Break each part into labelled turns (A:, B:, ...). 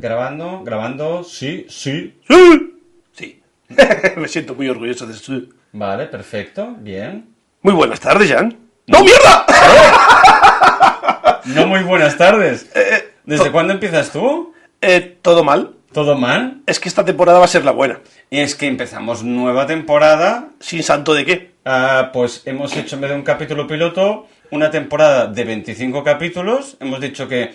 A: grabando, grabando, sí, sí.
B: Sí. Me siento muy orgulloso de eso.
A: Vale, perfecto, bien.
B: Muy buenas tardes, Jan. Mm. ¡No, mierda!
A: No muy buenas tardes.
B: Eh,
A: ¿Desde cuándo empiezas tú?
B: eh, ¿Todo mal?
A: ¿Todo mal?
B: Es que esta temporada va a ser la buena.
A: Y es que empezamos nueva temporada.
B: ¿Sin santo de qué?
A: Ah, pues hemos hecho en vez de un capítulo piloto, una temporada de 25 capítulos. Hemos dicho que eh,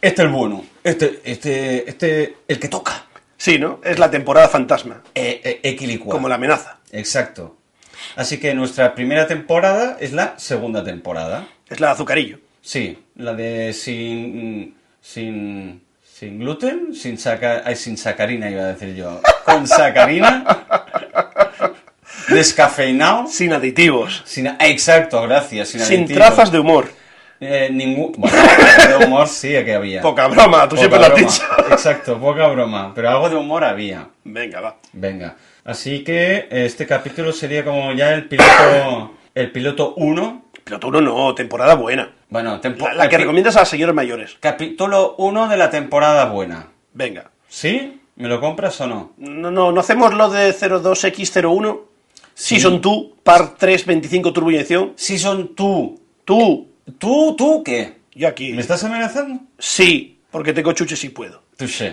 A: este es el bueno, este, este, este, el que toca.
B: Sí, ¿no? Es la temporada fantasma.
A: Eh, eh, equilicua.
B: Como la amenaza.
A: Exacto. Así que nuestra primera temporada es la segunda temporada.
B: Es la de azucarillo.
A: Sí, la de sin sin sin gluten, sin saca, ay, sin sacarina iba a decir yo, con sacarina, descafeinado,
B: Sin aditivos.
A: sin ah, exacto, gracias, sin,
B: Sin
A: aditivos.
B: trazas de humor.
A: Eh, ningún bueno, de humor sí que había.
B: Poca broma, tú
A: Poca
B: siempre lo has
A: broma.
B: dicho.
A: Exacto, poca broma, pero algo de humor había.
B: Venga, va.
A: Venga. Así que este capítulo sería como ya el piloto el piloto 1.
B: Pero tú no, no, temporada buena.
A: Bueno, tempo-
B: La, la que
A: capi-
B: recomiendas a las señoras mayores.
A: Capítulo 1 de la temporada buena.
B: Venga.
A: ¿Sí? ¿Me lo compras o no?
B: No, no, no hacemos lo de 02X01.
A: Sí.
B: Season 2, par 3, 25 turboinyección.
A: Si son tú.
B: Tú,
A: ¿Tú, tú qué?
B: yo aquí.
A: ¿Me estás amenazando?
B: Sí, porque tengo chuches y puedo.
A: Tú sí.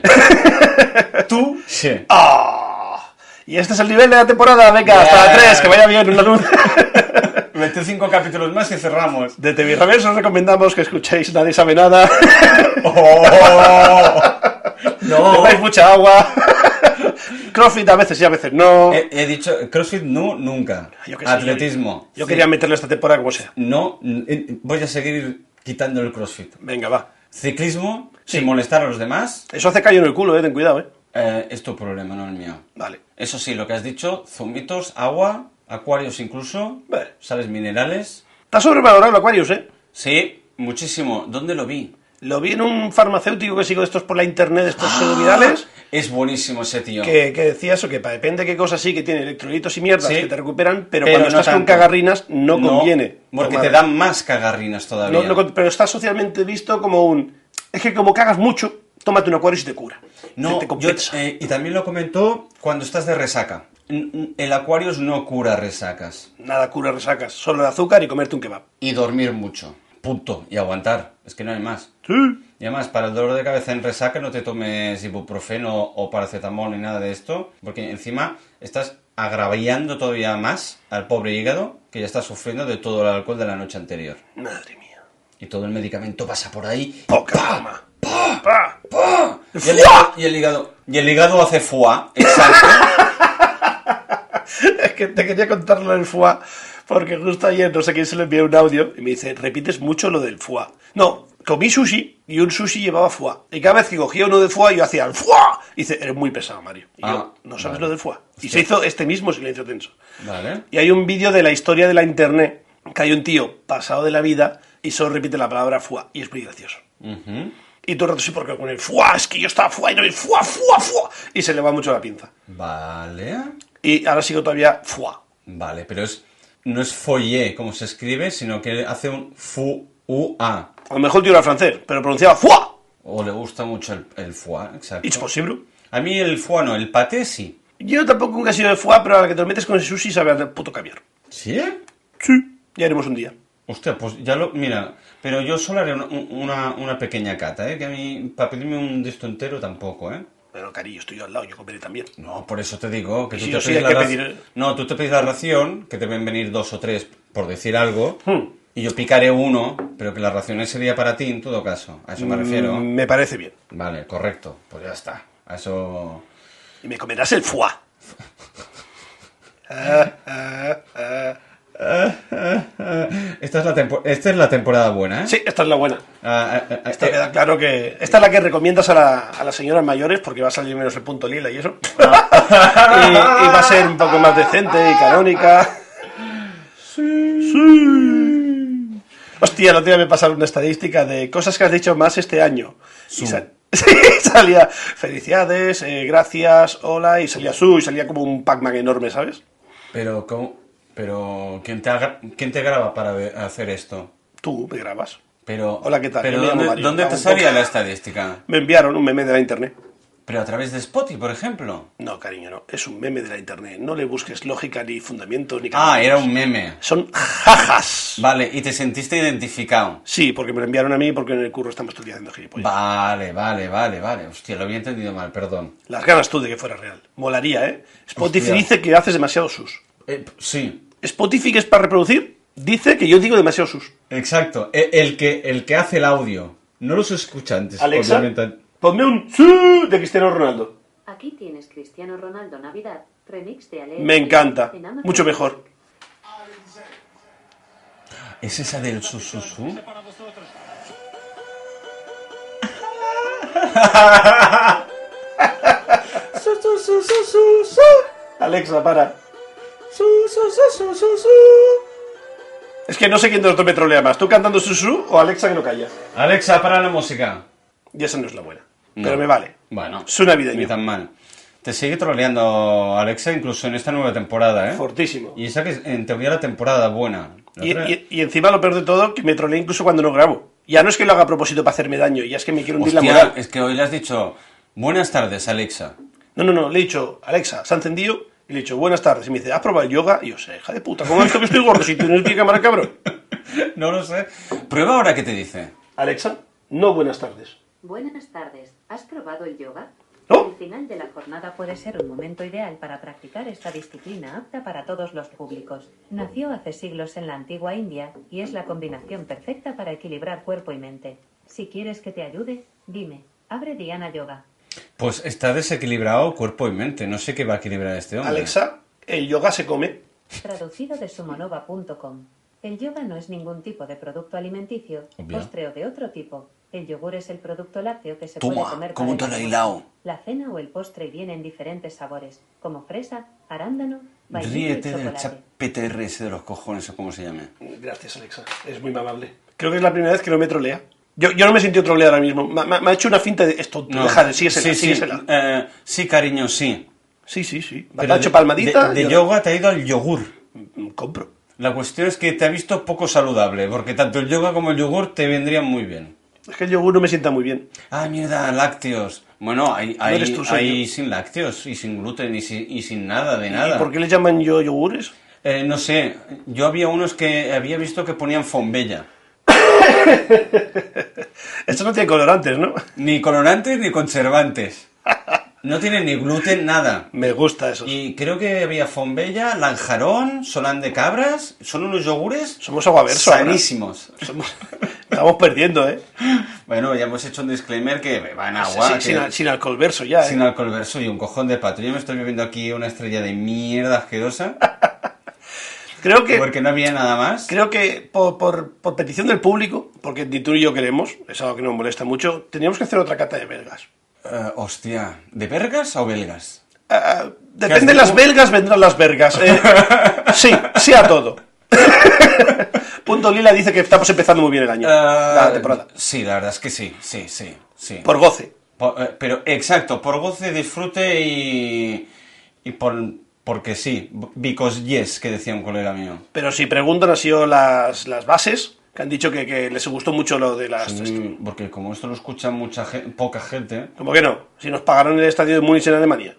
A: tú sí.
B: ¡Ah! Y este es el nivel de la temporada. Venga, hasta la
A: Bien.
B: 3, que vaya bien una luz.
A: 25 capítulos más y cerramos.
B: De Tevirrames os recomendamos que escuchéis Nadie sabe nada. Oh.
A: No.
B: Bebáis mucha agua. CrossFit a veces sí, a veces no.
A: He, he dicho CrossFit no nunca.
B: Yo qué sé,
A: Atletismo.
B: Yo, yo quería meterle esta temporada como sea.
A: No, n- eh, voy a seguir quitando el CrossFit.
B: Venga, va.
A: Ciclismo, sin molestar a los demás,
B: Eso hace callo en el culo, eh. Ten cuidado, eh.
A: eh, es tu problema, no el mío.
B: Vale.
A: Eso sí, lo que has dicho, zumbitos, agua, acuarios incluso,
B: Vale.
A: sales minerales.
B: Está sobrevalorado el Aquarius, eh.
A: Sí, muchísimo. ¿Dónde lo vi?
B: Lo vi en un farmacéutico que sigo de estos por la internet, de estos
A: Ah.
B: pseudovirales,
A: Es buenísimo ese tío.
B: que, que decía eso, que pa- depende de qué cosa sí, que tiene electrolitos y mierdas
A: Sí.
B: que te recuperan, pero,
A: Pero
B: cuando
A: no
B: estás con
A: tanto.
B: cagarrinas no, conviene.
A: Porque
B: tomar.
A: te dan más cagarrinas todavía.
B: No, no con- pero está socialmente visto como un... Es que como cagas mucho, tómate un Aquarius y te cura.
A: No,
B: Te- te
A: yo,
B: compensa.
A: eh, y también lo comentó cuando estás de resaca. N- n- El Aquarius no cura resacas.
B: Nada cura resacas, solo el azúcar y comerte un kebab.
A: Y dormir mucho. Punto. Y aguantar. Es que no hay más. Y además, para el dolor de cabeza en resaca no te tomes ibuprofeno o paracetamol ni nada de esto, porque encima estás agraviando todavía más al pobre hígado que ya está sufriendo de todo el alcohol de la noche anterior.
B: Madre mía.
A: Y todo el medicamento pasa por ahí.
B: Poca broma. Pa.
A: Y el hígado, y el hígado, y el hígado hace foie. Exacto.
B: Es que te quería contarlo del FUA, porque justo ayer no sé quién se le envió un audio y me dice, repites mucho lo del FUA. No, comí sushi y un sushi llevaba FUA. Y cada vez que cogía uno de FUA yo hacía el FUA. Y dice, eres muy pesado, Mario. Y yo,
A: Ah,
B: no sabes
A: vale.
B: lo del FUA. Y
A: Hostia.
B: se hizo este mismo silencio tenso.
A: Vale.
B: Y hay un vídeo de la historia de la internet que hay un tío pasado de la vida y solo repite la palabra FUA. Y es muy gracioso.
A: Ujú.
B: Y todo el rato sí, porque con el FUA, es que yo estaba FUA y no el FUA, FUA, FUA. Y se le va mucho la pinza.
A: Vale.
B: Y ahora sigo todavía FUA.
A: Vale, pero es, no es foie como se escribe, sino que hace un fu u a.
B: A lo mejor el tío era francés, pero pronunciaba FUA.
A: O le gusta mucho el, el foie, exacto.
B: Es posible.
A: A mí el foie no, el paté sí.
B: Yo tampoco nunca he sido de FUA, pero a la que te lo metes con el sushi sabe a puto caviar.
A: ¿Sí?
B: Sí. Ya haremos un día.
A: Hostia, pues ya lo. Mira, pero yo solo haré una, una- una pequeña cata, ¿eh? Que a mí, para pedirme un de esto entero tampoco, ¿eh?
B: Pero cariño, estoy yo al lado, yo comeré también.
A: No, por eso te digo que
B: Y
A: tú
B: sí
A: te
B: o sí
A: pides
B: hay
A: la
B: que
A: rac-
B: pedir-
A: No, tú te pides la ración, que deben venir dos o tres, por decir algo.
B: Hmm.
A: Y yo picaré uno, pero que la ración sería para ti en todo caso. A eso me refiero.
B: Mm, Me parece bien.
A: Vale, correcto. Pues ya está. A eso.
B: Y me comerás el Ah, FUA. ah.
A: Esta es la, tempo- esta es la temporada buena, ¿eh?
B: Sí, esta es la buena.
A: Ah, ah, ah,
B: Esta
A: eh,
B: queda claro que. Esta es la que recomiendas a, la- a las señoras mayores porque va a salir menos el punto lila y eso. y, y
A: Ah.
B: va a ser un poco más decente y canónica. Sí. Hostia, el otro día me pasaron una estadística de cosas que has dicho más este año. Y
A: Su.
B: sal- sí, salía felicidades, eh, gracias, hola, y salía su, y salía como un Pac-Man enorme, ¿sabes?
A: Pero, ¿cómo? Pero, ¿quién te, haga- quién te graba para ve- hacer esto?
B: Tú me grabas.
A: Pero,
B: Hola, ¿qué tal?
A: Pero
B: Yo me llamo
A: ¿dónde,
B: Mario.
A: dónde
B: Hago
A: te
B: un
A: salía
B: poco.
A: la estadística?
B: Me enviaron un meme de la internet.
A: Pero a través de Spotify, por ejemplo.
B: No, cariño, no. Es un meme de la internet. No le busques lógica ni fundamento ni
A: Ah,
B: caracteres.
A: era un meme.
B: Son jajas.
A: Vale, y te sentiste identificado.
B: Sí, porque me lo enviaron a mí porque en el curro estamos todo el día haciendo
A: Pues-
B: gilipollas.
A: Vale, vale, vale, vale. Hostia, lo había entendido mal, perdón.
B: Las ganas tú de que fuera real. Molaría, ¿eh? Spotify
A: Hostia.
B: dice que haces demasiado sus.
A: Eh, p- sí,
B: Spotify, que es para reproducir, dice que yo digo demasiado sus.
A: exacto. E- El que, el que hace el audio. No los escuchantes.
B: Alexa,
A: obviamente.
B: ponme un su de Cristiano Ronaldo.
C: Aquí tienes Cristiano Ronaldo Navidad, remix de Ale.
B: Me encanta.
C: en Amazon
B: Mucho mejor.
A: ¿Es esa del su, su, su? Su, su, su, su, su, su.
B: Alexa, para.
A: Su, su, su, su, su, su.
B: Es que no sé quién de los dos me trolea más. ¿Tú cantando su su o Alexa que no calla?
A: Alexa, para la música.
B: Y esa no es la buena.
A: No.
B: Pero me vale.
A: Bueno,
B: Su
A: ni
B: navideño.
A: tan mal. Te sigue troleando Alexa incluso en esta nueva temporada, ¿eh?
B: Fortísimo.
A: Y esa que es en teoría la temporada buena. La
B: Y,
A: otra-
B: y- y encima lo peor de todo, que me trolea incluso cuando no grabo. Ya no es que lo haga a propósito para hacerme daño, ya es que me quiero hundir la
A: Hostia,
B: moral.
A: es que hoy le has dicho buenas tardes, Alexa.
B: No, no, no, le he dicho, Alexa, se ha encendido, y le he dicho, buenas tardes. Y me dice, ¿has probado el yoga? Y yo, "Sí, hija de puta, ¿cómo has visto que estoy gordo si tienes que cámara, cabrón?
A: No lo sé. Prueba ahora qué te dice.
B: Alexa, no buenas tardes.
C: Buenas tardes. ¿Has probado el yoga?
B: No.
C: El final de la jornada puede ser un momento ideal para practicar esta disciplina apta para todos los públicos. Nació hace siglos en la antigua India y es la combinación perfecta para equilibrar cuerpo y mente. Si quieres que te ayude, dime. Abre Diana Yoga.
A: Pues está desequilibrado cuerpo y mente. No sé qué va a equilibrar este hombre.
B: Alexa, el yoga se come.
C: Traducido de sumonova.com. El yoga no es ningún tipo de producto alimenticio,
A: Obvio.
C: postre o de otro tipo. El yogur es el producto lácteo que se
A: Toma,
C: puede comer
A: ¿cómo
C: para
A: te lo he
C: desayunar.
A: hilado?
C: La cena o el postre viene en diferentes sabores, como fresa, arándano, vainilla y
A: Ríete del
C: chocolate.
A: chapeterrese de los cojones o como se llame.
B: Gracias, Alexa, es muy amable. Creo que es la primera vez que no me trolea. Yo, yo no me he sentido troleado ahora mismo. Me, me- me ha hecho una finta de esto.
A: No.
B: Deja de, síguesela,
A: sí, sí,
B: síguesela.
A: eh, sí, cariño, sí.
B: Sí, sí, sí. Me
A: Pero
B: ha
A: de-
B: hecho palmadita.
A: De, de
B: y ahora-
A: yoga te ha ido al yogur.
B: Mm, Compro.
A: La cuestión es que te ha visto poco saludable, porque tanto el yoga como el yogur te vendrían muy bien.
B: Es que el yogur no me sienta muy bien.
A: Ah, mierda, lácteos. Bueno, hay, hay,
B: eres tú, soy
A: hay
B: yo.
A: sin lácteos y sin gluten y sin, y sin nada, de nada.
B: ¿Y por qué le llaman yo yogures?
A: Eh, no sé, yo había unos que había visto que ponían fombella.
B: Esto no tiene colorantes, ¿no?
A: Ni colorantes ni conservantes. No tienen ni gluten, nada.
B: Me gusta eso.
A: Y creo que había fombella, lanjarón, solán de cabras. Son unos yogures
B: Somos aguaverso ahora.
A: sanísimos.
B: Somos- Estamos perdiendo, ¿eh?
A: Bueno, ya hemos hecho un disclaimer que beban
B: Ah, Sí,
A: agua. que-
B: sin, al- sin alcohol verso ya, ¿eh?
A: sin alcohol verso y un cojón de pato. Yo me estoy bebiendo aquí una estrella de mierda asquerosa
B: Creo que,
A: porque no había nada más.
B: creo que por, por- por petición del público, porque ni tú ni yo queremos, es algo que nos molesta mucho, teníamos que hacer otra cata de belgas.
A: Eh, hostia, ¿de vergas o belgas?
B: Ah,
A: has
B: depende de
A: dicho?
B: las belgas, vendrán las vergas. ¿eh? sí, sí a todo. Punto Lila dice que estamos empezando muy bien el año, la
A: Eh,
B: temporada.
A: Sí, la verdad es que sí, sí, sí, sí.
B: Por goce.
A: Por- eh, pero exacto, por goce, disfrute y, y por, porque sí, because yes, que decía un colega mío.
B: Pero si preguntan, han sido las, las bases que han dicho que, que les gustó mucho lo de las.
A: Mm, Porque como esto lo escucha mucha gen- poca gente,
B: Como que no, si nos pagaron el estadio de Múnich en Alemania.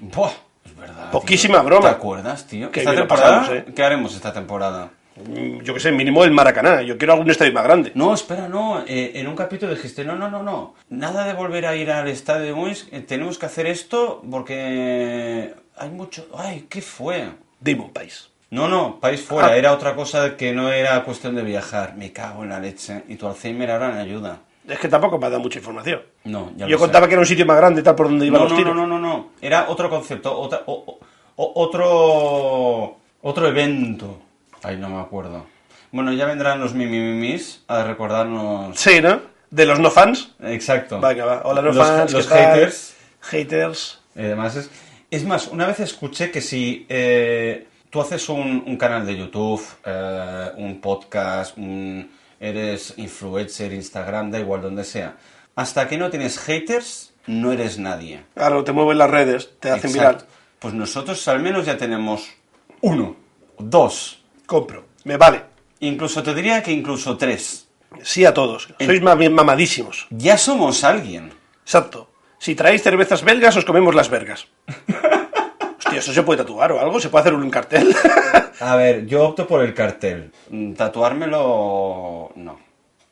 A: ¡buah! Es verdad. tío.
B: Poquísima broma.
A: ¿Te acuerdas, tío?
B: Qué
A: Esta
B: bien lo
A: temporada,
B: pasamos, eh.
A: ¿Qué haremos esta temporada?
B: Mm, Yo qué sé, mínimo el Maracaná. Yo quiero algún estadio más grande.
A: No, espera, no. eh, en un capítulo dijiste, no, no, no, no. Nada de volver a ir al estadio de Múnich. eh, tenemos que hacer esto porque hay mucho... ¡Ay, qué fue!
B: Dime un país.
A: No, no, país fuera,
B: Ah.
A: era otra cosa que no era cuestión de viajar. Me cago en la leche. Y tu Alzheimer ahora me ayuda.
B: Es que tampoco me ha dado mucha información.
A: No, ya
B: Yo
A: lo sé.
B: contaba que era un sitio más grande, tal por donde iban
A: no,
B: los
A: no, no,
B: tiros.
A: no, no, no. Era otro concepto, otra- o- o- otro otro evento. Ay, no me acuerdo. Bueno, ya vendrán los mimimimis a recordarnos.
B: Sí, ¿no? De los no fans.
A: Exacto.
B: Venga, va. Hola, no
A: los,
B: fans. ¿qué
A: Los
B: tal?
A: haters.
B: Haters.
A: Y demás es... es más, una vez escuché que si eh, tú haces un, un canal de YouTube, eh, un podcast, un- eres influencer, Instagram, da igual donde sea, hasta que no tienes haters, no eres nadie.
B: Claro, te mueven las redes, te hacen
A: Exacto.
B: viral.
A: Pues nosotros al menos ya tenemos uno, dos,
B: Compro. Me vale.
A: incluso te diría que incluso tres.
B: Sí a todos. Sois ma- mamadísimos.
A: Ya somos alguien.
B: Exacto. Si traéis cervezas belgas, os comemos las vergas. Hostia, eso se puede tatuar o algo, se puede hacer un cartel.
A: A ver, yo opto por el cartel. Mm, Tatuármelo. No.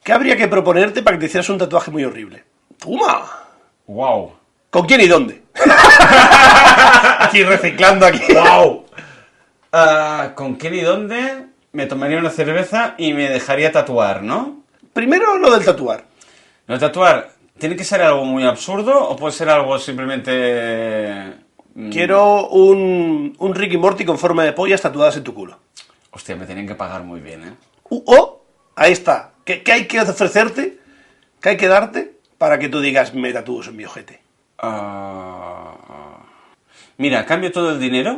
B: ¿Qué habría que proponerte para que te hicieras un tatuaje muy horrible? ¡Toma!
A: ¡Wow!
B: ¿Con quién y dónde? aquí reciclando aquí.
A: ¡Wow! Ah, ¿Con quién y dónde? Me tomaría una cerveza y me dejaría tatuar, ¿no?
B: Primero lo del tatuar.
A: No tatuar. ¿Tiene que ser algo muy absurdo o puede ser algo simplemente. mm,
B: Quiero un, un Ricky Morty con forma de pollas tatuadas en tu culo.
A: Hostia, me tienen que pagar muy bien, ¿eh?
B: U- O, ahí está. ¿Qué, qué hay que ofrecerte? ¿Qué hay que darte para que tú digas me tatúos en mi ojete?
A: Ah. Mira, cambio todo el dinero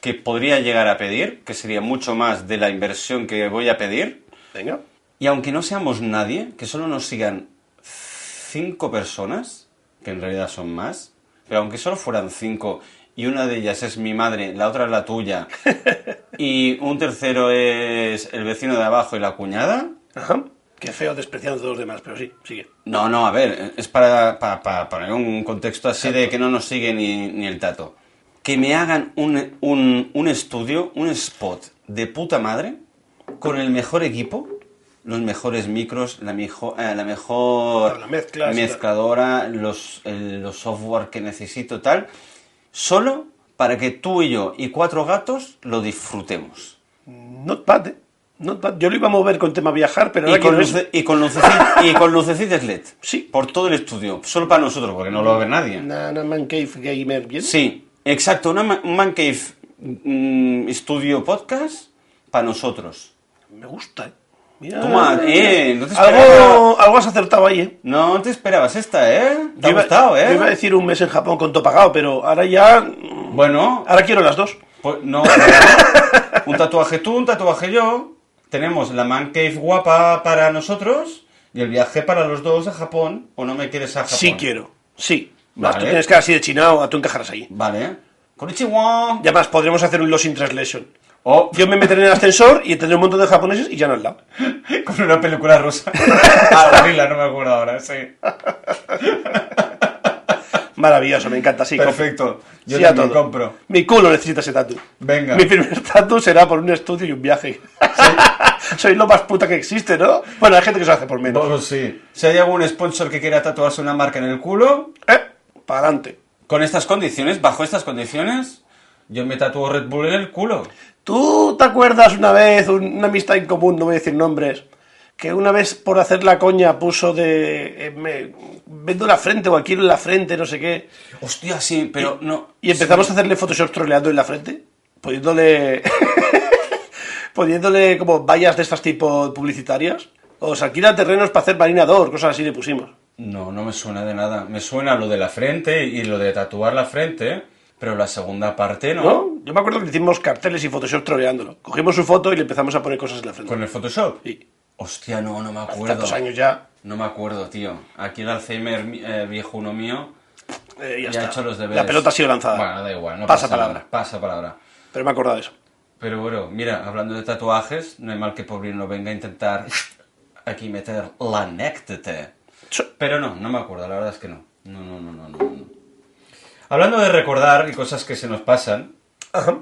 A: que podría llegar a pedir, que sería mucho más de la inversión que voy a pedir.
B: Venga.
A: Y aunque no seamos nadie, que solo nos sigan cinco personas, que en realidad son más, pero aunque solo fueran cinco y una de ellas es mi madre, la otra es la tuya, y un tercero es el vecino de abajo y la cuñada.
B: Ajá. Qué feo despreciando a todos los demás, pero sí, sigue.
A: No, no, a ver, es para, para, para poner un contexto así de que no nos sigue ni, ni el tato. Que me hagan un, un, un estudio, un spot de puta madre, con el mejor equipo, los mejores micros, la, mijo- eh, la mejor
B: Tabla mezclas,
A: mezcladora, los, el- los software que necesito, tal, solo para que tú y yo y cuatro gatos lo disfrutemos.
B: Not bad, eh. Not bad. Yo lo iba a mover con tema viajar, pero
A: Y
B: ahora
A: con,
B: quiero eso.
A: luce- y, con luceci- y con lucecitas LED.
B: Sí.
A: Por todo el estudio. Solo para nosotros, porque no lo va a ver nadie.
B: Nana Man Cave Gamer, ¿bien?
A: Sí, exacto, una ma- un Man Cave mm, Studio Podcast para nosotros.
B: Me gusta, eh. Mira.
A: Toma, eh, no te
B: algo,
A: esperaba.
B: algo has acertado ahí, eh.
A: No te esperabas esta, ¿eh? Te
B: Yo
A: ha
B: iba-
A: gustado,
B: yo iba a
A: ¿eh?
B: decir un mes en Japón con todo pagado, pero ahora ya. mm,
A: Bueno,
B: Ahora quiero las dos.
A: pues no. un tatuaje tú, un tatuaje yo. Tenemos la Man Cave guapa para nosotros y el viaje para los dos a Japón. ¿O no me quieres a Japón?
B: Sí quiero. Sí. Más
A: Vale.
B: tú tienes cara así de chinao, a tú encajarás ahí.
A: Vale. Konnichiwa.
B: Y además podremos hacer un Lost in Translation.
A: Oh,
B: Yo me meteré en el ascensor y tendré un montón de japoneses y ya no al lado.
A: con una película rusa. Ah, gorila, no me acuerdo ahora, sí.
B: Maravilloso, me encanta, sí.
A: Perfecto. Yo
B: Sí a
A: también
B: todo.
A: compro.
B: Mi culo necesita ese tatu.
A: Venga.
B: Mi primer tatu será por un estudio y un viaje. Soy lo más puta que existe, ¿no? Bueno, hay gente que se hace por menos.
A: Bueno, sí. Si hay algún sponsor que quiera tatuarse una marca en el culo,
B: Eh, para adelante.
A: con estas condiciones, bajo estas condiciones, yo me tatúo Red Bull en el culo.
B: ¿Tú te acuerdas una vez, un- una amistad en común, no voy a decir nombres, que una vez por hacer la coña puso de. eh, me, vendo la frente o adquiero la frente, no sé qué.
A: Hostia, sí, pero no.
B: Y empezamos a hacerle Photoshop troleando en la frente, poniéndole. poniéndole como vallas de estas tipo publicitarias. O se alquila terrenos para hacer marinador, cosas así le pusimos.
A: No, no me suena de nada. Me suena lo de la frente y lo de tatuar la frente, pero la segunda parte no.
B: ¿No? Yo me acuerdo que hicimos carteles y Photoshop troleándolo. Cogimos su foto y le empezamos a poner cosas en la frente.
A: Con el Photoshop.
B: Sí.
A: Hostia, no, no me acuerdo.
B: Tantos años ya.
A: No me acuerdo, tío. Aquí el Alzheimer mi- eh, viejuno mío
B: eh,
A: ya,
B: ya está.
A: ha hecho los deberes.
B: la pelota ha sido lanzada.
A: Bueno, da igual, no
B: pasa,
A: pasa,
B: palabra.
A: nada, Pasa palabra.
B: Pero me he acordado de eso.
A: Pero bueno, mira, hablando de tatuajes, no hay mal que pobre no venga a intentar aquí meter la anécdota.
B: Cho-
A: Pero no, no me acuerdo, la verdad es que no. No, no, no, no, no. no. Hablando de recordar y cosas que se nos pasan,
B: Ajá.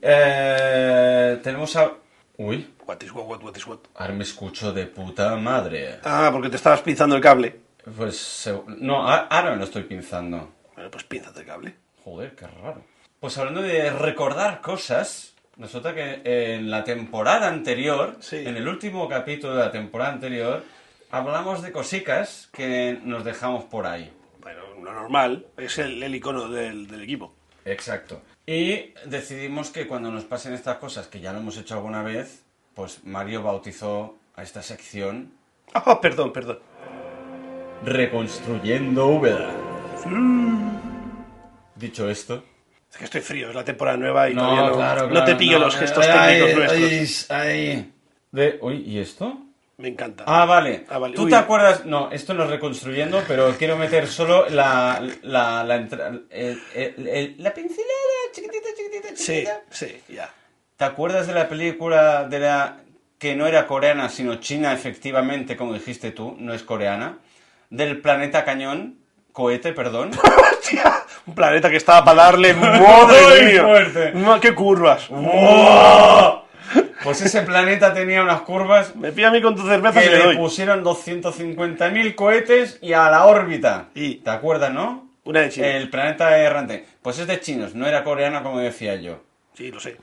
A: eh, tenemos a... Uy,
B: What is what, what, what is what.
A: ahora me escucho de puta madre.
B: Ah, porque te estabas pinzando el cable.
A: Pues se- no, a- ahora me lo estoy pinzando.
B: Bueno, pues pínzate el cable.
A: Joder, qué raro. Pues hablando de recordar cosas, resulta que en la temporada anterior,
B: Sí.
A: en el último capítulo de la temporada anterior, hablamos de cosicas que nos dejamos por ahí.
B: Bueno, lo normal. Es el, el icono del, del equipo.
A: Exacto. Y decidimos que cuando nos pasen estas cosas, que ya lo hemos hecho alguna vez, pues Mario bautizó a esta sección
B: Ah, perdón, perdón.
A: Reconstruyendo Úbeda. Dicho esto,
B: Es que estoy frío, es la temporada nueva y
A: No,
B: todavía no,
A: claro,
B: no
A: claro,
B: te pillo
A: no,
B: los
A: eh,
B: gestos
A: ay,
B: técnicos nuestros.
A: ay, ay. De, uy, ¿y esto?
B: Me encanta.
A: Ah, vale.
B: Ah, vale.
A: ¿Tú
B: Uy.
A: te acuerdas? No, esto no es reconstruyendo, pero quiero meter solo la, la, la, entra- el- el- el- la pincelada chiquitita, chiquitita,
B: sí,
A: chiquitita.
B: sí, ya.
A: ¿Te acuerdas de la película de la que no era coreana, sino china, efectivamente, como dijiste tú, no es coreana? Del planeta cañón cohete, perdón.
B: Hostia, un planeta que estaba para darle. ¡Madre
A: Muy
B: mía!
A: fuerte.
B: Ma- ¡Qué curvas!
A: ¡Buah! Pues ese planeta tenía unas curvas
B: Me pilla a mí con tu cerveza y
A: que
B: le
A: le
B: doy.
A: pusieron 250.000 cohetes y a la órbita.
B: Y-
A: ¿Te acuerdas, no?
B: Una de Chile.
A: El planeta errante. Pues es de chinos, no era coreana como decía yo.
B: Sí, lo sé.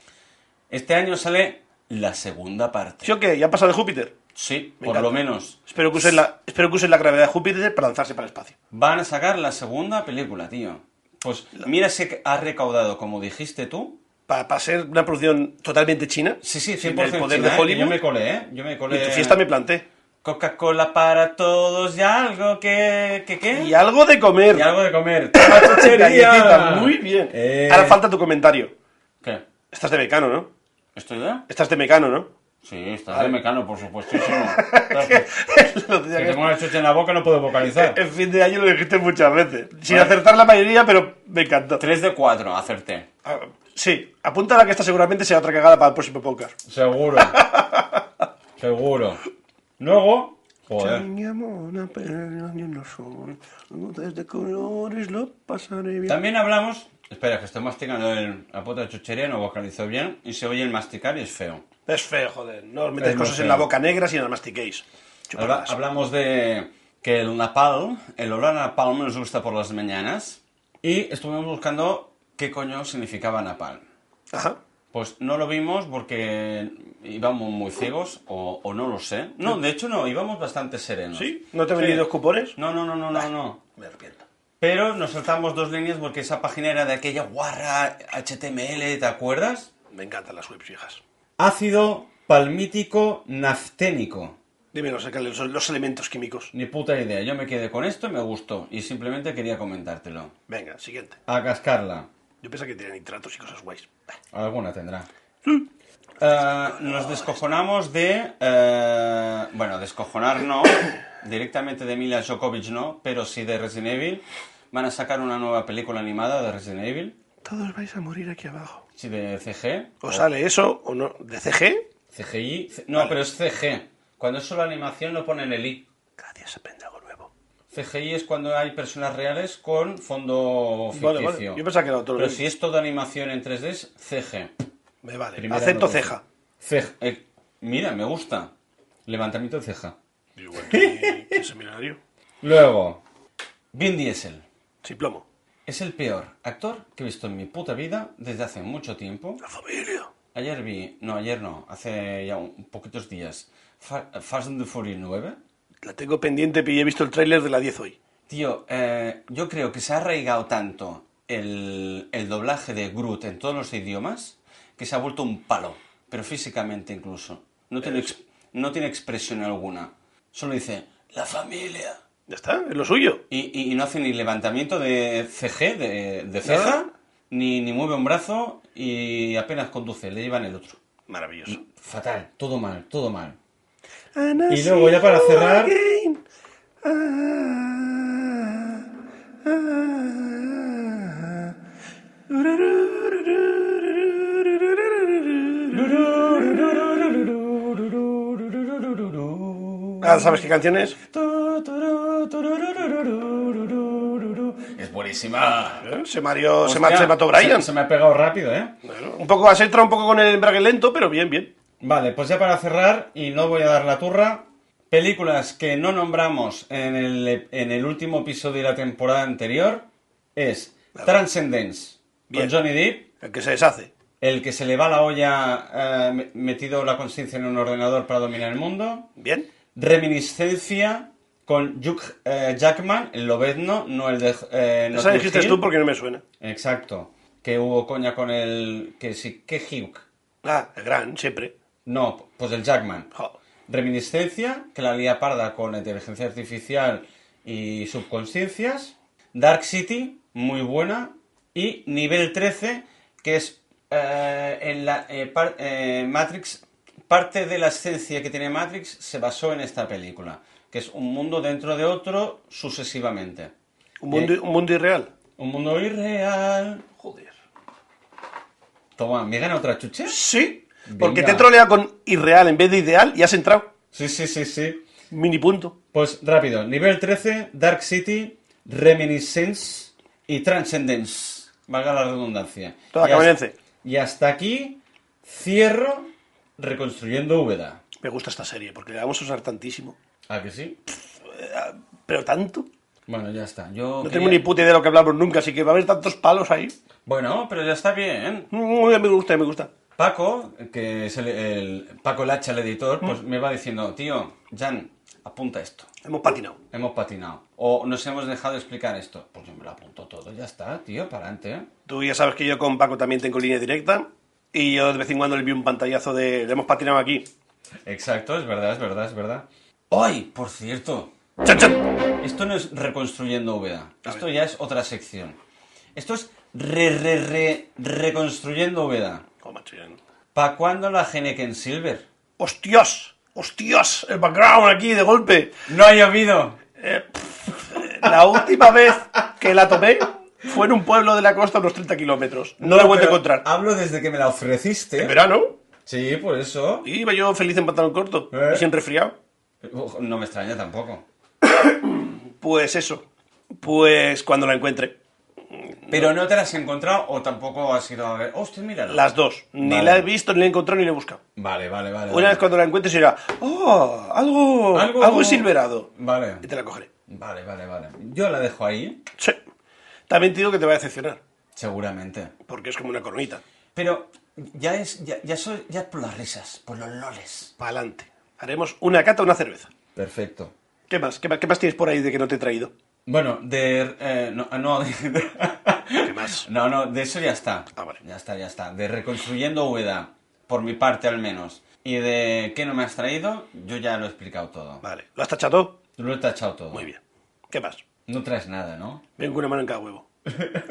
A: Este año sale la segunda parte.
B: ¿Sí o qué? ¿Ya han pasado de Júpiter?
A: Sí,
B: Me
A: por
B: encanta.
A: lo menos.
B: Espero que, usen la, espero que usen la gravedad de Júpiter para lanzarse para el espacio.
A: Van a sacar la segunda película, tío. Pues mira si ha recaudado, como dijiste tú.
B: Para, ser una producción totalmente china.
A: Sí, sí, 100%
B: sin el poder
A: china,
B: de
A: ¿eh?
B: Hollywood.
A: Yo me colé, ¿eh? Yo me colé.
B: Y en tu fiesta me planté.
A: Coca-Cola para todos y algo que... que qué?
B: Y algo de comer.
A: Y algo de comer. ¡Toma, chuchería!
B: Galletita, muy bien.
A: Eh,
B: Ahora falta tu comentario.
A: ¿Qué?
B: Estás de mecano, ¿no?
A: ¿Estoy ya?
B: Estás de mecano, ¿no?
A: Sí, estás de mecano, por supuestísimo. Estás-
B: Lo decía
A: que
B: que-
A: tengo una chucha en la boca no puedo vocalizar.
B: En fin de año lo dijiste muchas veces. Sin
A: Vale.
B: acertar la mayoría, pero me encantó.
A: 3 de 4, acerté.
B: Ah, Sí, apunta a la que esta seguramente será otra cagada para el próximo podcast.
A: Seguro. Seguro. Luego... Joder.
B: de colores lo pasaré bien.
A: También hablamos... Espera, que estoy masticando el- la puta chuchería, no vocalizo bien, y se oye el masticar y es feo.
B: Es feo, joder. No os metáis
A: Es
B: cosas
A: muy
B: en la
A: feo.
B: boca negra si no las mastiquéis.
A: Habla-
B: Chuparlas.
A: hablamos de que el napalm, el olor a napalm nos gusta por las mañanas y estuvimos buscando qué coño significaba napalm.
B: Ajá.
A: Pues no lo vimos porque íbamos muy ciegos o, o no lo sé. No, de hecho no, íbamos bastante serenos.
B: ¿Sí? ¿No te he vendido los cupones?
A: No, no, no, no, no, no.
B: Me arrepiento.
A: Pero nos saltamos dos líneas porque esa página era de aquella guarra HTML, ¿te acuerdas?
B: Me encantan las webs viejas.
A: Ácido palmítico nafténico.
B: Dímelo, sácale los, los elementos químicos.
A: Ni puta idea, yo me quedé con esto y me gustó y simplemente quería comentártelo.
B: Venga, siguiente.
A: A cascarla.
B: Yo pensaba que tenía nitratos y cosas guays. Bah.
A: Alguna tendrá. Mm. Eh, nos descojonamos de... eh, bueno, descojonar no. Directamente de Mila Djokovic no, pero sí de Resident Evil. Van a sacar una nueva película animada de Resident Evil.
B: Todos vais a morir aquí abajo.
A: Sí, de CG.
B: ¿O sale eso o no? ¿De CG?
A: CGI. C- No, pero es CG. Cuando es solo animación no ponen el I.
B: Cada día se aprende algo nuevo.
A: CGI es cuando hay personas reales con fondo ficticio.
B: Vale, vale. Yo pensaba que era otro.
A: Pero si es toda animación en 3D es CG.
B: Me vale.
A: Primera
B: Acepto
A: noticia.
B: ceja.
A: Ceja. eh, mira, me gusta. Levantamiento de ceja.
B: Digo, bueno, ¿qué- qué seminario?
A: Luego, Vin Diesel.
B: Sin plomo.
A: Es el peor actor que he visto en mi puta vida desde hace mucho tiempo.
B: La familia.
A: Ayer vi, no, ayer no, hace ya un, poquitos días, Fa- Fast and the Furious 9.
B: La tengo pendiente y he visto el tráiler de la 10 hoy.
A: Tío, eh, yo creo que se ha arraigado tanto el, el doblaje de Groot en todos los idiomas que se ha vuelto un palo, pero físicamente incluso. No tiene, ex- no tiene expresión alguna. Solo dice, la familia.
B: Ya está, es lo suyo.
A: Y, y- y no hace ni levantamiento de CG, de, de ceja, ni, ni mueve un brazo y apenas conduce, le llevan el otro.
B: Maravilloso.
A: Fatal, todo mal, todo mal. Y luego, ya para cerrar-
B: Ah, Ah, ¿sabes qué canción es?
A: Es buenísima.
B: ¿Eh? Se, mario, se,
A: Hostia,
B: ma- se mató Brian.
A: Se, se me ha pegado rápido, ¿eh?
B: Bueno, un poco a Setra, un poco con el embrague lento, pero bien, bien.
A: Vale, pues ya para cerrar, y no voy a dar la turra, películas que no nombramos en el, en el último episodio de la temporada anterior es Transcendence,
B: Bien.
A: con Johnny Depp,
B: El que se deshace.
A: el que se le va la olla eh, me- metido la conciencia en un ordenador para dominar el mundo,
B: Bien.
A: Reminiscencia con Hugh, eh, Jackman, el lobezno, no el de... eh,
B: Esa
A: Notting
B: dijiste
A: Hill.
B: tú porque no me suena.
A: Exacto, que hubo coña con el... que sí, que Hugh.
B: Ah, el gran, siempre.
A: No, pues el Jackman.
B: Jo.
A: Reminiscencia, que la lía parda con inteligencia artificial y subconsciencias. Dark City, muy buena. Y nivel 13, que es eh, en la eh, par- eh, Matrix. Parte de la esencia que tiene Matrix se basó en esta película, que es un mundo dentro de otro sucesivamente.
B: Un mundo, un mundo irreal.
A: Un mundo irreal.
B: Joder.
A: Toma, ¿me gana otra chuche?
B: Sí, porque
A: Venga.
B: te trolea con irreal en vez de ideal y has entrado.
A: Sí, sí, sí, sí.
B: Mini punto.
A: Pues rápido, nivel 13, Dark City, Reminiscence y Transcendence. Valga la redundancia.
B: Toda
A: Y hasta-
B: cabalense.
A: Y hasta aquí cierro reconstruyendo Úbeda.
B: Me gusta esta serie porque la vamos a usar tantísimo.
A: ¿A que sí?
B: Pero tanto.
A: Bueno, ya está. Yo
B: No
A: quería-
B: tengo ni puta idea de lo que hablamos nunca, así que va a haber tantos palos ahí.
A: Bueno, pero ya está bien.
B: Mm, ya me gusta, ya me gusta.
A: Paco, que es el, el- Paco Lacha, el editor, pues
B: Mm.
A: me va diciendo, tío, Jan, apunta esto.
B: Hemos patinado.
A: Hemos patinado. O nos hemos dejado explicar esto. Pues yo me lo apunto todo, ya está, tío, para adelante.
B: Tú ya sabes que yo con Paco también tengo línea directa. Y yo de vez en cuando le vi un pantallazo de. Le hemos patinado aquí.
A: Exacto, es verdad, es verdad, es verdad. ¡Ay! Por cierto,
B: ¡Chan, chan!
A: esto no es reconstruyendo Úbeda. Esto ya es otra sección. Esto es re, re, re, reconstruyendo Úbeda.
B: Oh, macho, ya no.
A: ¿Para cuándo la Geneken Silver?
B: ¡Hostias! ¡Hostias! El background aquí de golpe.
A: ¡No ha llovido!
B: La última vez que la tomé fue en un pueblo de la costa a unos 30 kilómetros. No la he vuelto
A: pero Ah,
B: a
A: ¿eh?
B: encontrar.
A: Hablo desde que me la ofreciste.
B: En verano
A: Sí, por eso.
B: iba yo feliz en pantalón corto
A: Eh.
B: y sin resfriado.
A: Uf, No me extraña tampoco.
B: Pues eso. Pues cuando la encuentre.
A: Pero no te las has encontrado o tampoco has ido a ver. Oh, Hostia, mira.
B: Las dos. Ni
A: Vale.
B: la he visto, ni la he encontrado, ni la he buscado.
A: Vale, vale, vale.
B: Una vez cuando la encuentre será, ¡oh! Algo, algo, silverado.
A: Vale.
B: Y te la cogeré.
A: Vale, vale, vale. Yo la dejo ahí,
B: Sí. También te digo que te va a decepcionar,
A: seguramente.
B: porque es como una coronita.
A: Pero ya es. Ya, ya soy. Ya por las risas, por los loles.
B: Pa'lante. Haremos una cata, una cerveza.
A: Perfecto.
B: ¿Qué más? ¿Qué más, qué más tienes por ahí de que no te he traído?
A: Bueno, de. eh, no, ah, no, de,
B: ¿Qué más?
A: No, no, de eso ya está.
B: Ah, vale.
A: Ya está, ya está. De reconstruyendo Ueda, por mi parte al menos. Y de qué no me has traído, yo ya lo he explicado todo.
B: Vale. ¿Lo has tachado?
A: Lo he tachado todo.
B: Muy bien. ¿Qué más?
A: No traes nada, ¿no?
B: Vengo una mano en cada huevo.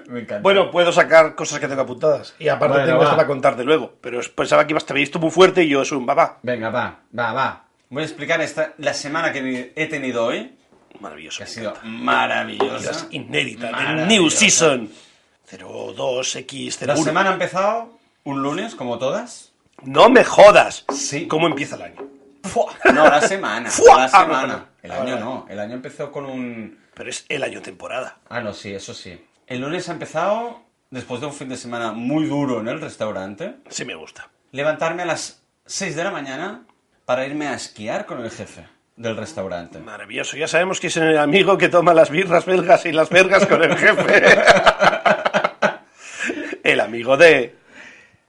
A: me encanta.
B: Bueno, puedo sacar cosas que tengo apuntadas. Y aparte
A: Bueno,
B: tengo
A: va.
B: esto para contarte luego. Pero es- pensaba que ibas, te había visto muy fuerte y yo es un babá.
A: Venga, va, va, va. Voy a explicar esta, la semana que he tenido hoy,
B: Maravilloso.
A: que ha
B: me
A: sido
B: encanta.
A: maravillosa.
B: Cosas inéditas del
A: Maravillosa.
B: New Season 02X.
A: La semana ha empezado un lunes, como todas.
B: No me jodas.
A: Sí.
B: ¿Cómo empieza el año?
A: No, la semana.
B: Fua.
A: la
B: Ah, no, no, no.
A: semana. El año
B: Vale.
A: no. El año empezó con un...
B: Pero es el año temporada.
A: Ah, no, sí, eso sí. El lunes ha empezado, después de un fin de semana muy duro en el restaurante,
B: Sí me gusta.
A: levantarme a las 6 de la mañana para irme a esquiar con el jefe del restaurante.
B: Maravilloso. Ya sabemos que es el amigo que toma las birras belgas y las vergas con el jefe. el amigo de...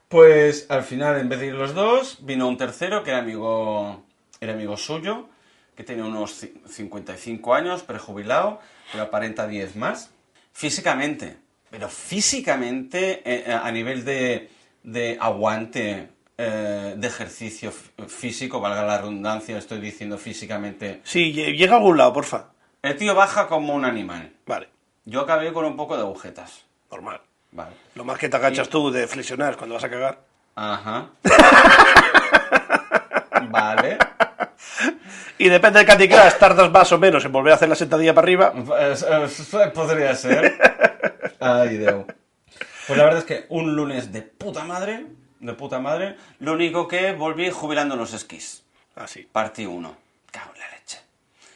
A: Pues al final, en vez de ir los dos, vino un tercero que era amigo, era amigo suyo, que tenía unos ci- 55 años, prejubilado, pero aparenta 10 más. Físicamente, pero físicamente eh, a nivel de, de aguante, eh, de ejercicio f- físico, valga la redundancia, estoy diciendo físicamente.
B: Sí, lle- llega a algún lado, porfa.
A: El tío baja como un animal.
B: Vale,
A: Yo acabé con un poco de agujetas.
B: normal.
A: Vale.
B: Lo más que te agachas tú de flexionar cuando vas a cagar.
A: Ajá. vale.
B: Y depende del Candy Crush, tardas más o menos en volver a hacer la sentadilla para arriba.
A: Pues, eh, Podría ser. Ay, Deu. Pues la verdad es que un lunes de puta madre, de puta madre, lo único que volví jubilando los esquís.
B: Así.
A: Parte 1. Cago en la leche.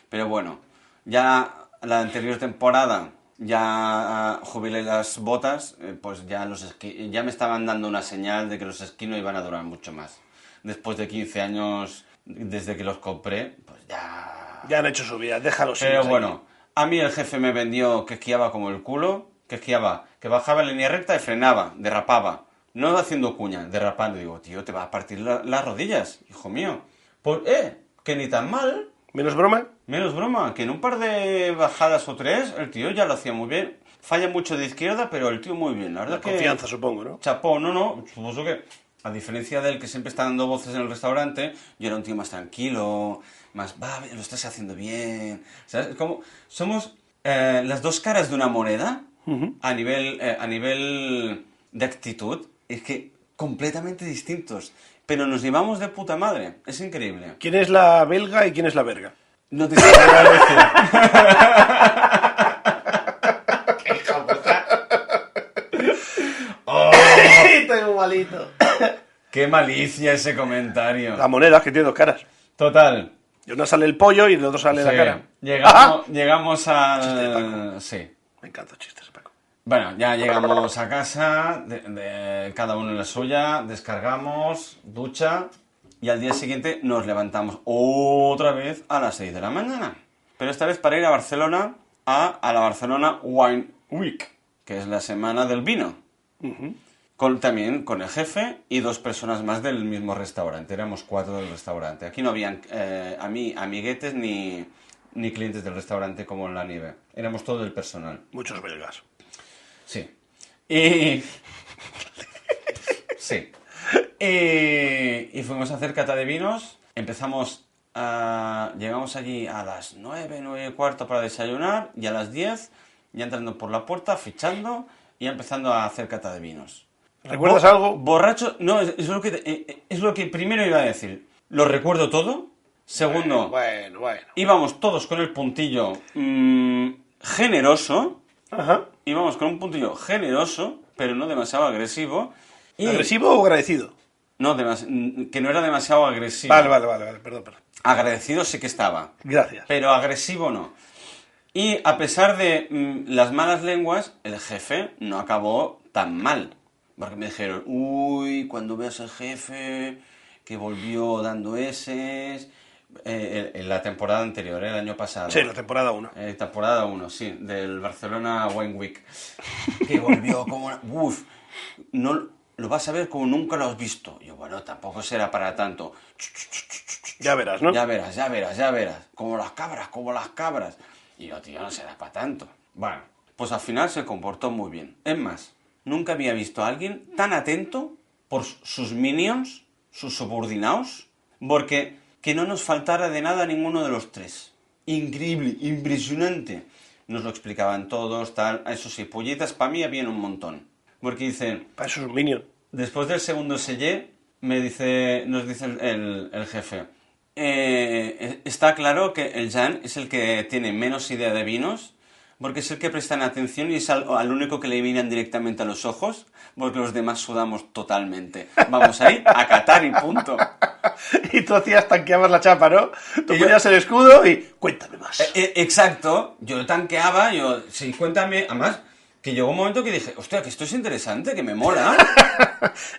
A: Pero bueno, ya la anterior temporada ya ah, jubilé las botas, eh, pues ya los esquí, ya me estaban dando una señal de que los esquí no iban a durar mucho más. Después de 15 años desde que los compré, pues ya
B: Ya han hecho su vida, déjalo. sí,
A: pero
B: sí.
A: Eh, bueno, a mí el jefe me vendió que esquiaba como el culo, que esquiaba, que bajaba en línea recta y frenaba, derrapaba. No haciendo cuña, derrapando. Digo, tío, te vas a partir la- las rodillas, hijo mío. Pues, eh, que ni tan mal.
B: Menos broma,
A: Menos broma, que en un par de bajadas o tres, el tío ya lo hacía muy bien. Falla mucho de izquierda, pero el tío muy bien. La verdad
B: la
A: que-
B: confianza, supongo, ¿no?
A: Chapó, no, no, supuso que, a diferencia del que siempre está dando voces en el restaurante, yo era un tío más tranquilo, más, va, lo estás haciendo bien, ¿sabes? Como, somos eh, las dos caras de una moneda a, nivel, eh, a nivel de actitud, es que completamente distintos, pero nos llevamos de puta madre, es increíble.
B: ¿Quién es la belga y quién es la verga?
A: No te sé qué decir.
B: igualito.
A: ¡Qué malicia ese comentario!
B: La moneda, que tiene dos caras.
A: Total,
B: De uno sale el pollo y del otro sale la
A: Sí.
B: cara.
A: Llegamos, llegamos
B: Chiste de
A: al...
B: Paco.
A: Sí.
B: Me encantan chistes, Paco.
A: Bueno, ya llegamos a casa, de- de- cada uno en la suya, descargamos, ducha y al día siguiente nos levantamos otra vez a las 6 de la mañana. Pero esta vez para ir a Barcelona a, a la Barcelona Wine Week, que es la semana del vino. Con, también con el jefe y dos personas más del mismo restaurante. Éramos cuatro del restaurante. Aquí no habían eh, a mí, amiguetes ni, ni clientes del restaurante como en la nieve. Éramos todo el personal.
B: Muchos belgas.
A: Sí. Y... sí. Y... y fuimos a hacer cata de vinos. Empezamos a... Llegamos allí a las 9, 9 y cuarto para desayunar y a las 10 ya entrando por la puerta, fichando y ya empezando a hacer cata de vinos.
B: ¿Recuerdas
A: Bo-
B: algo?
A: Borracho, no, es, es lo que, te- eh, eh, es lo que primero iba a decir. Lo recuerdo todo. Segundo,
B: Bueno, bueno.
A: íbamos todos con el puntillo mm, generoso
B: Ajá.
A: íbamos con un puntillo generoso, pero no demasiado agresivo. Y
B: ¿Agresivo o agradecido?
A: No, demas- mm, que no era demasiado agresivo.
B: Vale, vale, vale, vale, perdón, perdón.
A: Agradecido sí que estaba,
B: Gracias.
A: pero agresivo no. Y a pesar de mm, las malas lenguas, el jefe no acabó tan mal. Porque me dijeron, uy, cuando veas al jefe que volvió dando eses. eh, en en la temporada anterior, ¿eh? el año pasado.
B: Sí, la temporada 1.
A: Eh, temporada 1, sí, del Barcelona Wine Week. Que volvió como una... Uf, no, lo vas a ver como nunca lo has visto. Yo, bueno, tampoco será para tanto.
B: Ya verás, ¿no?
A: Ya verás, ya verás, ya verás. Como las cabras, como las cabras. Y yo, tío, no será para tanto. Bueno, pues al final se comportó muy bien. Es más, nunca había visto a alguien tan atento por s- sus minions, sus subordinados, porque que no nos faltara de nada ninguno de los tres. Increíble, impresionante. Nos lo explicaban todos, tal. Eso sí, polletas para mí habían un montón. Porque dicen,
B: Para eso es un minion.
A: Después del segundo sellé, me dice, nos dice el, el- el jefe, "Eh, eh, está claro que el Jan es el que tiene menos idea de vinos, porque es el que prestan atención y es al, al único que le miran directamente a los ojos, porque los demás sudamos totalmente. Vamos ahí a catar y punto.
B: Y tú hacías, tanqueabas la chapa, ¿no? Tú
A: Y yo-
B: ponías el escudo y cuéntame más.
A: Eh, eh, exacto, yo lo tanqueaba, yo, sí, cuéntame, además, que llegó un momento que dije, hostia, que esto es interesante, que me mola.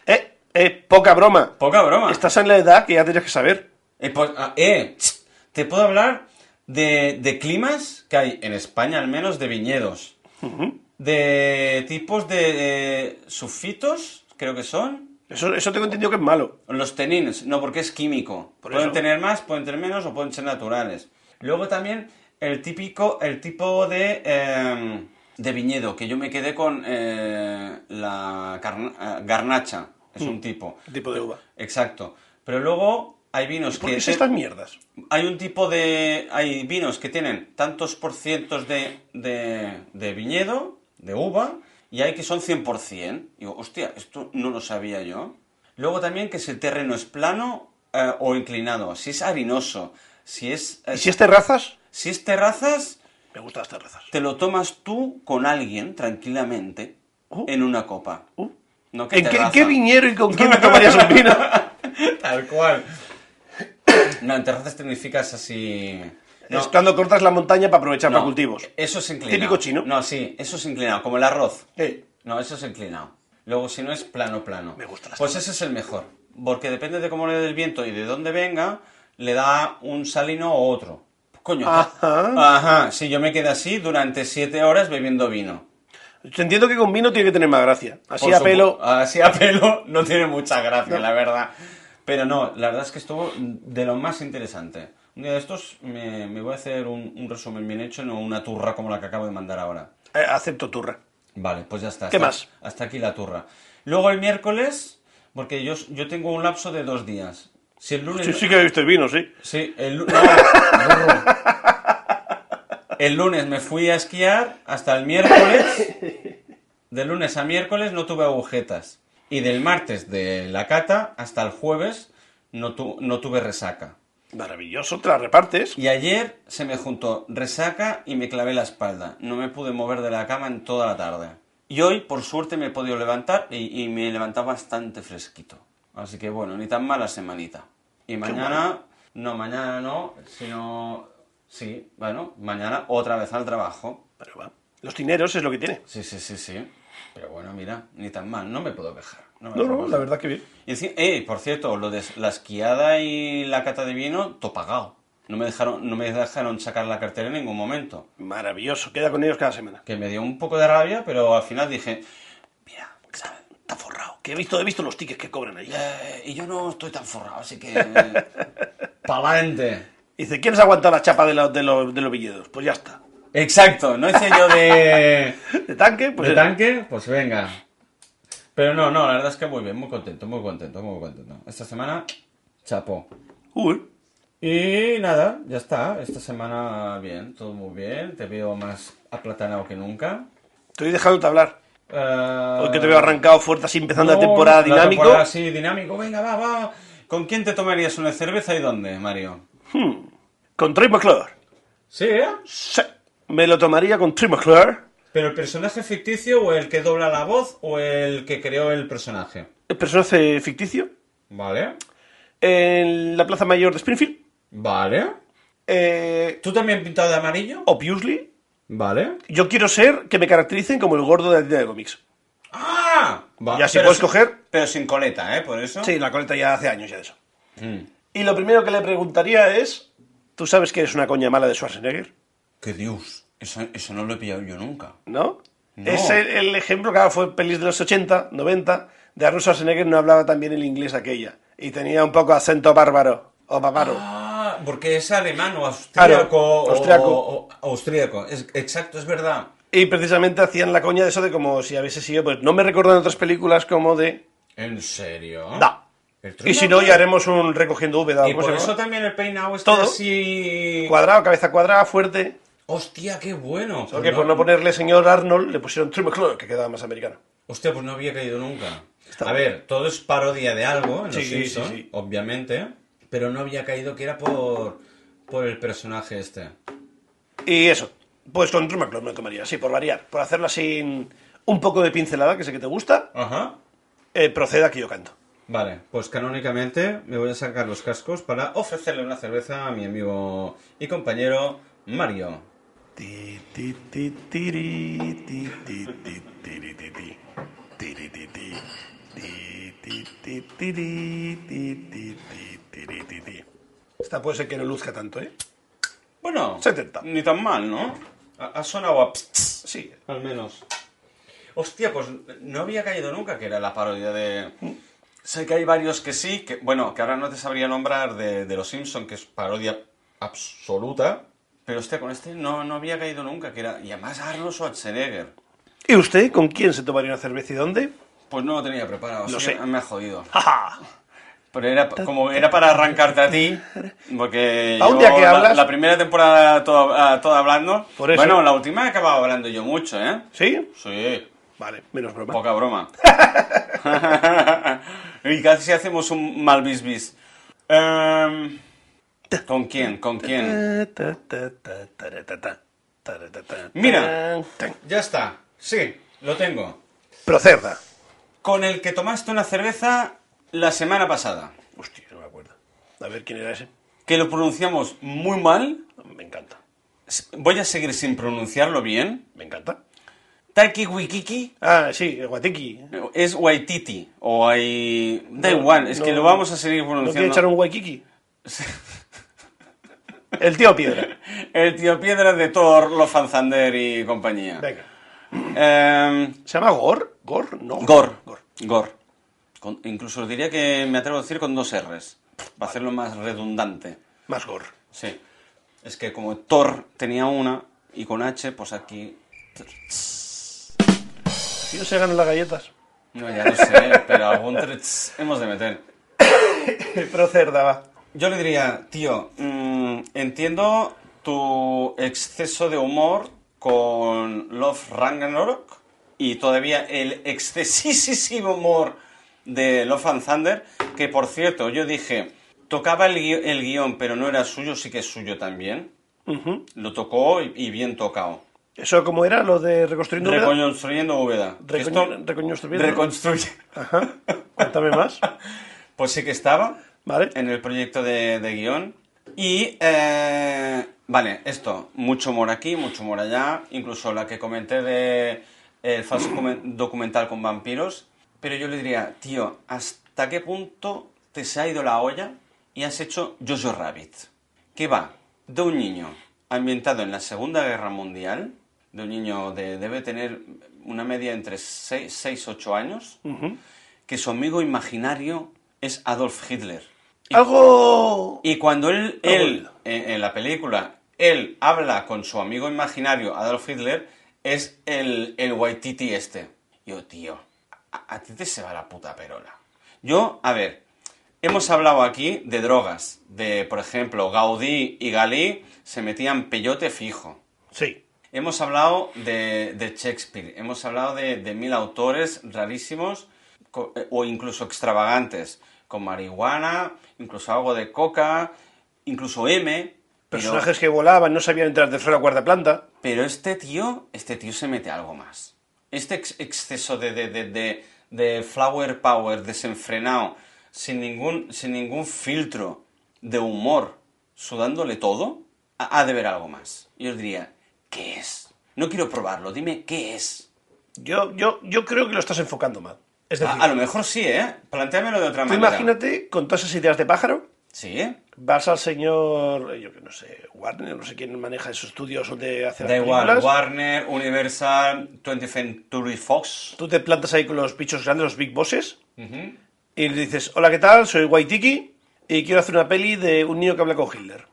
B: Eh, eh, poca broma.
A: Poca broma.
B: Estás en la edad que ya tienes que saber.
A: Eh, pues, ah, eh, tss, te puedo hablar de, de climas que hay en España, al menos de viñedos. De tipos de eh, sulfitos, creo que son.
B: Eso, eso tengo entendido que es malo.
A: Los tenines, no, porque es químico.
B: Por
A: pueden
B: eso.
A: tener más, pueden tener menos o pueden ser naturales. Luego también el típico, el tipo de, eh, de viñedo, que yo me quedé con eh, la carna- ah, garnacha,
B: Mm.
A: es un tipo.
B: El tipo de uva.
A: Exacto. Pero luego hay vinos
B: ¿Por
A: que...
B: qué es
A: te-
B: estas mierdas?
A: hay un tipo de. Hay vinos que tienen tantos por cientos de, de, de viñedo, de uva, y hay que son 100%. Digo, hostia, esto no lo sabía yo. Luego también que si el terreno es plano eh, o inclinado, si es arenoso, si es, eh,
B: ¿Y si es terrazas?
A: si es terrazas,
B: Me gustan las terrazas.
A: te lo tomas tú con alguien tranquilamente
B: Oh.
A: en una copa.
B: Uh.
A: No que
B: ¿En qué, en
A: terraza.
B: qué viñero y con quién te tomarías un vino?
A: Tal cual. No, en terrazas te unificas así. No.
B: Es cuando cortas la montaña para aprovechar para
A: No,
B: cultivos.
A: Eso es inclinado.
B: Típico chino.
A: No, sí, eso es inclinado, como el arroz.
B: Eh,
A: No, eso es inclinado. Luego, si no es plano, plano.
B: Me gustan las
A: Pues ese es el mejor. Porque depende de cómo le dé el viento y de dónde venga, le da un salino o otro. Coño.
B: Ajá.
A: Ajá. Sí, yo me quedé así durante siete horas bebiendo vino.
B: Eh, te entiendo que con vino tiene que tener más gracia. Así
A: Por
B: a
A: supu-
B: pelo.
A: Así a pelo no tiene mucha gracia, la verdad. Pero no, la verdad es que estuvo de lo más interesante. Un día de estos me, me voy a hacer un, un resumen bien hecho, no una turra como la que acabo de mandar ahora.
B: eh, acepto turra.
A: Vale, pues ya está.
B: ¿Qué
A: hasta,
B: más?
A: Hasta aquí la turra. Luego el miércoles, porque yo, yo tengo un lapso de dos días. Si el lunes...
B: Sí, sí que he visto el vino, sí.
A: Sí, el lu- no, burro. El lunes me fui a esquiar hasta el miércoles. De lunes a miércoles no tuve agujetas. Y del martes de la cata hasta el jueves no, tu- no tuve resaca.
B: Maravilloso, te la repartes.
A: Y ayer se me juntó resaca y me clavé la espalda. No me pude mover de la cama en toda la tarde. Y hoy, por suerte, me he podido levantar y, y me he levantado bastante fresquito. Así que bueno, ni tan mala semanita. Y mañana No, mañana no, sino... Sí, bueno, mañana otra vez al trabajo.
B: Pero va. Los dineros es lo que tiene.
A: Sí, sí, sí, sí. Pero bueno, mira, ni tan mal, no me puedo quejar. me
B: No,
A: puedo
B: no,
A: quejar.
B: la verdad que bien.
A: Y enci- eh, por cierto, lo de la esquiada y la cata de vino, todo pagado. No me dejaron, no me dejaron sacar la cartera en ningún momento.
B: Maravilloso. Queda con ellos cada semana.
A: Que me dio un poco de rabia, pero al final dije, mira,
B: Está, está forrado. Que he visto, he visto los tickets que cobran ahí.
A: eh, y yo no estoy tan forrado, así que... eh, ¡Pa'lante!
B: Dice, ¿quieres aguantar la chapa de, los de, los de los billetes? Pues ya está.
A: Exacto, no hice yo de...
B: ¿De tanque? Pues
A: de
B: era.
A: tanque, pues venga. Pero no, no, la verdad es que muy bien, muy contento, muy contento, muy contento. Esta semana, chapo.
B: Uy.
A: Y nada, ya está. Esta semana bien, todo muy bien. Te veo más aplatanado que nunca.
B: Estoy dejándote hablar.
A: Eh,
B: Hoy que te veo arrancado fuerte así empezando
A: no,
B: la temporada
A: la
B: dinámico.
A: temporada sí, dinámico. Venga, va, va. ¿Con quién te tomarías una cerveza y dónde, Mario?
B: Con Troy McClure.
A: Sí, ¿eh?
B: Sí. Me lo tomaría con Troy McClure.
A: ¿Pero el personaje ficticio o el que dobla la voz o el que creó el personaje?
B: El personaje ficticio.
A: Vale.
B: En la Plaza Mayor de Springfield.
A: Vale.
B: Eh,
A: ¿Tú también pintado de amarillo?
B: obviously.
A: Vale.
B: Yo quiero ser que me caractericen como el gordo de la tienda de cómics.
A: ¡Ah! Va-
B: Y así
A: pero
B: puedes
A: sin-
B: coger-
A: Pero sin coleta, ¿eh? Por eso.
B: Sí, la coleta ya hace años ya de eso.
A: Mm.
B: Y lo primero que le preguntaría es, ¿tú sabes que eres una coña mala de Schwarzenegger?
A: ¡Qué Dios! Eso, eso no lo he pillado yo nunca.
B: ¿No?
A: No.
B: Es el, el ejemplo, claro, fue en pelis de los 80, 90, de Arnold Schwarzenegger no hablaba tan bien el inglés aquella. Y tenía un poco acento bárbaro, o bávaro.
A: Ah, porque es alemán o austríaco.
B: Claro,
A: o-
B: austriaco.
A: o- o- austríaco. Es, exacto, es verdad.
B: Y precisamente hacían la coña de eso de como si hubiese sido, pues no me recuerdan otras películas como de...
A: ¿En serio?
B: Da.
A: El truco
B: Y si no,
A: es-
B: ya haremos un recogiendo V.
A: Y por eso también el peinado está
B: Todo.
A: así...
B: Cuadrado, cabeza cuadrada, fuerte.
A: Hostia, qué bueno.
B: Solo que por no ponerle señor Arnold, le pusieron True McClure, que quedaba más americano.
A: Hostia, pues no había caído nunca.
B: Está
A: A ver, todo es parodia de algo, en
B: Sí,
A: los
B: sí,
A: Simpson,
B: sí, sí.
A: obviamente, pero no había caído que era por, por el personaje este.
B: Y eso, pues con True McClure me lo tomaría, sí, por variar. Por hacerla sin un poco de pincelada, que sé que te gusta,
A: Ajá.
B: eh, proceda que yo canto.
A: Vale, pues canónicamente me voy a sacar los cascos para ofrecerle una cerveza a mi amigo y compañero Mario.
B: Ti, ti, ti, tiri, ti, ti, ti, tiri, ti, ti. Tiri, ti, ti. Ti, ti, ti, tiri, ti, ti, ti, tiri, ti, ti. Esta puede ser que no luzca tanto, ¿eh?
A: Bueno,
B: 70.
A: ni tan mal, ¿no? Ha, ha sonado a... pss,
B: Sí.
A: al menos. Hostia, pues no había caído nunca que era la parodia de...
B: Mm.
A: Sé que hay varios que sí, que bueno, que ahora no te sabría nombrar de, de Los Simpson, que es parodia absoluta, pero hostia, con este no, no había caído nunca, que era... Y además Arnold Schwarzenegger.
B: ¿Y usted con quién se tomaría una cerveza y dónde?
A: Pues no lo tenía preparado,
B: Lo
A: así
B: sé.
A: que me ha jodido.
B: ¡Ja, ja!
A: Pero era pa- como era para arrancarte a ti, porque
B: Pa' un
A: yo
B: día que
A: la,
B: hablas.
A: la primera temporada todo, ah, todo hablando.
B: Por eso.
A: Bueno, la última he acabado hablando yo mucho, ¿eh?
B: ¿Sí?
A: Sí,
B: Vale, menos broma.
A: poca broma. y casi hacemos un mal bis bis. Em, ¿Con quién? ¿Con quién?
B: Ta, ta, ta, ta, ta, ta, ta, ta, ta,
A: Mira.
B: tan.
A: Ya está. Sí, lo tengo.
B: Proceda.
A: Con el que tomaste una cerveza la semana pasada.
B: Hostia, no me acuerdo. A ver quién era ese.
A: Que lo pronunciamos muy mal.
B: Me encanta.
A: S- Voy a seguir sin pronunciarlo bien.
B: Me encanta.
A: Taiki Wikiki
B: Ah, sí, el Guatiki.
A: es Waititi o hay... Da
B: No,
A: igual, es que
B: no,
A: lo vamos a seguir
B: ¿No quiere
A: pronunciando.
B: echar un Waikiki? El tío Piedra.
A: El tío piedra de Thor, Lofanzander y compañía.
B: Venga.
A: Eh,
B: ¿Se llama Gor? ¿Gor? No.
A: Gor.
B: Gor.
A: Gor. Con- incluso diría que me atrevo a decir con dos R's. Para hacerlo más redundante.
B: Más Gor.
A: Sí. Es que como Thor tenía una y con H, pues aquí.
B: Tío, se ganan las galletas.
A: No, ya lo sé, pero algún tres hemos de meter.
B: Procerda, va.
A: Yo le diría, tío, mm, entiendo tu exceso de humor con Love Ragnarok y todavía el excesísimo humor de Love and Thunder, que por cierto, yo dije, tocaba el, gui- el guión, pero no era suyo, sí que es suyo también.
B: Ujú.
A: Lo tocó y, y bien tocado.
B: ¿Eso cómo era? ¿Lo de reconstruyendo? Úbeda?
A: Reconstruyendo Úbeda. Que
B: Recoño-
A: esto-
B: reconstruyendo.
A: Reconstruye.
B: Ajá. Cuéntame más.
A: Pues sí que estaba
B: Vale.
A: en el proyecto de, de guión. Y, eh, vale, esto, mucho humor aquí, mucho humor allá, incluso la que comenté de eh, el falso comen- documental con vampiros, pero yo le diría, tío, ¿hasta qué punto te se ha ido la olla y has hecho Jojo Rabbit? Que va de un niño ambientado en la Segunda Guerra Mundial, de un niño de debe tener una media entre 6 y 8 años, que su amigo imaginario es Adolf Hitler. Y
B: Algo.
A: y cuando él,
B: Algo
A: él en, en la película, él habla con su amigo imaginario, Adolf Hitler, es el, el Waititi este. Yo, tío, a, a ti te se va la puta perola. Yo, a ver, hemos hablado aquí de drogas. De, por ejemplo, Gaudí y Galí se metían peyote fijo.
B: Sí.
A: Hemos hablado de, de Shakespeare, hemos hablado de, de mil autores rarísimos co- eh, o incluso extravagantes, con marihuana, incluso algo de coca, incluso M. pero-
B: Personajes que volaban, no sabían entrar de tercera o cuarta planta.
A: pero este tío, este tío se mete algo más. Este ex- exceso de, de, de, de- de flower power desenfrenado, sin ningún, sin ningún filtro de humor, sudándole todo, ha, ha de ver algo más. Yo os diría, ¿qué es? No quiero probarlo, dime, ¿qué es?
B: Yo, yo, yo creo que lo estás enfocando mal. Es decir,
A: A, a lo mejor sí, ¿eh? Plantéamelo de otra
B: tú
A: manera.
B: imagínate con todas esas ideas de pájaro.
A: Sí, ¿eh?
B: Vas al señor, yo que no sé, Warner, no sé quién maneja esos estudios donde hace
A: Da
B: las
A: igual,
B: películas.
A: Warner, Universal, 20th Century Fox.
B: Tú te plantas ahí con los bichos grandes, los big bosses, y le dices, hola, ¿qué tal? Soy Waitiki y quiero hacer una peli de un niño que habla con Hitler.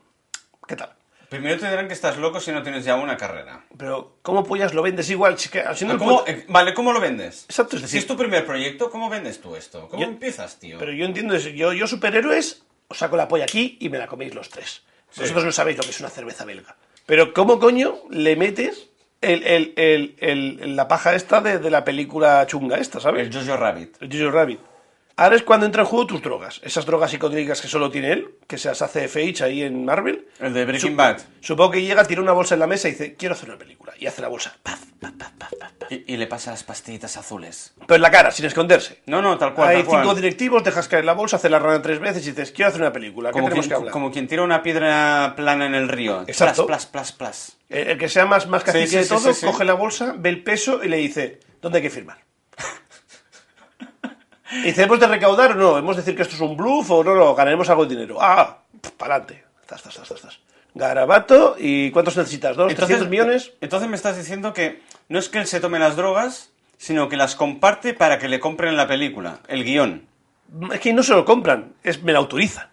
B: ¿Qué tal?
A: Primero te dirán que estás loco si no tienes ya una carrera.
B: Pero, ¿cómo pollas lo vendes igual? Si que- si no
A: Ah, ¿Cómo,
B: encuentras-
A: eh, vale, ¿cómo lo vendes?
B: Exacto, es
A: Si
B: decir-
A: es tu primer proyecto, ¿cómo vendes tú esto? ¿Cómo
B: Yo-
A: empiezas, tío?
B: Pero yo entiendo, eso. yo, yo superhéroes, os saco la polla aquí y me la coméis los tres.
A: Sí.
B: Vosotros no sabéis lo que es una cerveza belga. Pero ¿cómo coño le metes el, el- el- el- la paja esta de, de la película chunga esta,
A: El
B: ¿sabes?
A: Jojo Rabbit.
B: El Jojo Rabbit. Ahora es cuando entra en juego tus drogas. Esas drogas psicodélicas que solo tiene él, que se las hace Feige ahí en Marvel.
A: El de Breaking
B: Su-
A: Bad.
B: Supongo que llega, tira una bolsa en la mesa y dice, quiero hacer una película. Y hace la bolsa. Paf.
A: Y, y le pasa las pastillitas azules.
B: Pero en la cara, sin esconderse.
A: No, no, tal cual.
B: Hay
A: tal cual.
B: cinco directivos, dejas caer la bolsa, haces la rana tres veces y dices, quiero hacer una película. ¿Qué
A: como,
B: tenemos
A: quien,
B: que hablar?
A: como quien tira una piedra plana en el río.
B: Exacto.
A: Plas, plas, plas, plas.
B: El, el que sea más, más
A: Sí,
B: cacique
A: sí,
B: de
A: sí,
B: todo,
A: sí, sí.
B: coge la bolsa, ve el peso y le dice, ¿dónde hay que firmar? Y dice, ¿hemos de recaudar o no? ¿Hemos de decir que esto es un bluff o no? no ganaremos algo de dinero. Ah, para adelante. Zas, zas, zas, zas, zas. Garabato, ¿y cuántos necesitas? ¿Dos? ¿300 millones?
A: eh, entonces me estás diciendo que no es que él se tome las drogas, sino que las comparte para que le compren la película, el guión. eh,
B: Es que no se lo compran, es me la autorizan.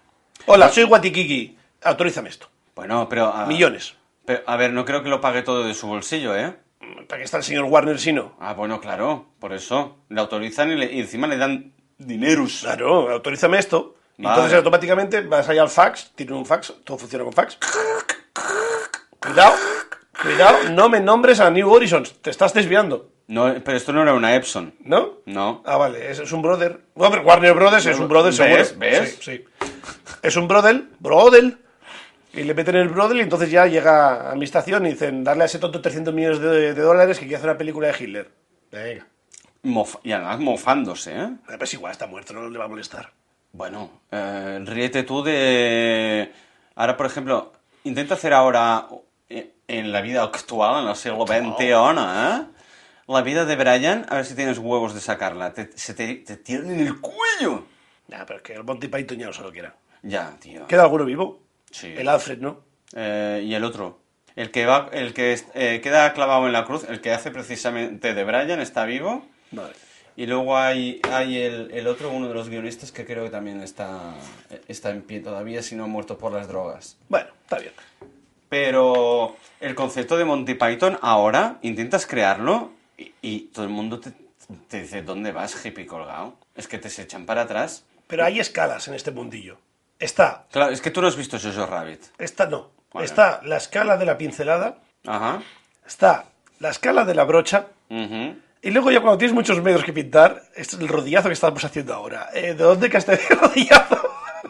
B: Hola, soy Guatikiki, autorízame esto.
A: Bueno, pero... ah,
B: Millones.
A: Pero, a ver, no creo que lo pague todo de su bolsillo, ¿eh?
B: ¿Para qué está el señor Warner si no?
A: Ah, bueno, claro, por eso. Le autorizan y, le- y encima le dan dineros.
B: Claro, autorízame esto. Y
A: Vale.
B: Entonces automáticamente vas allá al fax, tiene un fax, todo funciona con fax. Cuidado, cuidado, no me nombres a New Horizons, te estás desviando,
A: No, pero esto no era una Epson.
B: ¿no?
A: No.
B: Ah, vale, es, es un brother. No, pero Warner Brothers es un brother,
A: ¿Ves?
B: seguro.
A: ¿Ves?
B: Sí, sí. Es un brother, brother. Y le meten el brother y entonces ya llega a mi estación y dicen, darle a ese tonto 300 millones de, de dólares que quiere hacer una película de Hitler. Venga.
A: Mof- y además mofándose, ¿eh?
B: Ah, Pues igual, está muerto, no le va a molestar.
A: Bueno, eh, ríete tú de... Ahora, por ejemplo, intenta hacer ahora eh, en la vida actual, en el siglo XXI, ¿eh? La vida de Brian, a ver si tienes huevos de sacarla. Te, se te, te tiran en el cuello.
B: Nah, pero es que el Monty Python ya no se lo quiera.
A: Ya, tío.
B: ¿Queda alguno vivo?
A: Sí.
B: El Alfred, ¿no?
A: Eh, y el otro. El que va, el que es- eh, queda clavado en la cruz, el que hace precisamente de Brian, está vivo.
B: Vale.
A: Y luego hay, hay el, el otro, uno de los guionistas, que creo que también está, está en pie todavía, si no ha muerto por las drogas.
B: Bueno, está bien.
A: Pero el concepto de Monty Python ahora, intentas crearlo y, y todo el mundo te, te dice, ¿dónde vas, hippie colgado? Es que te se echan para atrás.
B: Pero hay escalas en este mundillo. Está,
A: Claro, es que tú no has visto Jojo Rabbit.
B: está no.
A: Vale.
B: Está la escala de la pincelada,
A: Ajá.
B: está la escala de la brocha,
A: Ujú.
B: y luego ya cuando tienes muchos medios que pintar, este es el rodillazo que estamos haciendo ahora. Eh, ¿De dónde que este rodillazo?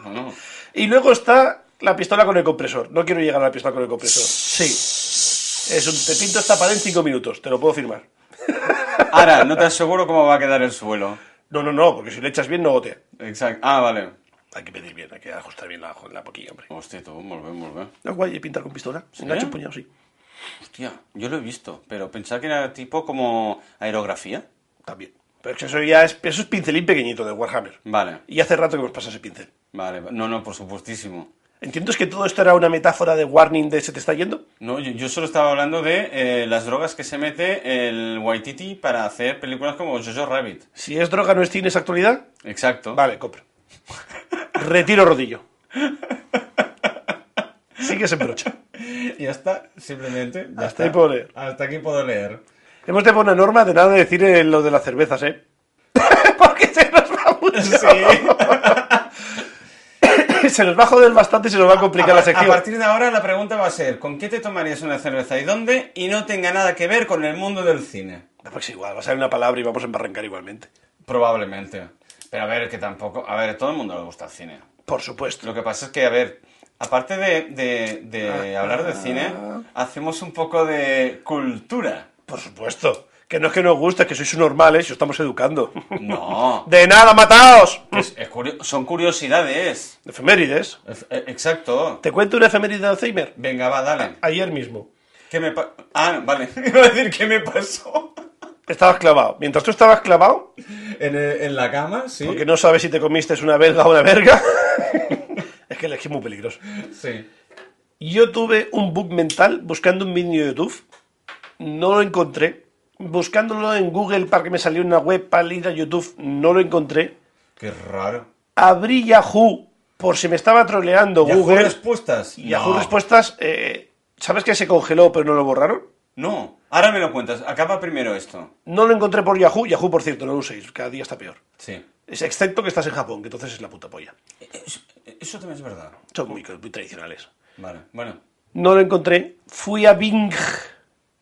A: Bueno,
B: y luego está la pistola con el compresor. No quiero llegar a la pistola con el compresor. Sí. Es un, te pinto esta pared en cinco minutos, te lo puedo firmar.
A: Ahora, no te aseguro cómo va a quedar el suelo.
B: No, no, no, porque si le echas bien no gotea.
A: Exacto. Ah, vale.
B: Hay que pedir bien, hay que ajustar bien la, la boquilla, hombre.
A: Hostia, tú, molt bé, molt bé.
B: No, guay, y pintar con pistola. Se engancha un puñado, sí.
A: Hostia, yo lo he visto, pero pensaba que era tipo como aerografía.
B: También. Pero es que eso ya es, eso es pincelín pequeñito de Warhammer.
A: Vale,
B: Y hace rato que nos pasa ese pincel.
A: vale. va- No, no, por supuestísimo.
B: ¿Entiendes que todo esto era una metáfora de warning de se te está yendo?
A: No, yo, yo solo estaba hablando de eh, las drogas que se mete el Waititi para hacer películas como Jojo Rabbit.
B: Si es droga, no es cine, es actualidad.
A: Exacto.
B: Vale, compro. Retiro rodillo. Sigue en brocha.
A: Ya está, simplemente. ya
B: Hasta
A: está.
B: ahí puedo leer.
A: Hasta aquí puedo leer.
B: Hemos de poner una norma de nada decir eh, lo de las cervezas, ¿eh? Porque se nos va mucho. se nos va a joder bastante y se nos va a complicar la
A: A- A
B: sección.
A: partir de ahora la pregunta va a ser, ¿con qué te tomarías una cerveza y dónde? Y no tenga nada que ver con el mundo del cine.
B: No, Pues igual, va a salir una palabra y vamos a embarrancar igualmente.
A: Probablemente. Pero a ver, que tampoco... A ver, todo el mundo le gusta el cine.
B: Por supuesto.
A: Lo que pasa es que, a ver, aparte de, de- de hablar de cine, hacemos un poco de cultura.
B: Por supuesto. Que no es que nos guste, que sois normales y os estamos educando.
A: No.
B: ¡De nada, mataos!
A: Es- es curio- son curiosidades.
B: Efemérides.
A: Ef- eh, Exacto.
B: ¿Te cuento una efeméride de Alzheimer?
A: Venga, va, dale.
B: Ayer mismo.
A: ¿Qué me pa- Ah, vale. Iba a decir, ¿qué me pasó?
B: Estabas clavado. Mientras tú estabas clavado,
A: ¿En, el- en la cama? Sí.
B: porque no sabes si te comiste una verga o una verga. es que el es muy peligroso.
A: Sí.
B: Yo tuve un bug mental buscando un vídeo de YouTube. No lo encontré. Buscándolo en Google para que me saliera una web para ir a YouTube, no lo encontré.
A: Qué raro.
B: Abrí Yahoo por si me estaba troleando Google.
A: ¿Yahoo respuestas?
B: Yahoo
A: No.
B: Respuestas, eh, ¿sabes que se congeló pero no lo borraron?
A: No. Ahora me lo cuentas. Acaba primero esto.
B: No lo encontré por Yahoo. Yahoo, por cierto, no lo uséis, cada día está peor.
A: Sí.
B: Es- Excepto que estás en Japón, que entonces es la puta polla.
A: Eso, eso también es verdad.
B: Son muy, muy tradicionales.
A: Vale. Bueno.
B: No lo encontré. Fui a Bing.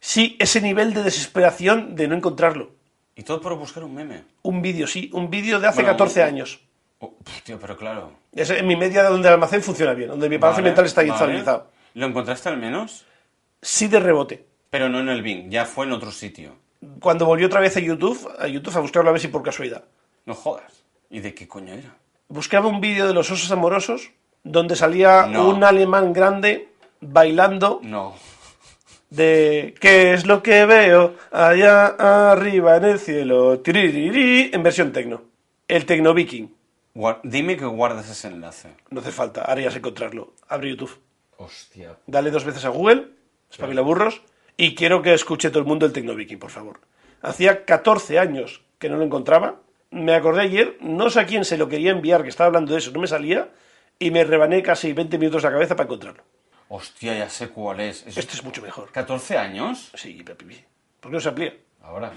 B: Sí, ese nivel de desesperación de no encontrarlo.
A: Y todo por buscar un meme.
B: Un vídeo, sí, un vídeo de hace
A: Bueno,
B: 14
A: un-
B: años.
A: Oh, pf, tío, pero claro.
B: Es en mi media de donde el almacén funciona bien, donde mi balance
A: Vale,
B: mental está
A: vale.
B: estabilizado.
A: ¿Lo encontraste al menos?
B: Sí de rebote.
A: Pero no en el Bing, ya fue en otro sitio.
B: Cuando volví otra vez a YouTube, a YouTube a buscarlo a ver si por casualidad.
A: No jodas. ¿Y de qué coño era?
B: Buscaba un vídeo de los osos amorosos donde salía
A: No.
B: un alemán grande bailando
A: No.
B: de ¿Qué es lo que veo allá arriba en el cielo? Tiririri, en versión tecno. El tecno viking.
A: Guar- Dime que guardas ese enlace.
B: No hace falta, ahora ya sé encontrarlo. Abre YouTube.
A: Hostia.
B: Dale dos veces a Google, espabila burros, y quiero que escuche todo el mundo el Tecno Viking, por favor. Hacía 14 años que no lo encontraba. Me acordé ayer, no sé a quién se lo quería enviar, que estaba hablando de eso, no me salía, y me rebané casi 20 minutos la cabeza para encontrarlo.
A: Hostia, ya sé cuál es. Es-
B: Esto Este es mucho mejor.
A: 14 años.
B: Sí, papi, papi. ¿Por qué no se amplía?
A: Ahora.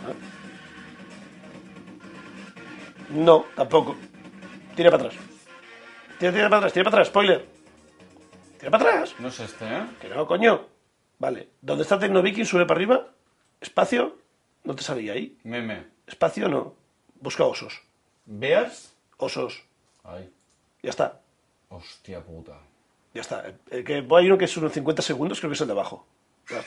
B: No, tampoco. Tira para atrás. Tira, tira para atrás, tira para atrás, spoiler. Tira para atrás.
A: No es este, ¿eh?
B: Que no, coño. Vale, ¿dónde está Tecno Viking? Sube para arriba. Espacio. No te salía ahí.
A: Meme.
B: Espacio no. Busca osos.
A: ¿Bears?
B: Osos.
A: Ay.
B: Ya está.
A: Hostia puta.
B: Ya está. El- el que, hay uno que es unos 50 segundos, creo que es el de abajo. Ya.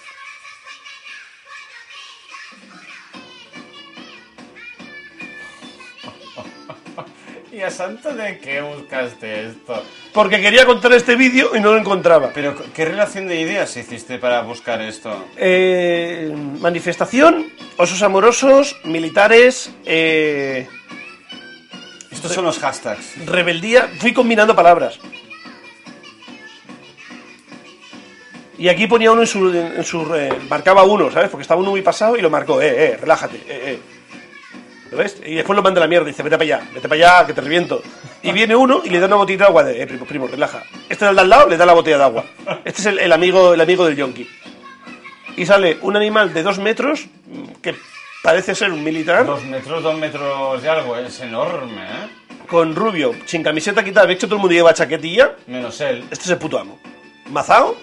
A: ¿Y a santo de qué buscaste esto?
B: Porque quería contar este vídeo y no lo encontraba.
A: Pero, ¿qué relación de ideas hiciste para buscar esto?
B: Eh, manifestación, osos amorosos, militares, eh,
A: Estos son los hashtags.
B: rebeldía. Fui combinando palabras. Y aquí ponía uno en su... en- en su, eh, marcaba uno, ¿sabes? Porque estaba uno muy pasado y lo marcó. Eh, eh, relájate. Eh, eh. ¿Lo ves? Y después lo manda a la mierda y dice, vete para allá, vete para allá, que te reviento. Y viene uno y le da una botella de agua de, eh, primo, primo, relaja. Este al de al lado le da la botella de agua. Este es el, el amigo, el amigo del yonki. Y sale un animal de dos metros, mm, que parece ser un militar,
A: Dos metros, dos metros y algo, es enorme, ¿eh?
B: con rubio, sin camiseta quitada, de hecho todo el mundo lleva chaquetilla.
A: Menos él.
B: Este es el puto amo. Mazao,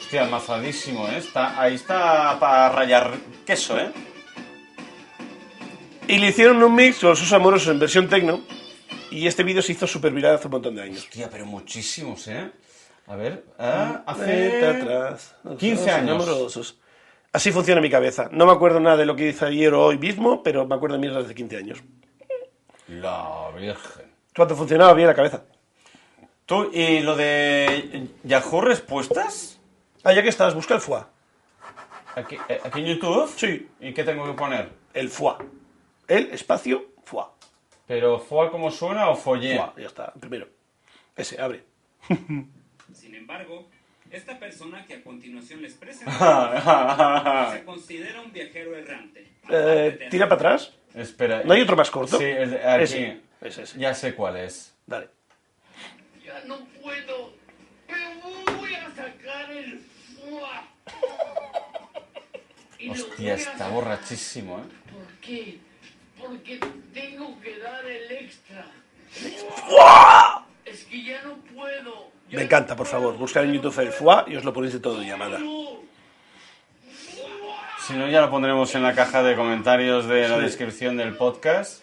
A: Hostia, mazadísimo, ¿eh? Está, ahí está para rayar queso, ¿eh?
B: y le hicieron un mix con sus amorosos en versión tecno. Y este vídeo se hizo súper viral hace un montón de años.
A: Hostia, pero muchísimos, ¿eh? A ver, ah, hace...
B: Vete atrás.
A: 15
B: Los
A: años.
B: amorosos. Así funciona mi cabeza. No me acuerdo nada de lo que hice ayer o hoy mismo, pero me acuerdo de mierdas de 15 años.
A: La Virgen.
B: ¿Cuánto funcionaba bien la cabeza?
A: ¿Tú y lo de Yahoo Respuestas?
B: Ah, ya que estás, busca el foie.
A: ¿Aquí, eh, aquí en YouTube?
B: Sí.
A: ¿Y qué tengo que poner?
B: El foie. El espacio foie.
A: ¿Pero foie como suena o follé?
B: Foie, ya está, primero. Ese, abre.
D: Sin embargo, esta persona que a continuación les presento se
A: Espera,
D: considera un viajero errante.
B: Eh, tira para atrás. ¿No hay otro más corto?
A: Sí, el de aquí.
B: Ese, ese, ese.
A: Ya sé cuál es.
B: Dale.
E: Ya no puedo. Me voy a sacar el fuá. Y lo voy
A: Hostia,
E: a
A: está
E: sacar.
A: borrachísimo, ¿eh?
E: ¿Por qué? Porque tengo que dar el extra. Es que ya no puedo.
B: Me
E: Ya no
B: encanta, por
E: puedo,
B: favor. Buscar en
E: ya no
B: YouTube el
E: puedo.
B: foie y os lo ponéis de todo de llamada.
E: No.
A: Si no, ya lo pondremos en la caja de comentarios de la descripción del podcast.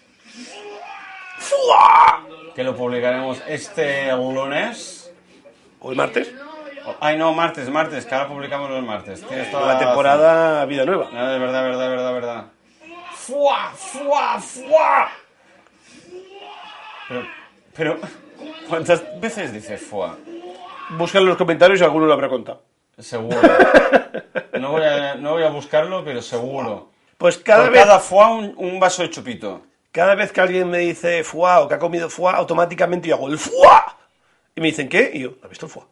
A: Que lo publicaremos este lunes.
B: ¿O el martes?
A: Oh, Ay, no, martes, martes, que ahora publicamos los martes. Tienes toda
B: La temporada Vida Nueva.
A: No, de verdad, verdad, verdad, verdad. ¡Fua! ¡Fua! ¡Fua! Pero, pero, ¿cuántas veces dice fua?
B: Buscan en los comentarios y alguno lo habrá contado.
A: Seguro. No voy a, no voy a buscarlo, pero seguro.
B: Pues cada
A: Por
B: vez,
A: cada fua, un, un vaso de chupito.
B: cada vez que alguien me dice foie o que ha comido foie, automáticamente yo hago el foie. Y me dicen, ¿qué? Y yo, ¿has visto el foie?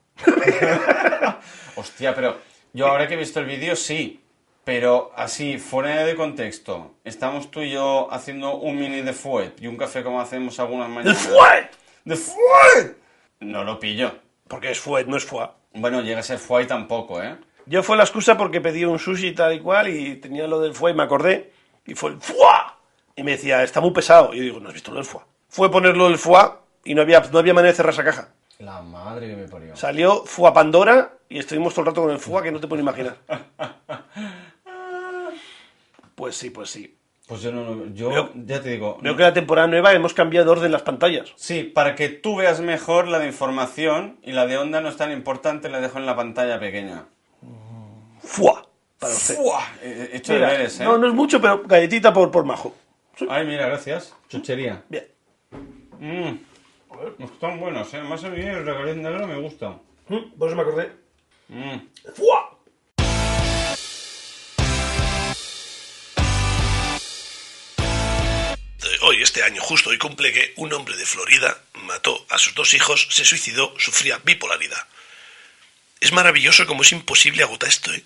A: Hostia, pero yo ahora que he visto el vídeo, sí. Pero así, fuera de contexto, estamos tú y yo haciendo un mini de fuet y un café como hacemos algunas
B: ¡El
A: mañanas.
B: foie!
A: ¡De fuet! No lo pillo.
B: Porque es foie, no es foie.
A: Bueno, llega a ser foie tampoco, ¿eh?
B: Yo fue la excusa porque pedí un sushi tal y cual y tenía lo del foie y me acordé. Y fue el foie. Y me decía, está muy pesado. Y yo digo, no has visto lo del foie. Fue ponerlo del foie y no había, no había manera de cerrar esa caja.
A: La madre que me parió.
B: Salió foie Pandora y estuvimos todo el rato con el foie que no te puedo imaginar. Pues sí, pues sí.
A: Pues yo no lo Yo
B: Veo-
A: ya te digo.
B: Veo que la temporada nueva hemos cambiado orden las pantallas.
A: Sí, para que tú veas mejor la de información y la de onda no es tan importante, la dejo en la pantalla pequeña.
B: Foie. Para usted.
A: ¡Fua! He he hecho
B: Mira,
A: deberes, ¿eh?
B: No, no es mucho, pero galletita por, por majo.
A: Ay, mira, gracias. Chuchería.
B: Bien.
A: Mmm. Están buenos, ¿eh? Más bien el regalín negro me gusta.
B: Mm, Por eso me acordé.
A: Mm.
B: ¡Fua! Hoy, este año, justo hoy cumple que un hombre de Florida mató a sus dos hijos, se suicidó, sufría bipolaridad. Es maravilloso como es imposible agotar esto, ¿eh?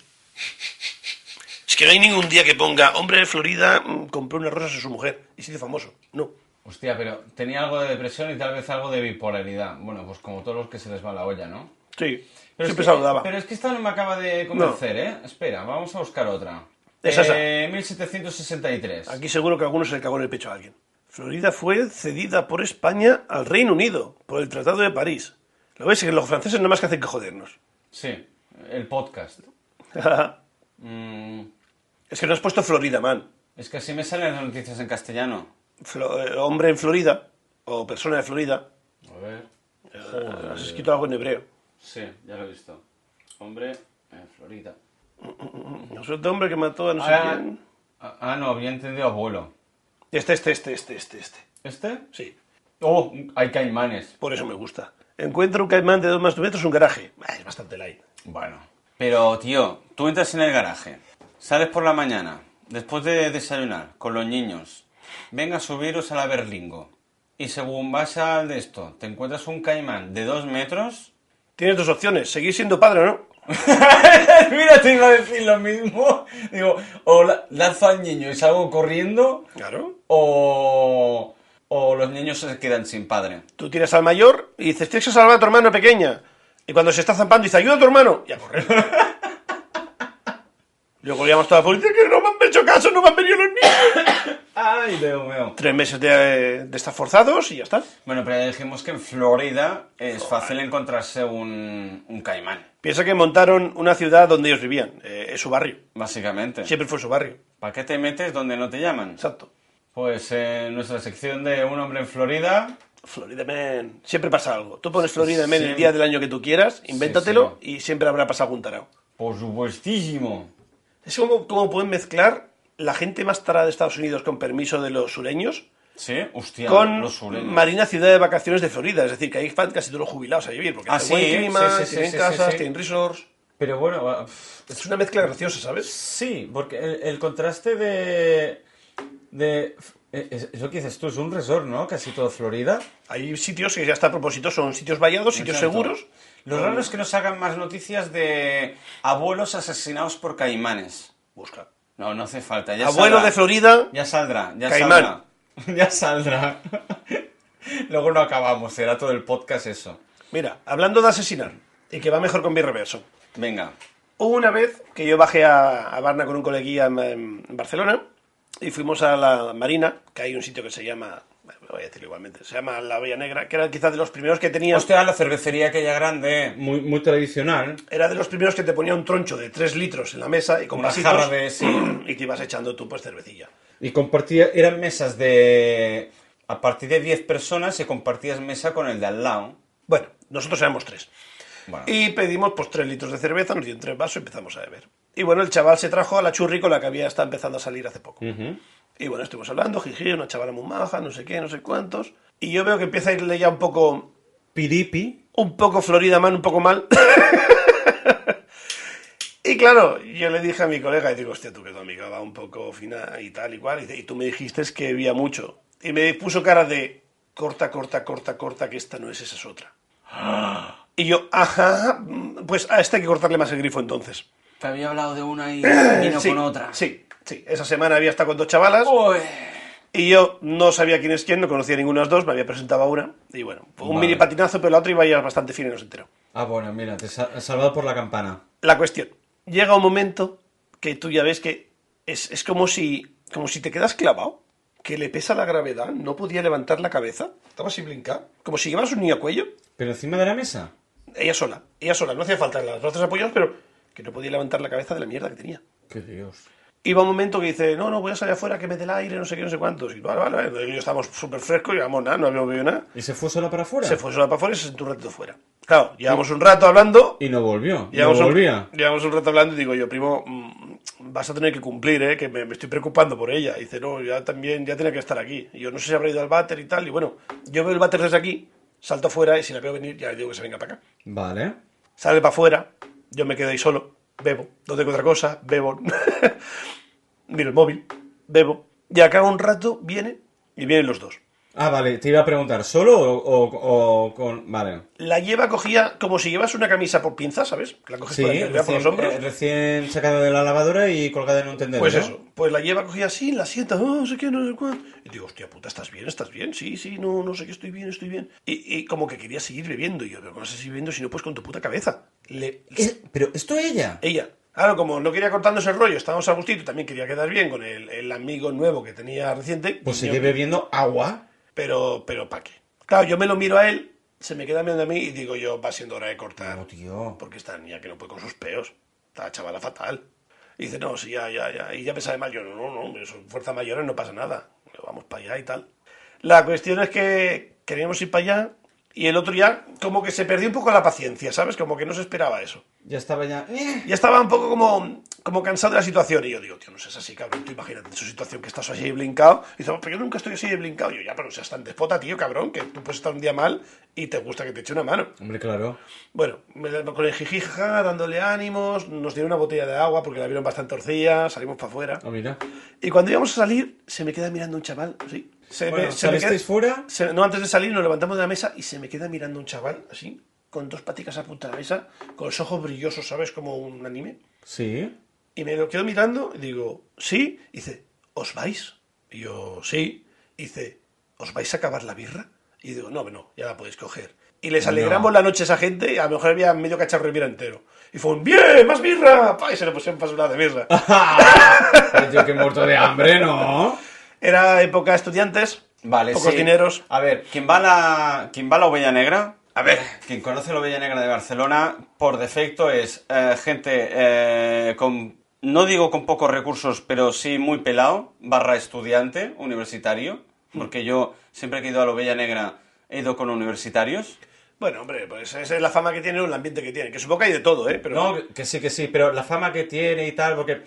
B: Es que no hay ningún día que ponga, hombre de Florida mm, compró unas rosas a su mujer y se hizo famoso. No.
A: Hostia, pero tenía algo de depresión y tal vez algo de bipolaridad. Bueno, pues como todos los que se les va la olla, ¿no?
B: Sí,
A: Pero
B: siempre
A: es que,
B: saludaba.
A: Pero es que esta no me acaba de convencer, ¿eh? Espera, vamos a buscar otra.
B: Es esa.
A: Eh, 1763.
B: Aquí seguro que alguno se le cagó en el pecho a alguien. Florida fue cedida por España al Reino Unido por el Tratado de París. Lo ves, que los franceses no más que hacen que jodernos.
A: Sí, el podcast.
B: es
A: Mm,
B: que no has puesto Florida, man.
A: es que así me salen las noticias en castellano.
B: Flo- eh, hombre en Florida o persona de Florida. eh,
A: A ver.
B: Has escrito algo en hebreo.
A: Sí, ya lo he visto. Hombre, en Florida.
B: No sé, este hombre que mató a no sé
A: Ah,
B: quién.
A: ah, ah, no, había entendido abuelo.
B: Este, este, este, este, este, este.
A: ¿Este?
B: Sí,
A: Oh, hay caimanes.
B: por eso me gusta. Encuentra un caimán de dos más de metros en un garaje. Ah, es bastante light.
A: Bueno. Pero, tío, tú entras en el garaje, sales por la mañana, después de desayunar, con los niños, venga a subiros a la berlingo. Y según vas al de esto, te encuentras un caimán de dos metros.
B: Tienes dos opciones. Seguir siendo padre o no.
A: Mira, te iba a decir lo mismo. Digo, o la- lanzo al niño y salgo corriendo,
B: Claro.
A: o, o los niños se quedan sin padre.
B: Tú tiras al mayor y dices, tienes que salvar a tu hermano pequeña. Y cuando se está zampando, dice, ayuda a tu hermano. Y a correr. Luego llamas a toda la policía, que no me han hecho caso, no me han venido los niños.
A: Ay, Dios mío.
B: Tres meses de, eh, de estar forzados y ya está.
A: Bueno, pero ya dijimos que en Florida es fácil encontrarse un, un caimán,
B: Piensa que montaron una ciudad donde ellos vivían. eh, es su barrio.
A: básicamente.
B: Siempre fue su barrio.
A: ¿Para qué te metes donde no te llaman?
B: Exacto.
A: Pues en nuestra sección de Un hombre en Florida.
B: Florida Man. Siempre pasa algo. Tú pones Florida Man el
A: Sí.
B: día del año que tú quieras, invéntatelo y siempre habrá pasado algún tarao.
A: Por supuestísimo.
B: Es como, como pueden mezclar la gente más tarada de Estados Unidos con permiso de los sureños
A: Sí, hostia,
B: con
A: los sureños.
B: Marina Ciudad de Vacaciones de Florida. Es decir, que ahí van casi todos los jubilados a vivir, porque
A: Ah,
B: tienen
A: sí,
B: buen clima,
A: sí, sí, sí,
B: tienen
A: sí,
B: casas,
A: sí, sí.
B: tienen resorts.
A: Pero bueno, ah, pf,
B: Es una mezcla graciosa, ¿sabes?
A: sí, porque el, el contraste de. de eh, es- eso que dices tú, es un resort, ¿no? Casi todo Florida.
B: Hay sitios que ya está a propósito, son sitios vallados, sitios
A: Exacto.
B: seguros.
A: Lo raro es que nos hagan más noticias de abuelos asesinados por caimanes.
B: Busca.
A: No, no hace falta. Ya
B: Abuelo
A: saldrá.
B: de Florida,
A: Ya saldrá, ya
B: Caimán.
A: saldrá. Ya saldrá. Luego no acabamos, será todo el podcast eso.
B: mira, hablando de asesinar, y que va mejor con mi reverso.
A: Venga.
B: Hubo una vez que yo bajé a, a Barna con un coleguilla en, en Barcelona y fuimos a la Marina, que hay un sitio que se llama, bueno, voy a decirlo igualmente, se llama La Villa Negra, que era quizás de los primeros que tenía...
A: Hostia, la cervecería aquella grande, muy, muy tradicional.
B: Era de los primeros que te ponía un troncho de 3 litros en la mesa y con
A: Una
B: vasitos
A: jarra de- sí.
B: y te ibas echando tú pues cervecilla.
A: Y compartía, eran mesas de... A partir de 10 personas y compartías mesa con el de al lado.
B: Bueno, nosotros éramos tres.
A: Bueno,
B: Y pedimos pues 3 litros de cerveza, nos dieron tres vasos y empezamos a beber. Y bueno, el chaval se trajo a la churri con la que había estado empezando a salir hace poco.
A: Ujú.
B: Y bueno, estuvimos hablando, jiji, una chavala muy maja, no sé qué, no sé cuántos. Y yo veo que empieza a irle ya un poco
A: Piripi.
B: un poco Florida Man, un poco mal. y claro, yo le dije a mi colega, y digo, hostia, tú que tu amiga va un poco fina y tal y cual, y, dice, "Y tú me dijiste que había mucho. Y me puso cara de corta, corta, corta, corta, que esta no es, esa es otra. Y yo, ajá, mm, pues a esta hay que cortarle más el grifo entonces.
A: Te había hablado de una y
B: sí, Sí, sí. Esa semana había estado con dos chavalas
A: eh,
B: y yo no sabía quién es quién, no conocía ninguna de las dos, me había presentado a una. Y bueno, fue un
A: Vale.
B: mini patinazo, pero la otra iba ya bastante fina y no se enteró.
A: Ah, bueno, mira, te sa- has salvado por la campana.
B: La cuestión, llega un momento que tú ya ves que es, es como, si, como si te quedas clavado, que le pesa la gravedad, no podía levantar la cabeza, estaba sin brincar, como si llevas un niño a cuello,
A: ¿Pero encima de la mesa?
B: ella sola, ella sola, no hacía falta los brazos apoyados, pero que no podía levantar la cabeza de la mierda que tenía.
A: Qué Dios.
B: Iba un momento que dice, no, no, voy a salir afuera, que me dé el aire, no sé qué, no sé cuántos. Y vale, vale, vale. Entonces yo estábamos súper frescos, llevamos nada, no habíamos bebido nada.
A: ¿Y se fue sola para afuera?
B: Se fue sola para afuera y se sentó un ratito fuera. Claro, llevamos un rato hablando
A: Y no volvió. No
B: Llevamos un,
A: volvía.
B: llevamos un rato hablando y digo yo, primo, mm, vas a tener que cumplir, ¿eh? que me, me estoy preocupando por ella. Y dice, no, ya también, ya tiene que estar aquí. Y yo no sé si habrá ido al váter y tal. Y bueno, yo veo el váter desde aquí, salto afuera y si la veo venir, ya le digo que se venga para acá.
A: Vale.
B: Sale para afuera, yo me quedo ahí solo, bebo, no tengo otra cosa, bebo. Miro el móvil, bebo. Y acá un rato viene y vienen los dos.
A: Ah, vale, te iba a preguntar, ¿solo o, o- o con...? Vale.
B: La lleva cogida como si llevas una camisa por pinzas, ¿sabes? Que La coges
A: Sí,
B: por, aquí, la llevas por
A: recién,
B: los hombros.
A: eh, recién sacada de la lavadora y colgada en un tendero.
B: Pues
A: ¿no?
B: eso, pues la lleva cogida así, la sienta, "Ah, no sé qué, no sé cuánto. Y digo, hostia puta, ¿estás bien? ¿Estás bien? Sí, sí, no, no sé qué, estoy bien, estoy bien. Y, y como que quería seguir bebiendo. Y yo, pero ¿cómo vas a seguir bebiendo si no pues con tu puta cabeza? Le-
A: ¿Qué? ¿Pero esto ella?
B: Ella, claro, como no quería cortándose el rollo, estábamos a gustito y también quería quedar bien con el, el amigo nuevo que tenía reciente.
A: Pues
B: yo-
A: sigue bebiendo agua.
B: Pero, pero, ¿para qué? Claro, yo me lo miro a él, se me queda mirando a mí y digo yo, va siendo hora de cortar.
A: No, tío.
B: Porque esta niña que no puede con sus peos. Esta chavala fatal. Y dice, no, sí, ya, ya, ya. Y ya me sabe mal. Yo, no, no, no, son fuerzas mayores, no pasa nada. Pero Vamos para allá y tal. La cuestión es que queríamos ir para allá y el otro ya como que se perdió un poco la paciencia, ¿sabes? Como que no se esperaba eso.
A: Ya estaba ya... Eh.
B: Ya estaba un poco como, como cansado de la situación. Y yo digo, tío, no seas así, cabrón. Tú imagínate en su situación que estás así de blincado. Y dice, pero yo nunca estoy así de blincado. Y yo, ya, pero no seas tan despota, tío, cabrón, que tú puedes estar un día mal y te gusta que te eche una mano.
A: Hombre, claro.
B: Bueno, me la- con el jijija, dándole ánimos, nos dieron una botella de agua porque la vieron bastante orcilla, salimos para afuera.
A: Ah, mira.
B: Y cuando íbamos a salir, se me queda mirando un chaval, así. Se
A: Bueno,
B: me, se me
A: ¿salisteis
B: queda-
A: fuera?
B: se- no, antes de salir nos levantamos de la mesa y se me queda mirando un chaval, así, con dos paticas a punta de la mesa, con los ojos brillosos, ¿sabes? Como un anime.
A: Sí.
B: Y me lo quedo mirando y digo, ¿sí? Y dice, ¿os vais? Y yo, sí. Y dice, ¿os vais a acabar la birra? Y digo, no, no, ya la podéis coger. Y les
A: No.
B: alegramos la noche a esa gente, y a lo mejor había medio cacharro de birra entero. Y fue un, ¡bien! ¡Más birra! ¡Pa! Y se le pusieron pasola de birra.
A: Pero tío, que muerto de hambre, ¿no?
B: Era época de estudiantes,
A: Vale,
B: pocos
A: sí.
B: dineros.
A: A ver, quien va a la, quien va a la Ovella Negra, a ver, quien conoce la Ovella Negra de Barcelona, por defecto es eh, gente eh, con, no digo con pocos recursos, pero sí muy pelado, barra estudiante, universitario, porque yo siempre que he ido a la Ovella Negra he ido con universitarios.
B: Bueno, hombre, pues esa es la fama que tiene el ambiente que tiene. Que supongo que hay de todo, ¿eh? Pero
A: No, que sí, que sí, pero la fama que tiene y tal, porque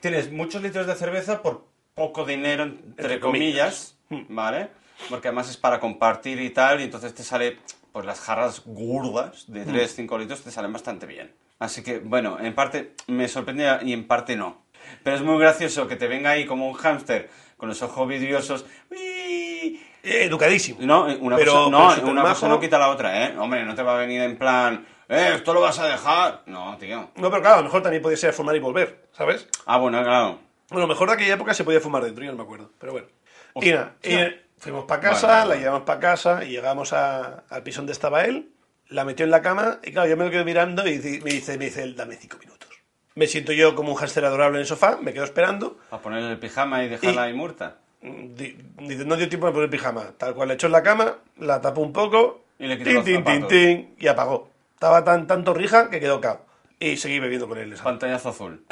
A: tienes muchos litros de cerveza por poco dinero, entre,
B: Entre
A: comillas. mm,
B: comillas.
A: ¿vale? Porque además es para compartir y tal, y entonces te sale, pues las jarras gordas de
B: Mm.
A: 3, 5 litros te salen bastante bien. Así que, bueno, en parte me sorprende y en parte no. Pero es muy gracioso que te venga ahí como un hámster con los ojos vidriosos. ¡uii!
B: Eh, educadísimo.
A: No, una,
B: Pero-
A: cosa,
B: pero
A: no,
B: súper
A: una cosa
B: majo.
A: no quita la otra, ¿eh? Hombre, no te va a venir en plan, ¡eh, esto lo vas a dejar! No, tío.
B: No, pero claro, a lo mejor también podía ser fumar y volver, ¿sabes?
A: Ah, bueno, claro.
B: Bueno, a lo mejor de aquella época se podía fumar dentro, yo no me acuerdo. Pero bueno. Y nada, eh, fuimos para casa,
A: Vale, vale,
B: la
A: vale.
B: llevamos para casa y llegamos a- al piso donde estaba él, la metió en la cama y claro, yo me lo quedo mirando y di- me dice, me dice él, dame cinco minutos. Me siento yo como un hámster adorable en el sofá, me quedo esperando.
A: A ponerle el pijama y dejarla ahí murta.
B: Mm, di- Dice, no dio tiempo de poner pijama. Tal cual le echó en la cama, la tapó un poco,
A: Y le quitó
B: tin,
A: los
B: tin, tin,
A: zapatos.
B: tin, y apagó. Estaba tan tanto rija que quedó cao. Y seguí bebiendo con él. esa-
A: Pantallazo azul.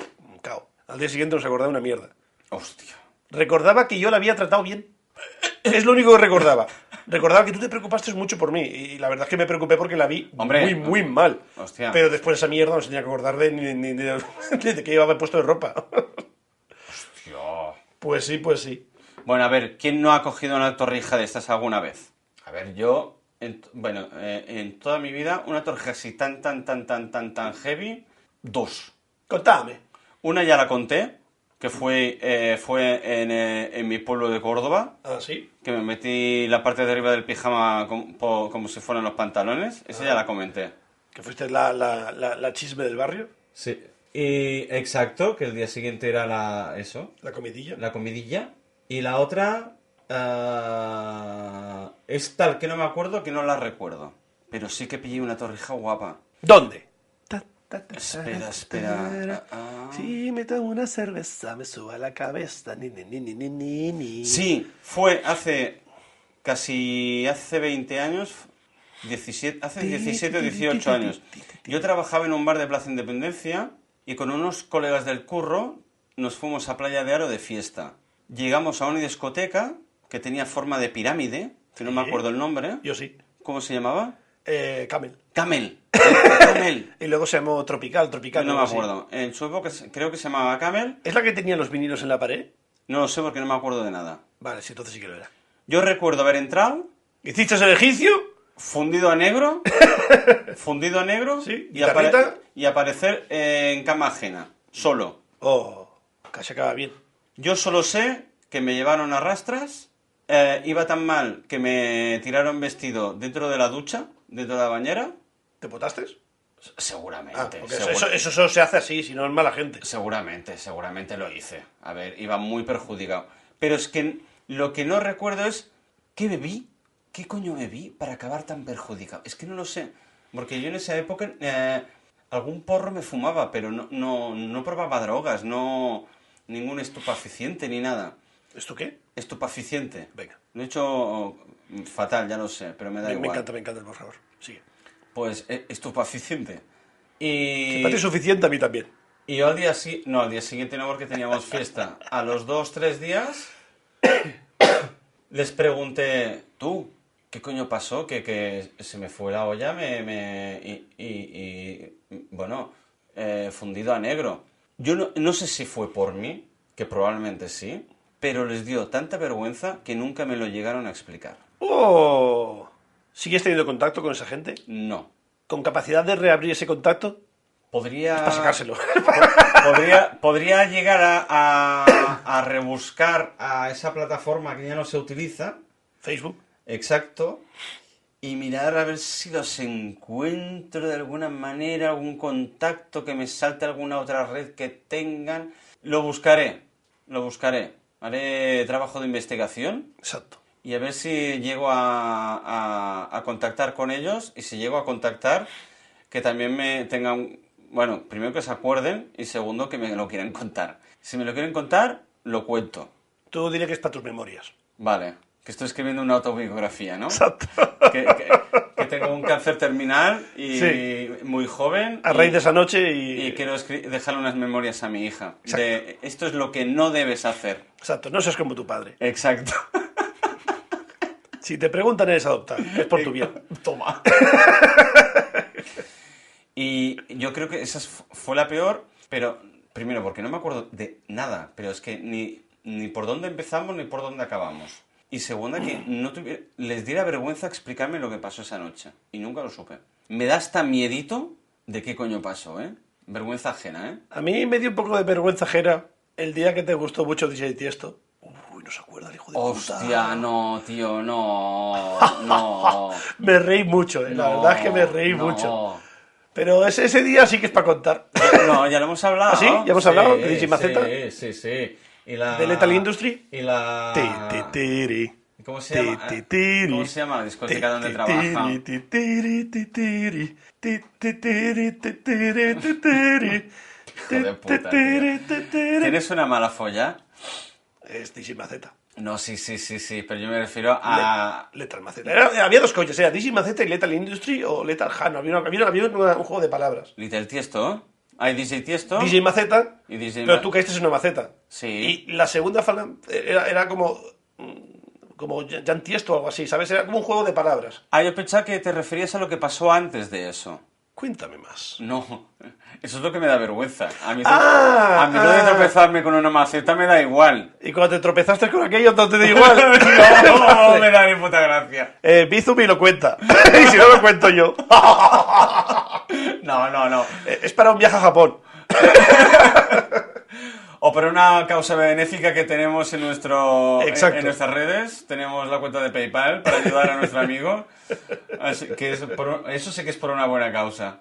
B: Cao. Al día siguiente nos acordaba una mierda.
A: Hostia.
B: Recordaba que yo la había tratado bien. Es lo único que recordaba. Recordaba que tú te preocupaste mucho por mí. Y la verdad es que me preocupé porque la vi
A: Hombre,
B: muy, muy mal.
A: hostia.
B: Pero después de esa mierda no se tenía que acordar de, ni, ni- ni de, ni de que llevaba puesto de ropa.
A: Hostia.
B: Pues sí, pues sí.
A: Bueno, a ver, ¿quién no ha cogido una torrija de estas alguna vez? A ver, yo, en t- bueno, eh, en toda mi vida, una torrija así tan, tan, tan, tan, tan, tan heavy, dos.
B: Contame.
A: Una ya la conté, que fue, eh, fue en, eh, en mi pueblo de Córdoba,
B: Ah, sí.
A: que me metí la parte de arriba del pijama com- po- como si fueran los pantalones. Esa ya la comenté.
B: Que fuiste la, la, la, la chisme del barrio,
A: Sí. Y exacto, que el día siguiente era la eso,
B: la comidilla.
A: la comidilla. Y la otra ah, es tal que no me acuerdo que no la recuerdo. Pero sí que pillé una torrija guapa.
B: ¿Dónde?
A: Espera, espera. Ah, ah.
B: Si me tomo una cerveza, me suba la cabeza. Ni, ni, ni, ni, ni, ni, ni.
A: Sí, fue hace casi hace 20 años, 17, hace 17 o 18 años. Yo trabajaba en un bar de Plaza Independencia y con unos colegas del curro nos fuimos a Playa de Aro de fiesta. Llegamos a una discoteca que tenía forma de pirámide, que no me
B: Sí.
A: acuerdo el nombre.
B: Yo sí.
A: ¿Cómo se llamaba?
B: Eh, Camel.
A: Camel. Camel.
B: Y luego se llamó Tropical,
A: Yo
B: Tropical.
A: no me
B: algo así.
A: acuerdo. En su época se- creo que se llamaba Camel.
B: ¿Es la que tenía los vinilos en la pared?
A: No lo sé porque no me acuerdo de nada.
B: Vale, sí, entonces sí que lo era.
A: Yo recuerdo haber entrado
B: ¿Hiciste ese ejercicio?
A: fundido a negro, fundido a negro
B: Sí,
A: y, apare-
B: guitarrita.
A: y aparecer en cama ajena, solo.
B: Oh, casi acaba bien.
A: Yo solo sé que me llevaron a rastras, eh, iba tan mal que me tiraron vestido dentro de la ducha, dentro de la bañera.
B: ¿Te potaste?
A: S- Seguramente,
B: Ah, porque eso,
A: segura-
B: eso- eso solo se hace así, si no es mala gente.
A: seguramente, seguramente lo hice. A ver, iba muy perjudicado. Pero es que n- lo que no recuerdo es qué bebí, qué coño bebí para acabar tan perjudicado. Es que no lo sé. Porque yo en esa época eh, algún porro me fumaba, pero no, no, no probaba drogas, no ningún estupefaciente ni nada.
B: ¿Esto qué?
A: Estupefaciente.
B: Venga.
A: Lo he hecho mm, fatal, ya lo sé, pero me da
B: Me, me
A: igual.
B: encanta, me encanta, por favor. Sigue.
A: Pues eh, estupefaciente.
B: Si
A: Y...
B: para ti es suficiente, a mí también.
A: Y yo al día si- no, al día siguiente no, porque teníamos fiesta. A los dos, tres días les pregunté, tú, ¿qué coño pasó? Que, que se me fue la olla me, me- y, y- y, bueno, eh, fundido a negro. Yo no, no sé si fue por mí, que probablemente sí, pero les dio tanta vergüenza que nunca me lo llegaron a explicar.
B: Oh. ¿Sigues teniendo contacto con esa gente?
A: No.
B: ¿Con capacidad de reabrir ese contacto?
A: Podría...
B: Para sacárselo.
A: Ah. podría, podría llegar a, a- a rebuscar a esa plataforma que ya no se utiliza,
B: Facebook.
A: exacto, y mirar a ver si los encuentro de alguna manera, algún contacto que me salte alguna otra red que tengan. Lo buscaré, lo buscaré. Haré trabajo de investigación
B: Exacto.
A: y a ver si llego a, a- a contactar con ellos y si llego a contactar, que también me tengan, bueno, primero que se acuerden y segundo que me lo quieran contar. Si me lo quieren contar, lo cuento.
B: Tú diré que es para tus memorias.
A: Vale, que estoy escribiendo una autobiografía, ¿no?
B: Exacto.
A: Que, que- que tengo un cáncer terminal y
B: Sí.
A: muy joven.
B: A raíz
A: y-
B: de esa noche y...
A: Y quiero escri- dejar unas memorias a mi hija.
B: Exacto.
A: De, esto es lo que no debes hacer.
B: Exacto, no seas como tu padre.
A: Exacto.
B: Si te preguntan, eres adoptar. Es por tu bien.
A: Toma. y yo creo que esa fu- fue la peor, pero primero porque no me acuerdo de nada, pero es que ni, ni por dónde empezamos ni por dónde acabamos. Y segunda, que no tuviera- les diera vergüenza explicarme lo que pasó esa noche. Y nunca lo supe. Me da hasta miedito de qué coño pasó, ¿eh? Vergüenza ajena, ¿eh?
B: A mí me dio un poco de vergüenza ajena el día que te gustó mucho DJ Tiesto. Uy, no se acuerda el hijo de puta.
A: Hostia, no, tío, no. No.
B: Me reí mucho, eh, la
A: no,
B: verdad es que me reí
A: no.
B: mucho. Pero ese, ese día sí que es para contar.
A: No, ya lo hemos hablado.
B: ¿Ah, sí? ¿Ya hemos hablado? ¿De DJ Maceta?
A: Sí, sí, sí. Y la...
B: ¿De Lethal Industry?
A: Y la...
B: Ti, ti, tiri.
A: ¿Cómo se
B: Ti,
A: llama?
B: ti, tiri.
A: ¿Cómo se llama la discoteca
B: Ti,
A: donde
B: ti,
A: trabaja?
B: tiri, ti, tiri, ti, tiri. Ti, ti, tiri, ti, tiri, ti, tiri.
A: Hijo de puta,
B: Ti, ti, tiri, ti, tiri.
A: ¿Tienes una mala folla?
B: Es DJ Maceta.
A: No, sí, sí, sí, sí, pero yo me refiero a...
B: Lethal Maceta. Era- había dos coches, era DJ Maceta y Lethal Industry o Lethal Hano. Había, una- había una- había una- un juego de palabras.
A: Little Tiesto. Hay DJ Tiesto.
B: DJ Maceta,
A: Y DJ
B: pero
A: Ma-
B: tú caíste en una maceta.
A: Sí.
B: Y la segunda fala era, era como. mm, como Jan Tiesto o algo así, ¿sabes? Era como un juego de palabras.
A: Ah, yo pensaba que te referías a lo que pasó antes de eso.
B: Cuéntame más.
A: No, eso es lo que me da vergüenza. A mí,
B: Ah,
A: a mí lo de
B: ah.
A: tropezarme con una maceta me da igual.
B: Y cuando te tropezaste con aquello, no te da igual.
A: no, me da ni puta gracia.
B: eh, Bizumi lo cuenta. y si no lo cuento yo.
A: No, no, no.
B: Eh, es para un viaje a Japón.
A: O por una causa benéfica que tenemos en, nuestro, en-
B: Exacto.
A: en nuestras redes, tenemos la cuenta de PayPal para ayudar a nuestro amigo. Así que es por- eso sé que es por una buena causa.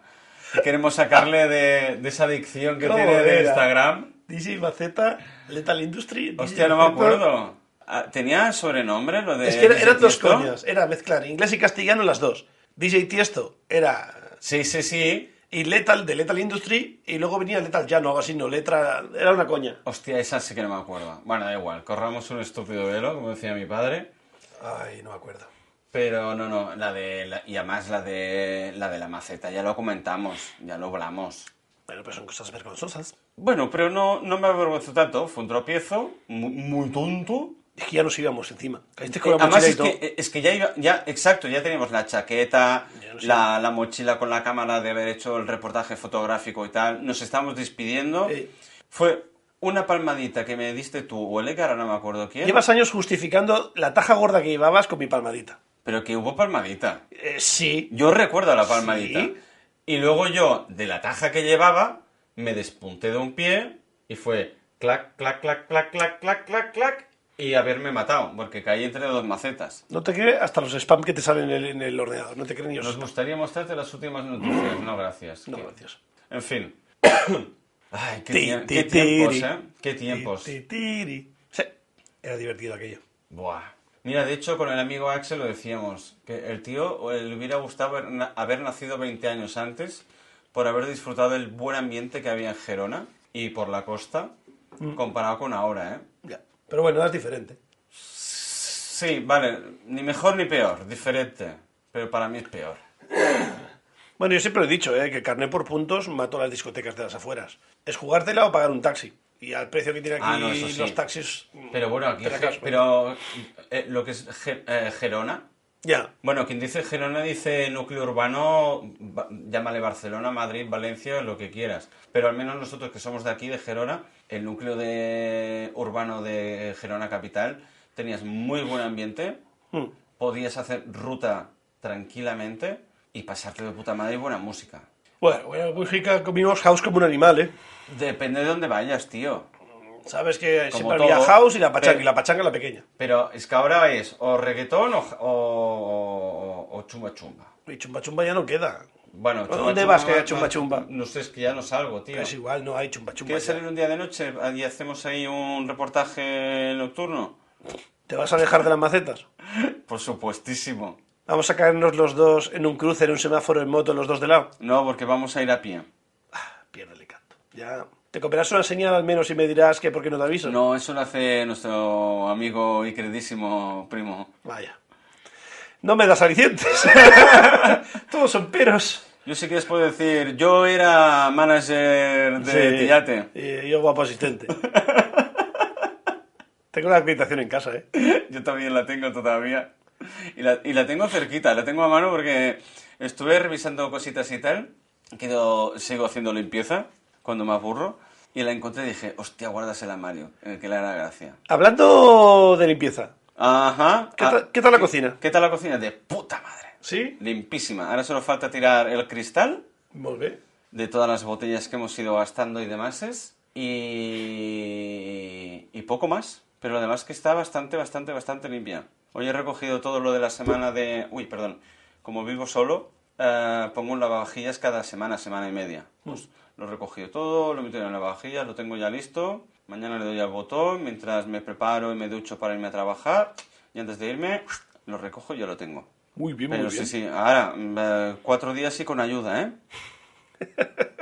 A: Queremos sacarle de, de esa adicción que
B: ¿Cómo
A: tiene de
B: era?
A: Instagram.
B: DJ Maceta, Lethal Industry. DJ
A: Hostia, no me
B: Maceta.
A: acuerdo. Ah, ¿Tenía sobrenombre lo de.?
B: Es que era- eran dos
A: Eh, Tiesto?
B: coñas. Era mezclar inglés y castellano las dos. DJ Tiesto era
A: Sí, sí, sí.
B: y Lethal, de Lethal Industry, y luego venía Lethal ya, no, algo así, no, letra, era una coña.
A: Hostia, esa sí que no me acuerdo. Bueno, da igual, corramos un estúpido velo, como decía mi padre.
B: Ay, no me acuerdo.
A: Pero no, no, la de. la- y además la de. La de la maceta, ya lo comentamos, ya lo hablamos.
B: Bueno, pero son cosas vergonzosas.
A: Bueno, pero no, no me avergüenzo tanto, fue un tropiezo, mu- muy, tonto.
B: Es que ya nos íbamos encima. Caíste
A: Eh,
B: con la
A: además
B: mochila y
A: es
B: todo.
A: que, es que ya iba- ya, exacto, ya teníamos la chaqueta,
B: Ya lo sé.
A: la, la mochila con la cámara de haber hecho el reportaje fotográfico y tal, nos estamos despidiendo.
B: Eh.
A: Fue una palmadita que me diste tú o el Edgar, ahora no me acuerdo quién,
B: Llevas años justificando la taja gorda que llevabas con mi palmadita.
A: pero que hubo palmadita.
B: Eh, sí.
A: Yo recuerdo la palmadita.
B: Sí.
A: Y luego yo, de la taja que llevaba, me despunté de un pie y fue clac, clac, clac, clac, clac, clac, clac, clac. Y haberme matado, porque caí entre dos macetas.
B: No te cree hasta los spam que te salen en el, en el ordenador. No te creen ni los
A: Nos
B: spam.
A: gustaría mostrarte las últimas noticias. No, gracias.
B: No,
A: Que-
B: gracias.
A: En fin. Ay, qué,
B: Ti,
A: tie-
B: ti,
A: qué tiempos,
B: tiri.
A: ¿eh? Qué tiempos.
B: Ti, ti, tiri. Sí. Era divertido aquello.
A: Buah. Mira, de hecho, con el amigo Axel lo decíamos, que el tío o le hubiera gustado haber, na- haber nacido 20 años antes por haber disfrutado del buen ambiente que había en Gerona y por la costa, comparado con ahora, ¿eh?
B: Ya. Pero bueno, es diferente.
A: Sí, vale, ni mejor ni peor, diferente, pero para mí es peor.
B: Bueno, yo siempre lo he dicho, ¿eh? que el carné por puntos mató las discotecas de las afueras. Es jugártela o pagar un taxi. Y al precio que tiene aquí
A: Ah, no, eso sí.
B: los taxis. mm,
A: Pero bueno, aquí,
B: te la acabas
A: Ge- pero eh, lo que es Ge- eh, Gerona,
B: Ya.
A: Bueno, quien dice Gerona dice núcleo urbano, ba- llámale Barcelona, Madrid, Valencia, lo que quieras. Pero al menos nosotros que somos de aquí, de Gerona, el núcleo de, urbano de Gerona Capital, tenías muy buen ambiente,
B: Mm.
A: podías hacer ruta tranquilamente y pasarte de puta madre y buena música.
B: Bueno, buena música, comimos house como un animal, ¿eh?
A: Depende de dónde vayas, tío.
B: Sabes que
A: Como
B: siempre había
A: todo, Eh.
B: house y la pachanga,
A: pero-
B: y la pachanga la pequeña.
A: Pero es que ahora es o reggaetón o, ja- o- o- o chumba chumba.
B: Y chumba chumba ya no queda.
A: Bueno,
B: ¿Dónde
A: chumba chumba
B: vas que haya
A: va-
B: chumba
A: va-
B: chumba?
A: No sé, es que ya no salgo, tío.
B: Es igual, no hay chumba chumba.
A: ¿Quieres
B: ya.
A: salir un día de noche y hacemos ahí un reportaje nocturno?
B: ¿Te vas a dejar de las macetas?
A: Por supuestísimo.
B: Vamos a caernos los dos en un cruce, en un semáforo, en moto, los dos de lado.
A: No, porque vamos a ir a pie.
B: Piérdele canto. Ya. Te comerás una señal al menos y me dirás que por qué no te aviso.
A: No, eso lo hace nuestro amigo y queridísimo primo.
B: Vaya. No me das alicientes. Todos son peros.
A: Yo sí que les puedo decir, yo era manager de
B: Sí.
A: Tillate.
B: Y yo guapo asistente. Tengo la acreditación en casa, ¿eh?
A: Yo también la tengo todavía. Y la, y la tengo cerquita, la tengo a mano porque estuve revisando cositas y tal. Quedo, sigo haciendo limpieza cuando me aburro. eh, Y la encontré y dije, hostia, guardas el armario, en el que le hará gracia.
B: Hablando de limpieza,
A: Ajá.
B: ¿Qué,
A: Ah,
B: tal, qué tal la cocina?
A: ¿Qué tal la cocina? De puta madre.
B: ¿Sí?
A: Limpísima. Ahora solo falta tirar el cristal
B: Molt bé.
A: de todas las botellas que hemos ido gastando y demás. es, Y, y poco más. Pero además que está bastante, bastante, bastante limpia. Hoy he recogido todo lo de la semana de... Uy, perdón. Como vivo solo, eh, pongo un lavavajillas cada semana, semana y media. Pues lo he recogido todo, lo he metido en el lavavajillas, lo tengo ya listo. Mañana le doy al botón mientras me preparo y me ducho para irme a trabajar. Y antes de irme, lo recojo y ya lo tengo.
B: Muy bien, muy
A: Pero
B: bien.
A: sí, sí, ahora, mm, eh, cuatro días sí con ayuda, ¿eh?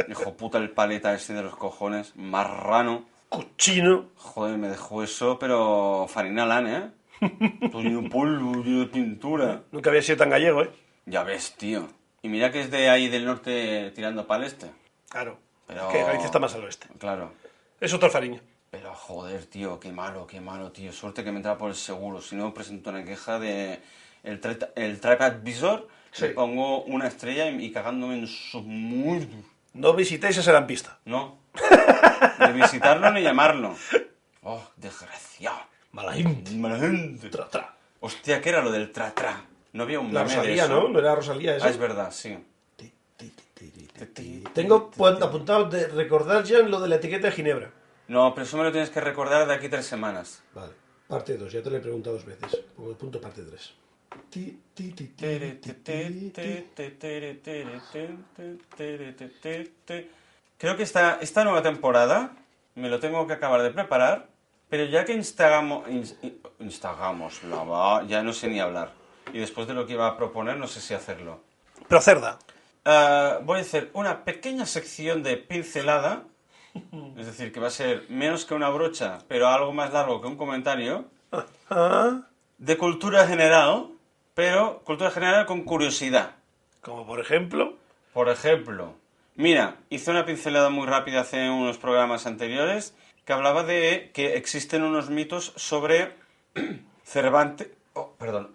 A: Hijo puta, el paleta ese de los cojones, marrano.
B: Cochino.
A: Joder, me dejó eso, pero farina lana, ¿eh? Todo lleno de polvo, lleno de pintura.
B: Nunca había sido tan gallego, ¿eh?
A: Ya ves, tío. Y mira que es de ahí del norte tirando para el este.
B: Claro.
A: Pero-
B: Que Galicia está más al oeste.
A: Claro.
B: Es otra fariña.
A: Pero joder, tío, qué malo, qué malo, tío. Suerte que me entra por el seguro. Si no, presento una queja de el, tra- el TripAdvisor.
B: Sí.
A: Le pongo una estrella y, y cagándome en sus muertos.
B: No visitéis a Serampista.
A: No. Ni visitarlo ni llamarlo. Oh, desgraciado.
B: Malaín.
A: Mala gente.
B: Tra, tra.
A: Hostia, ¿qué era lo del tra-tra? No había un
B: La
A: meme de
B: Rosalía,
A: eso.
B: ¿no? No era Rosalía esa.
A: Ah, es verdad, sí.
B: Tengo pu- apuntado de recordar ya en lo de la etiqueta de Ginebra.
A: No, pero eso me lo tienes que recordar de aquí tres semanas.
F: Vale. Parte 2, ya te lo he preguntado dos veces. Pongo el punto parte 3.
A: Creo que esta, esta nueva temporada me lo tengo que acabar de preparar, pero ya que instagamos, ins- instagamos, la va, ya no sé ni hablar. Y después de lo que iba a proponer, no sé si hacerlo.
B: Pero cerda.
A: Ah, voy a hacer una pequeña sección de pincelada, es decir, que va a ser menos que una brocha, pero algo más largo que un comentario,
B: Ah,
A: de cultura general, pero cultura general con curiosidad.
B: como por ejemplo.
A: Por ejemplo, mira, hice una pincelada muy rápida hace unos programas anteriores que hablaba de que existen unos mitos sobre Cervantes. Oh, perdón.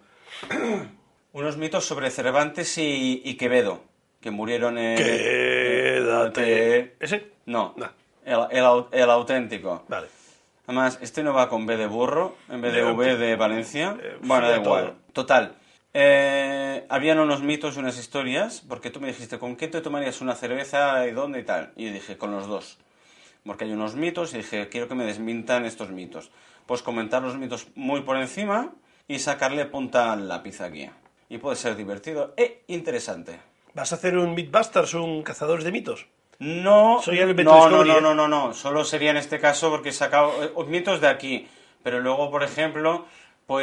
A: unos mitos sobre Cervantes y, y Quevedo, que murieron en. eh,
B: Quédate. ¿Ese?
A: No.
B: No.
A: El, el au- el auténtico.
B: Vale.
A: Además, este no va con B de burro, en vez de
B: De-
A: V de Valencia.
B: Eh,
A: bueno, da
B: de
A: igual.
B: todo.
A: Total. eh, habían unos mitos y unas historias, porque tú me dijiste, ¿con qué te tomarías una cerveza y dónde y tal? Y yo dije, con los dos. Porque hay unos mitos y dije, quiero que me desmintan estos mitos. Pues comentar los mitos muy por encima y sacarle punta al lápiz aquí. Y puede ser divertido e interesante.
B: ¿Vas a hacer un Mythbusters, un cazador de mitos?
A: No,
B: Soy el Beto
A: no, no,
B: Discovery,
A: no,
B: ¿eh?
A: no, no, no. Solo sería en este caso porque he sacado eh, mitos de aquí. Pero luego, por ejemplo,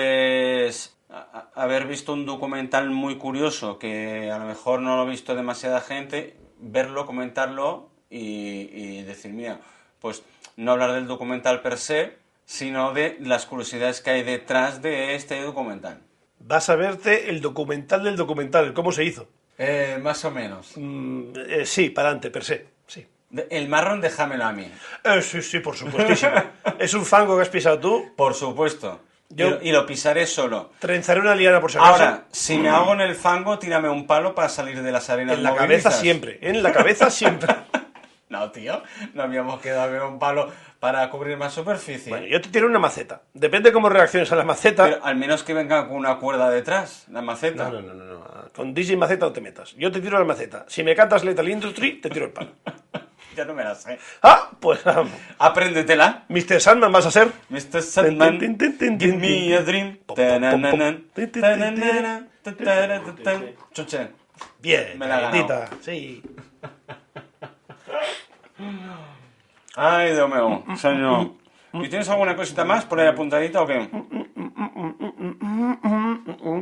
A: pues a- a- haber visto un documental muy curioso que a lo mejor no lo ha visto demasiada gente, verlo, comentarlo y, y decir, mira, pues no hablar del documental per se, sino de las curiosidades que hay detrás de este documental.
B: Vas a verte el documental del documental, cómo se hizo. Eh,
A: más o menos.
B: Mm, eh, sí, para adelante, per se. Sí.
A: El marrón, déjamelo a mí.
B: Eh, sí, sí, por supuestísimo. es un fango que has pisado tú.
A: Por supuesto.
B: Yo-
A: Y lo- y lo pisaré solo.
B: Trenzaré una liana por si acaso.
A: Ahora, si me hago en el fango, tírame un palo para salir de las arenas
B: en la
A: movedizas.
B: cabeza siempre. En la cabeza siempre.
A: No, tío, no habíamos quedado en un palo para cubrir más superficie.
B: Bueno, yo te tiro una maceta. Depende cómo reacciones a la maceta.
A: Pero al menos que venga con una cuerda detrás, la maceta.
B: No, no, no, no, no. Con DJ Maceta no te metas. Yo te tiro la maceta. Si me cantas Lethal Industry, te tiro el palo.
A: Ya no me la sé.
B: Ah, pues vamos.
A: Apréndetela.
B: Mr. Sandman vas a ser.
A: Mr. Sandman,
B: Tin, tin, tin,
A: give
B: tin, tin,
A: me
B: tin.
A: a dream.
B: Pom, pom,
A: Tanananan,
B: pom, pom.
A: tananana, tataratan. Chuche.
B: Bien,
A: Me la he ganado.
B: galletita. Sí.
A: Ay, Dios
B: Mm,
A: mío, señor. ¿Y tienes alguna cosita más por ahí apuntadita o
B: Mm,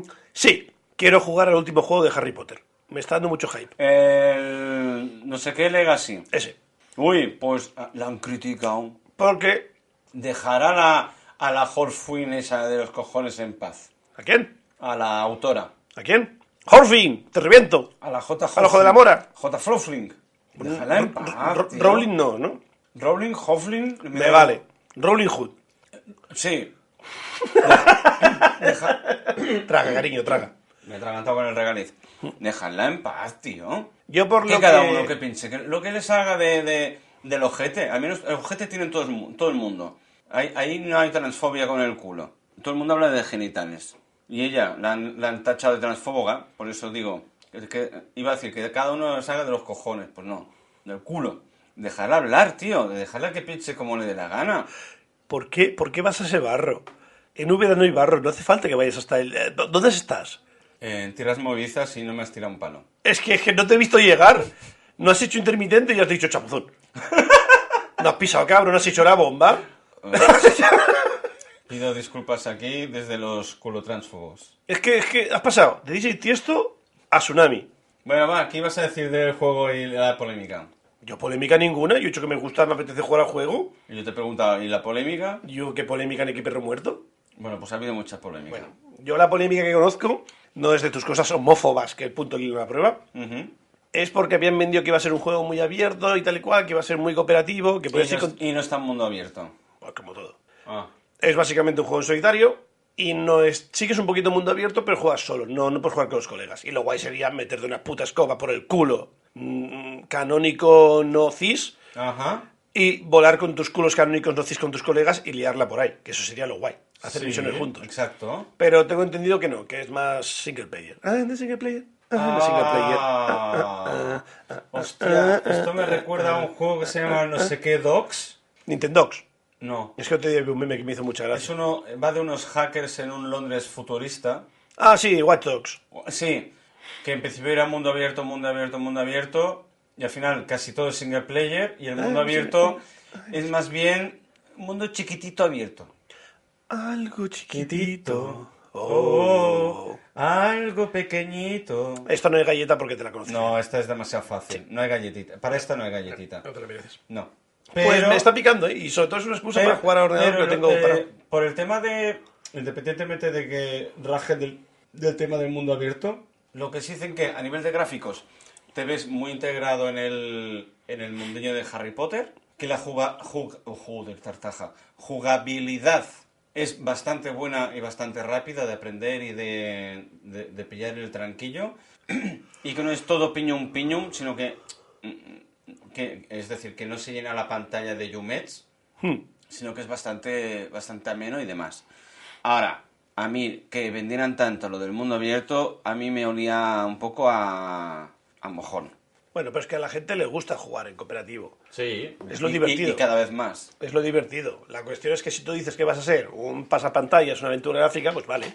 A: qué?
B: Sí, quiero jugar al último juego de Harry Potter. Me está dando mucho hype.
A: El... no sé qué Legacy.
B: Ese.
A: Uy, pues ah, la han criticado.
B: Porque.
A: Dejará a la, a la Horfin esa de los cojones en paz.
B: ¿A quién?
A: A la autora.
B: ¿A quién? ¡Horfin! ¡Te reviento!
A: A la J.
B: Al ojo de la mora.
A: J. Flofling. Déjala en paz.
B: Ro-
A: tío.
B: Rowling no, ¿no?
A: Rowling, Hofling.
B: Me vale. Rowling Hood.
A: Sí.
B: Traga, cariño, traga.
A: Me he atragantado con el regaliz. Dejadla en paz, tío.
B: Yo por
A: Que
B: lo
A: cada
B: que-
A: uno que pinche. que lo que le salga de, de- del ojete. Al menos el ojete tiene todo, el mu- todo el mundo. Ahí, ahí no hay transfobia con el culo. todo el mundo habla de genitales. Y ella la han, la han tachado de transfóboga, por eso digo, es que iba a decir que cada uno nos haga de los cojones, pues no, del culo. Dejarla hablar, tío, dejarla que piense como le dé la gana.
B: ¿Por qué, ¿Por qué vas a ese barro? En Úbeda no hay barro, no hace falta que vayas hasta el... eh, ¿dó- ¿Dónde estás?
A: Eh, tiras movizas y no me has tirado un palo.
B: Es que, es que no te he visto llegar. No has hecho intermitente y has dicho chapuzón. No has pisado cabro, no has hecho la bomba.
A: Pido disculpas aquí desde los culo transfugos.
B: Es que, es que has pasado de DJ Tiesto a Tsunami.
A: Bueno, va, ¿qué ibas a decir del juego y la polémica?
B: Yo polémica ninguna, yo he hecho que me gusta, me apetece jugar al juego.
A: Y yo te preguntaba, ¿y la polémica?
B: Yo qué polémica ni qué perro muerto.
A: Bueno, pues ha habido mucha polémica.
B: Bueno, yo la polémica que conozco no es de tus cosas homófobas, que el punto que una prueba.
A: Ujú.
B: Es porque habían vendido que iba a ser un juego muy abierto y tal y cual, que iba a ser muy cooperativo, que podía
A: y,
B: ser...
A: no,
B: con-
A: y no está en mundo abierto.
B: Bueno, como todo.
A: Ah.
B: Es básicamente un juego en solitario y no es. Sí que es un poquito mundo abierto, pero juegas solo, no, no puedes jugar con los colegas. Y lo guay sería meterte una puta escoba por el culo mm, canónico no cis
A: Ajá.
B: y volar con tus culos canónicos no cis con tus colegas y liarla por ahí, que eso sería lo guay, hacer
A: Sí,
B: misiones juntos.
A: Exacto.
B: Pero tengo entendido que no, que es más single player. Ah, no es single player. Ah, no es single player.
A: Ah. Hostia, esto me recuerda a un juego que se llama no sé qué Docs.
B: Nintendox.
A: No.
B: Es que otro día vi un meme que me hizo mucha
A: Es
B: gracia.
A: uno, va de unos hackers en un Londres futurista.
B: Ah, sí, Watch Dogs.
A: Sí, que en principio era mundo abierto, mundo abierto, mundo abierto, y al final casi todo es single player, y el mundo
B: Ah,
A: abierto es más bien un mundo chiquitito abierto.
B: Algo chiquitito.
A: Oh, algo pequeñito.
B: Esta no es galleta porque te la conocí.
A: No, esta es demasiado fácil. No hay galletita. Para esta no hay galletita.
F: No te lo mereces.
A: No.
B: pues me está picando, ¿eh? Y sobre todo es una excusa
A: pero-
B: para jugar a ordenador
A: pero eh,
B: que tengo
A: lo que-
B: para...
A: Por el tema de... Independientemente de que raje del, del tema del mundo abierto, lo que sí dicen que a nivel de gráficos te ves muy integrado en el, en el mundillo de Harry Potter, que la juga, jug- oh, joder, tartaja, jugabilidad es bastante buena y bastante rápida de aprender y de, de, de pillar el tranquillo, y que no es todo piñum piñum, sino que, mm, que... Es decir, que no se llena la pantalla de Yumets, sino que es bastante, bastante ameno y demás. Ahora, a mí que vendieran tanto lo del mundo abierto, a mí me olía un poco a, a mojón.
B: Bueno, pero es que a la gente le gusta jugar en cooperativo.
A: Sí.
B: Es lo divertido.
A: Y, cada vez más.
B: Es lo divertido. La cuestión es que si tú dices que vas a ser un pasapantallas, una aventura gráfica, pues vale.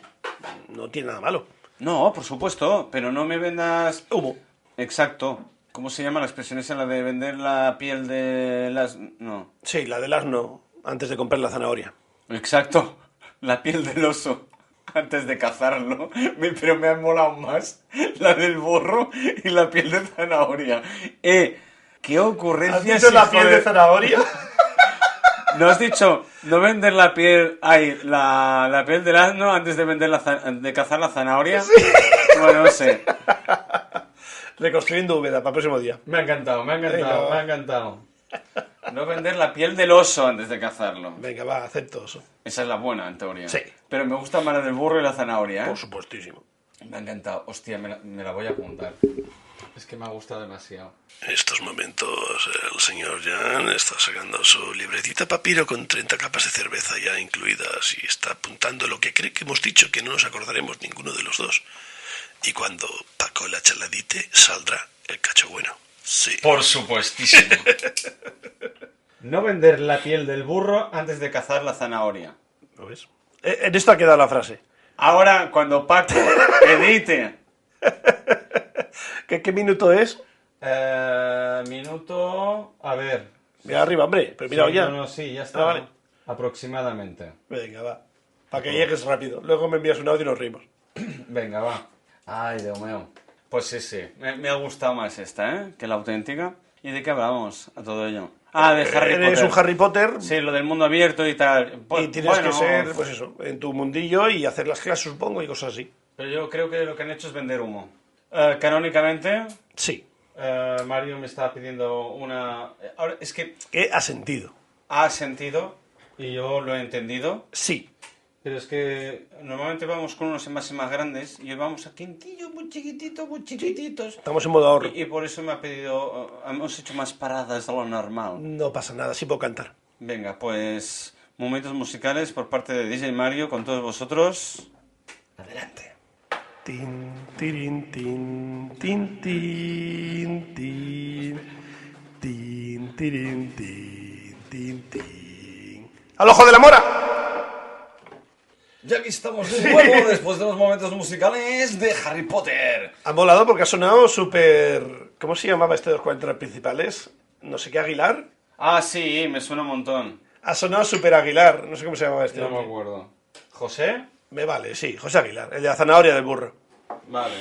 B: No tiene nada malo.
A: No, por supuesto, pero no me vendas...
B: Humo.
A: Exacto. ¿Cómo se llama la expresión esa, la de vender la piel de las... No.
B: Sí, la del asno antes de comprar la zanahoria.
A: Exacto. La piel del oso. Antes de cazarlo. Me- pero me han molado más la del borro y la piel de zanahoria. Eh, qué ocurrencias. hijo de-
B: zanahoria?
A: No has dicho no vender la piel. Ay, la, la piel del asno antes de, vender la za- de cazar la zanahoria. Bueno, no sé.
B: Reconstruyendo Úbeda para el próximo día.
A: Me ha encantado, me ha
B: encantado, me ha
A: encantado. No vender la piel del oso antes de cazarlo.
B: Venga, va, acepto eso.
A: Esa es la buena, en teoría.
B: Sí.
A: Pero me gusta más la del burro y la zanahoria, ¿eh?
B: Por supuestísimo.
A: Me ha encantado. Hostia, me la, me la voy a apuntar. Es que me ha gustado demasiado.
B: En estos momentos el señor Jan está sacando su libretita papiro con 30 capas de cerveza ya incluidas y está apuntando lo que cree que hemos dicho que no nos acordaremos ninguno de los dos. Y cuando Paco la charladite saldrá el cacho bueno. Sí.
A: Por supuestísimo. no vender la piel del burro antes de cazar la zanahoria.
B: ¿Lo ves? Eh, En esto ha quedado la frase.
A: Ahora, cuando Paco edite.
B: ¿Qué, qué minuto es?
A: eh, minuto. A ver.
B: Mira arriba, hombre. Pero mira
A: Sí,
B: ya.
A: no, no, sí, ya está.
B: Ah, vale.
A: Aproximadamente.
B: Venga, va. Para que llegues rápido. Luego me envías un audio y nos reímos.
A: Venga, va. Ay, Dios mío. Pues sí, sí. Me, me ha gustado más esta, ¿eh? Que la auténtica. ¿Y de qué hablamos a todo ello? Ah, de Harry
B: Eres
A: Potter.
B: Eh, un Harry Potter
A: Sí, lo del mundo abierto y tal. Bu-
B: y tienes
A: bueno,
B: que ser, pues eso, en tu mundillo y hacer las clases, supongo, y cosas así.
A: Pero yo creo que lo que han hecho es vender humo. Eh, canónicamente,
B: Sí.
A: eh, Mario me estaba pidiendo una... eh, Ahora, es que
B: ¿Qué ha sentido?
A: ha sentido y yo lo he entendido.
B: Sí.
A: Pero es que normalmente vamos con unos envases más grandes y hoy vamos a quintillos muy chiquititos, muy chiquititos.
B: Estamos en modo ahorro.
A: Y, y por eso me ha pedido... eh, hemos hecho más paradas de lo normal.
B: No pasa nada, sí puedo cantar.
A: Venga, pues...
F: momentos musicales por parte de DJ Mario con todos vosotros. Adelante.
B: Tin, tirin, tin, tin, tin, tin, tin, tirin, tin, tin, tin. ¡Al ojo de la mora!
F: Ya que estamos de nuevo después de los momentos musicales de Harry Potter.
B: Ha volado porque ha sonado súper... ¿Cómo se llamaba este de los 40 principales? No sé qué, Aguilar.
F: Ah, sí, me suena un montón.
B: Ha sonado súper Aguilar. No sé cómo se llamaba este.
F: No me
B: hombre.
F: acuerdo. ¿José?
B: Me vale, sí, José Aguilar, el de la zanahoria del burro.
F: Vale,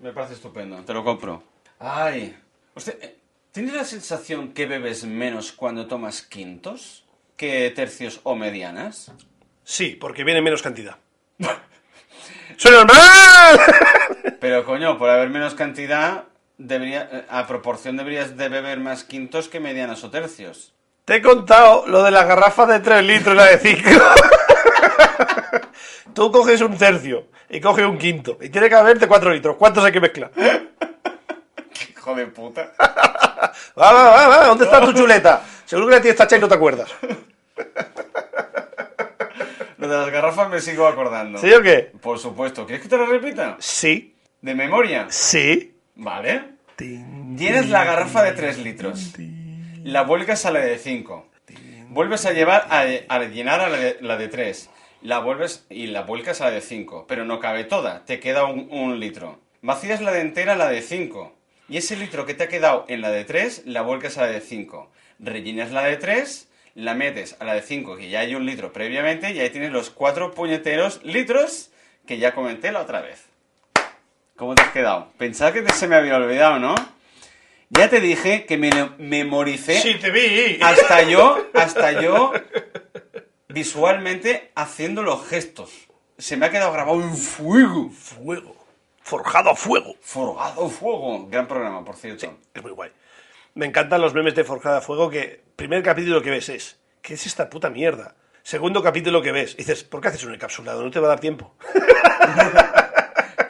F: me parece estupendo. Te lo compro. Ay, usted, eh, ¿tienes la sensación que bebes menos cuando tomas quintos que tercios o medianas?
B: Sí, porque viene menos cantidad. ¡Soy normal!
F: Pero coño, por haber menos cantidad, debería, eh, a proporción deberías de beber más quintos que medianas o tercios.
B: Te he contado lo de las garrafas de 3 litros y la de 5. Tú coges un tercio y coges un quinto y tiene que haberte 4 litros. ¿Cuántos hay que mezclar?
F: Hijo de puta.
B: Va, va, va, va. ¿Dónde está tu chuleta? Seguro que la tienes tachada y no te acuerdas.
F: Lo de las garrafas me sigo acordando.
B: ¿Sí o qué?
F: Por supuesto. ¿Quieres que te lo repita?
B: Sí,
F: ¿De memoria?
B: sí.
F: Vale.
B: Tin,
F: Llenas la garrafa de 3 litros.
B: tin.
F: La vuelcas a la de 5. Vuelves a llevar a, a llenar a la de, la de 3. La vuelves y la vuelcas a la de 5. Pero no cabe toda, te queda un, un litro. Vacías la de entera a la de 5. Y ese litro que te ha quedado en la de 3, la vuelcas a la de 5. Rellenas la de 3, la metes a la de 5, que ya hay un litro previamente, y ahí tienes los 4 puñeteros litros que ya comenté la otra vez. ¿Cómo te has quedado? Pensaba que te- se me había olvidado, ¿no? Ya te dije que me lo memoricé
B: Sí, te vi.
F: hasta yo, hasta yo, visualmente haciendo los gestos. Se me ha quedado grabado en fuego.
B: Fuego. Forjado a fuego.
F: Forjado fuego. Gran programa, por cierto.
B: Es muy guay. Me encantan los memes de Forjada a Fuego que primer capítulo que ves es, ¿qué es esta puta mierda? Segundo capítulo que ves, dices, ¿por qué haces un encapsulado? No te va a dar tiempo.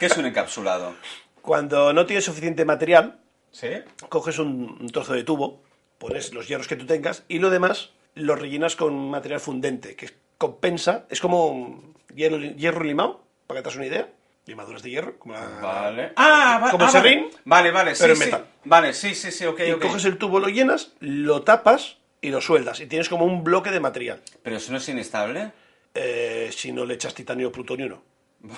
F: ¿Qué es un encapsulado?
B: Cuando no tienes suficiente material,
F: ¿Sí?
B: coges un, un trozo de tubo, pones los hierros que tú tengas y lo demás lo rellenas con material fundente, que compensa, es como hierro, hierro limado, para que te hagas una idea, limaduras de hierro, como la-
F: Vale. Ah, va-
B: Como
F: ah,
B: serrín,
F: Vale, vale, vale, sí,
B: pero en
F: sí.
B: metal.
F: Vale, sí, sí, sí, ok,
B: y
F: ok.
B: coges el tubo, lo llenas, lo tapas y lo sueldas, y tienes como un bloque de material.
F: Pero eso no es inestable.
B: Eh, si no le echas titanio o plutonio, no.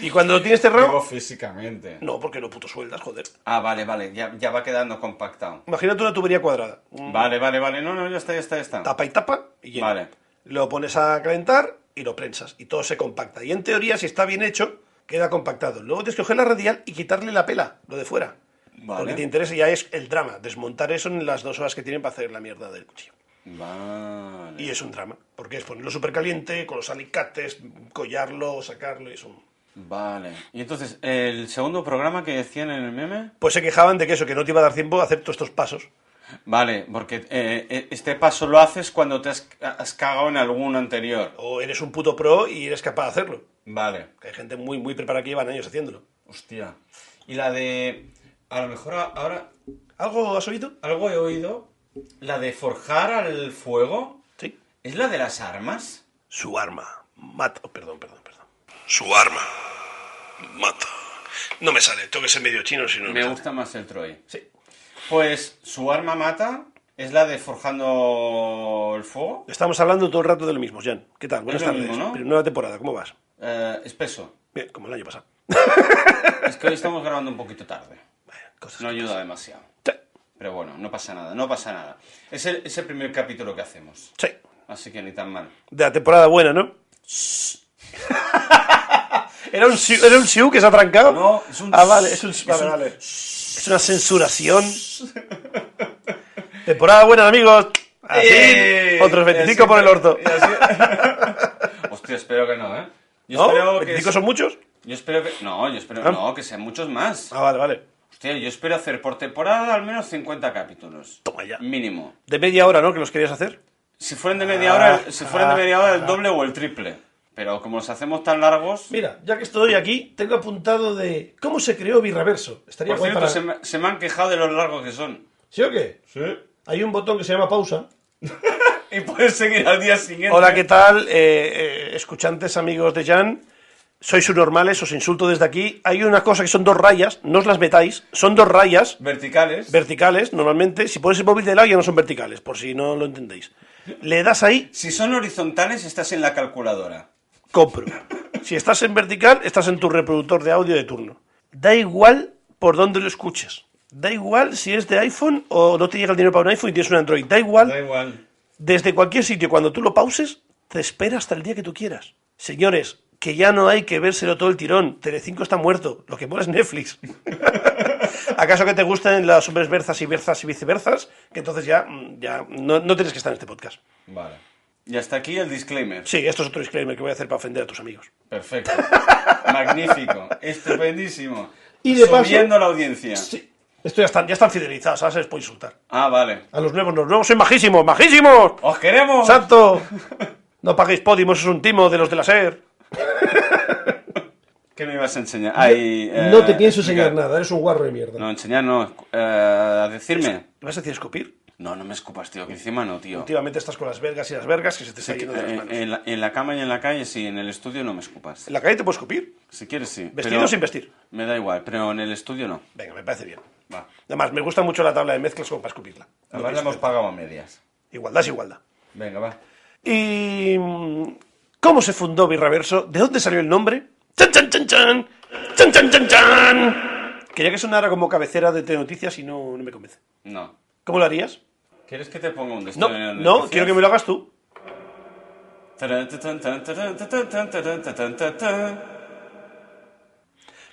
B: y cuando lo tienes cerrado,
F: físicamente.
B: no, porque lo puto sueldas, joder.
F: Ah, vale, vale, ya, ya va quedando compactado.
B: Imagínate una tubería cuadrada. Mm,
F: Vale, vale, vale. No, no, ya está, ya está, ya está.
B: Tapa y tapa y llena.
F: Vale.
B: Lo pones a calentar y lo prensas. Y todo se compacta. Y en teoría, si está bien hecho, queda compactado. Luego tienes que coger la radial y quitarle la pela, lo de fuera.
F: Vale.
B: Porque te interesa ya es el drama. Desmontar eso en las dos horas que tienen para hacer la mierda del cuchillo.
F: Vale.
B: Y es un drama. Porque es ponerlo súper caliente, con los alicates, collarlo, sacarlo y es un...
F: Vale. Y entonces, el segundo programa que decían en el meme.
B: Pues se quejaban de que eso, que no te iba a dar tiempo a hacer todos estos pasos.
F: Vale, porque eh, eh, este paso lo haces cuando te has, has cagado en alguno anterior.
B: O eres un puto pro y eres capaz de hacerlo.
F: Vale.
B: Que hay gente muy, muy preparada que llevan años haciéndolo.
F: Hostia. Y la de. A lo mejor a- ahora.
B: ¿Algo has oído?
F: Algo he oído. La de forjar al fuego.
B: Sí.
F: ¿Es la de las armas?
B: Su arma mata. oh, perdón, perdón, perdón. Su arma mata. No me sale, tengo que ser medio chino si no
F: Me
B: sale.
F: gusta más el Troy.
B: Sí.
F: Pues su arma mata. ¿Es la de forjando el fuego?
B: Estamos hablando todo el rato de lo mismo, Jan. ¿Qué tal? Buenas
F: lo
B: tardes.
F: mismo, ¿no?
B: Pero Nueva temporada, ¿cómo vas?
F: Eh, espeso.
B: Bien, como el año pasado.
F: Es que hoy estamos grabando un poquito tarde.
B: Bueno, cosas
F: No
B: que
F: ayuda demasiado.
B: pasan.
F: Pero bueno, no pasa nada, no pasa nada. Es el, es el primer capítulo que hacemos.
B: Sí, sí.
F: Así que ni tan mal.
B: De la temporada buena, ¿no? ¿Era un, siu, ¿Era un siu que se ha trancado?
F: No, es un
B: Ah, vale, es un...
F: es
B: vale,
F: un-
B: vale. Es una censuración. temporada buena, amigos. Así,
F: ¡Eh!
B: otros 25 por el orto.
F: Y así- Hostia, espero que no, ¿eh? Yo,
B: ¿No?
F: espero que
B: ¿25 son muchos?
F: yo espero que... No, yo espero...
B: ¿Ah?
F: No, que sean muchos más.
B: Ah, vale, vale.
F: Hostia, yo espero hacer por temporada al menos 50 capítulos.
B: Toma ya.
F: Mínimo.
B: Mm. De media hora, ¿no? Que los querías hacer.
F: Si fueran de media
B: Ah,
F: hora, si fueran
B: ah,
F: de media hora el doble o el triple. Pero como los hacemos tan largos...
G: Mira,
B: Ya que estoy aquí, tengo apuntado de cómo se creó Birraverso. Estaría
F: Por
B: guay
F: cierto,
B: para-
F: se me- se me han quejado de lo largos que son.
G: ¿sí o qué?
F: Sí.
G: Hay un botón que se llama pausa.
F: y puedes seguir al día siguiente.
B: Hola, ¿qué tal? Eh, eh, escuchantes, amigos de Jan. Sois subnormales, os insulto desde aquí. Hay una cosa que son dos rayas, no os las metáis. Son dos rayas
F: Verticales.
B: verticales, normalmente. Si pones el móvil de lado ya no son verticales, por si no lo entendéis. Le das ahí,
F: si son horizontales, estás en la calculadora.
B: compro. Si estás en vertical, estás en tu reproductor de audio de turno. Da igual por dónde lo escuches. Da igual si es de iPhone o no te llega el dinero para un iPhone y tienes un Android. Da igual.
F: Da igual.
B: desde cualquier sitio, cuando tú lo pauses, te espera hasta el día que tú quieras. Señores, que ya no hay que vérselo todo el tirón. Telecinco está muerto. Lo que mola es Netflix. ¿Acaso que te gusten las hombres versas y versas y viceversas? Que entonces ya, mm, ya no, no tienes que estar en este podcast.
F: Vale. Y hasta aquí el disclaimer.
B: Sí, esto es otro disclaimer que voy a hacer para ofender a tus amigos.
F: Perfecto. Magnífico. Estupendísimo.
H: Y de paso-
F: Subiendo la audiencia.
B: Sí. Esto ya están, ya están fidelizados, ahora se les puede insultar.
F: Ah, vale.
B: A los nuevos, los nuevos son majísimos, majísimos.
F: ¡Os queremos!
B: ¡Santo! No paguéis Podimos, es un timo de los de la SER.
F: ¿Qué me ibas a enseñar? Ay, eh,
H: No te pienso enseñar
F: explicar.
H: nada, eres un guarro de mierda.
F: No, enseñar no. Eh, a decirme.
B: ¿Me vas a decir escupir?
F: No, no me escupas, tío. Que encima no, tío.
B: Últimamente estás con las vergas y las vergas que se te está
F: Sí, que-
B: yendo de las
F: eh,
B: manos.
F: en, la, en la cama y en la calle sí, en el estudio no me escupas.
B: En la calle te puedes escupir.
F: Si quieres sí.
B: ¿Vestido
F: pero
B: o sin vestir?
F: Me da igual, pero en el estudio no.
B: Venga, me parece bien.
F: Va.
B: Además, me gusta mucho la tabla de mezclas como para escupirla. No
F: Además la hemos
B: pienso-
F: pagado a medias.
B: Igualdad es igualdad.
F: Venga, va.
B: ¿Y mm, cómo se fundó Birraverso? ¿De dónde salió el nombre? ¡Chan, chan, chan, chan! ¡Chan, chan, chan, chan! Quería que sonara como cabecera de T-Noticias y no, no me convence.
F: No.
B: ¿Cómo lo harías?
F: ¿Quieres que te ponga un
B: No,
F: destino?
B: no, quiero que me lo hagas tú.
F: Eh,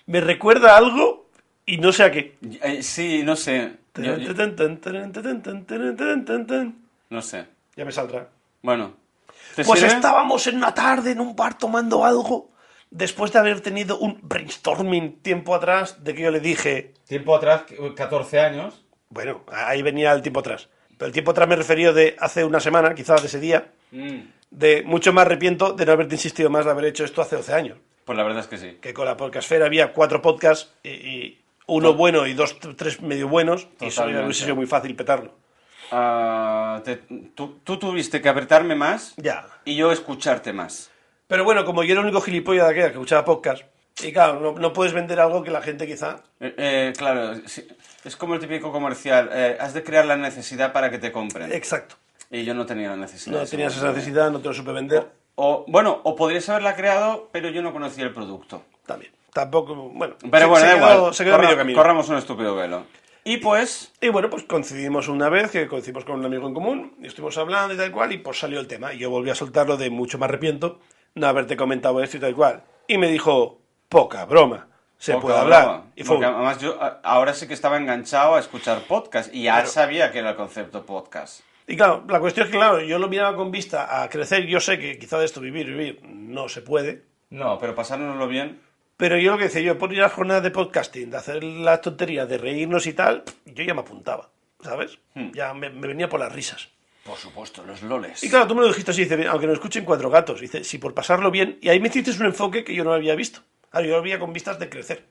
B: Me recuerda a algo y no sé a qué.
F: Eh, Sí, no sé. Yo- yo-
B: Tan, tan, tan, tan, tan, tan, tan, tan, tan.
F: no sé.
B: Ya me saldrá.
F: Bueno. ¿Te
B: Pues
F: sirve?
B: estábamos en una tarde en un bar tomando algo después de haber tenido un brainstorming tiempo atrás de que yo le dije,
F: Tiempo atrás, 14 años.
B: bueno, ahí venía el tiempo atrás. Pero el tiempo atrás me refería de hace una semana, quizás de ese día,
F: Mm.
B: de mucho más arrepiento de no haberte insistido más de haber hecho esto hace 11 años.
F: Pues la verdad es que sí.
B: Que con la podcastfera había cuatro podcasts y, y uno bueno y dos, tres medio buenos, y eso
F: Totalmente.
B: hubiese sido muy fácil petarlo.
F: Ah, te- tú, tú tuviste que apretarme más
B: Ya.
F: y yo escucharte más.
B: Pero bueno, como yo era el único gilipollas de aquella que escuchaba podcast, y claro, no, no puedes vender algo que la gente quizá
F: Eh, eh, claro, sí, es como el típico comercial. eh, has de crear la necesidad para que te compren.
B: Exacto.
F: y yo no tenía la necesidad.
B: No
F: de
B: tenías esa
F: momento.
B: necesidad, no te lo supe vender.
F: O, bueno, o podrías haberla creado, pero yo no conocía el producto.
B: También. Tampoco, bueno.
F: Pero
B: se-
F: bueno,
B: se
F: da
B: quedó-
F: igual.
B: Se quedó a
F: Corra-
B: medio camino.
F: Corramos un estúpido velo. Y pues,
B: Y bueno, pues coincidimos una vez, que coincidimos con un amigo en común, y estuvimos hablando y tal cual, y pues salió el tema. Y yo volví a soltarlo de mucho me arrepiento no haberte comentado esto y tal cual. Y me dijo, poca broma, se
F: poca
B: puede hablar.
F: broma.
B: Y fue
F: Porque
B: un-
F: además yo a- ahora sí que estaba enganchado a escuchar podcast y ya
B: Claro.
F: sabía que era el concepto podcast.
B: Y claro, la cuestión es que, claro, yo lo miraba con vista a crecer. Yo sé que quizá de esto vivir, vivir, no se puede.
F: No, pero pasárnoslo bien.
B: Pero yo lo que decía, yo por ir a las jornadas de podcasting, de hacer las tonterías, de reírnos y tal, yo ya me apuntaba, ¿sabes?
F: Hmm.
B: Ya me, me venía por las risas.
F: Por supuesto, los loles.
B: Y claro, tú me lo dijiste así, dice, aunque no escuchen cuatro gatos, dice, si por pasarlo bien, y ahí me hiciste un enfoque que yo no había visto. Claro, yo lo veía con vistas de crecer.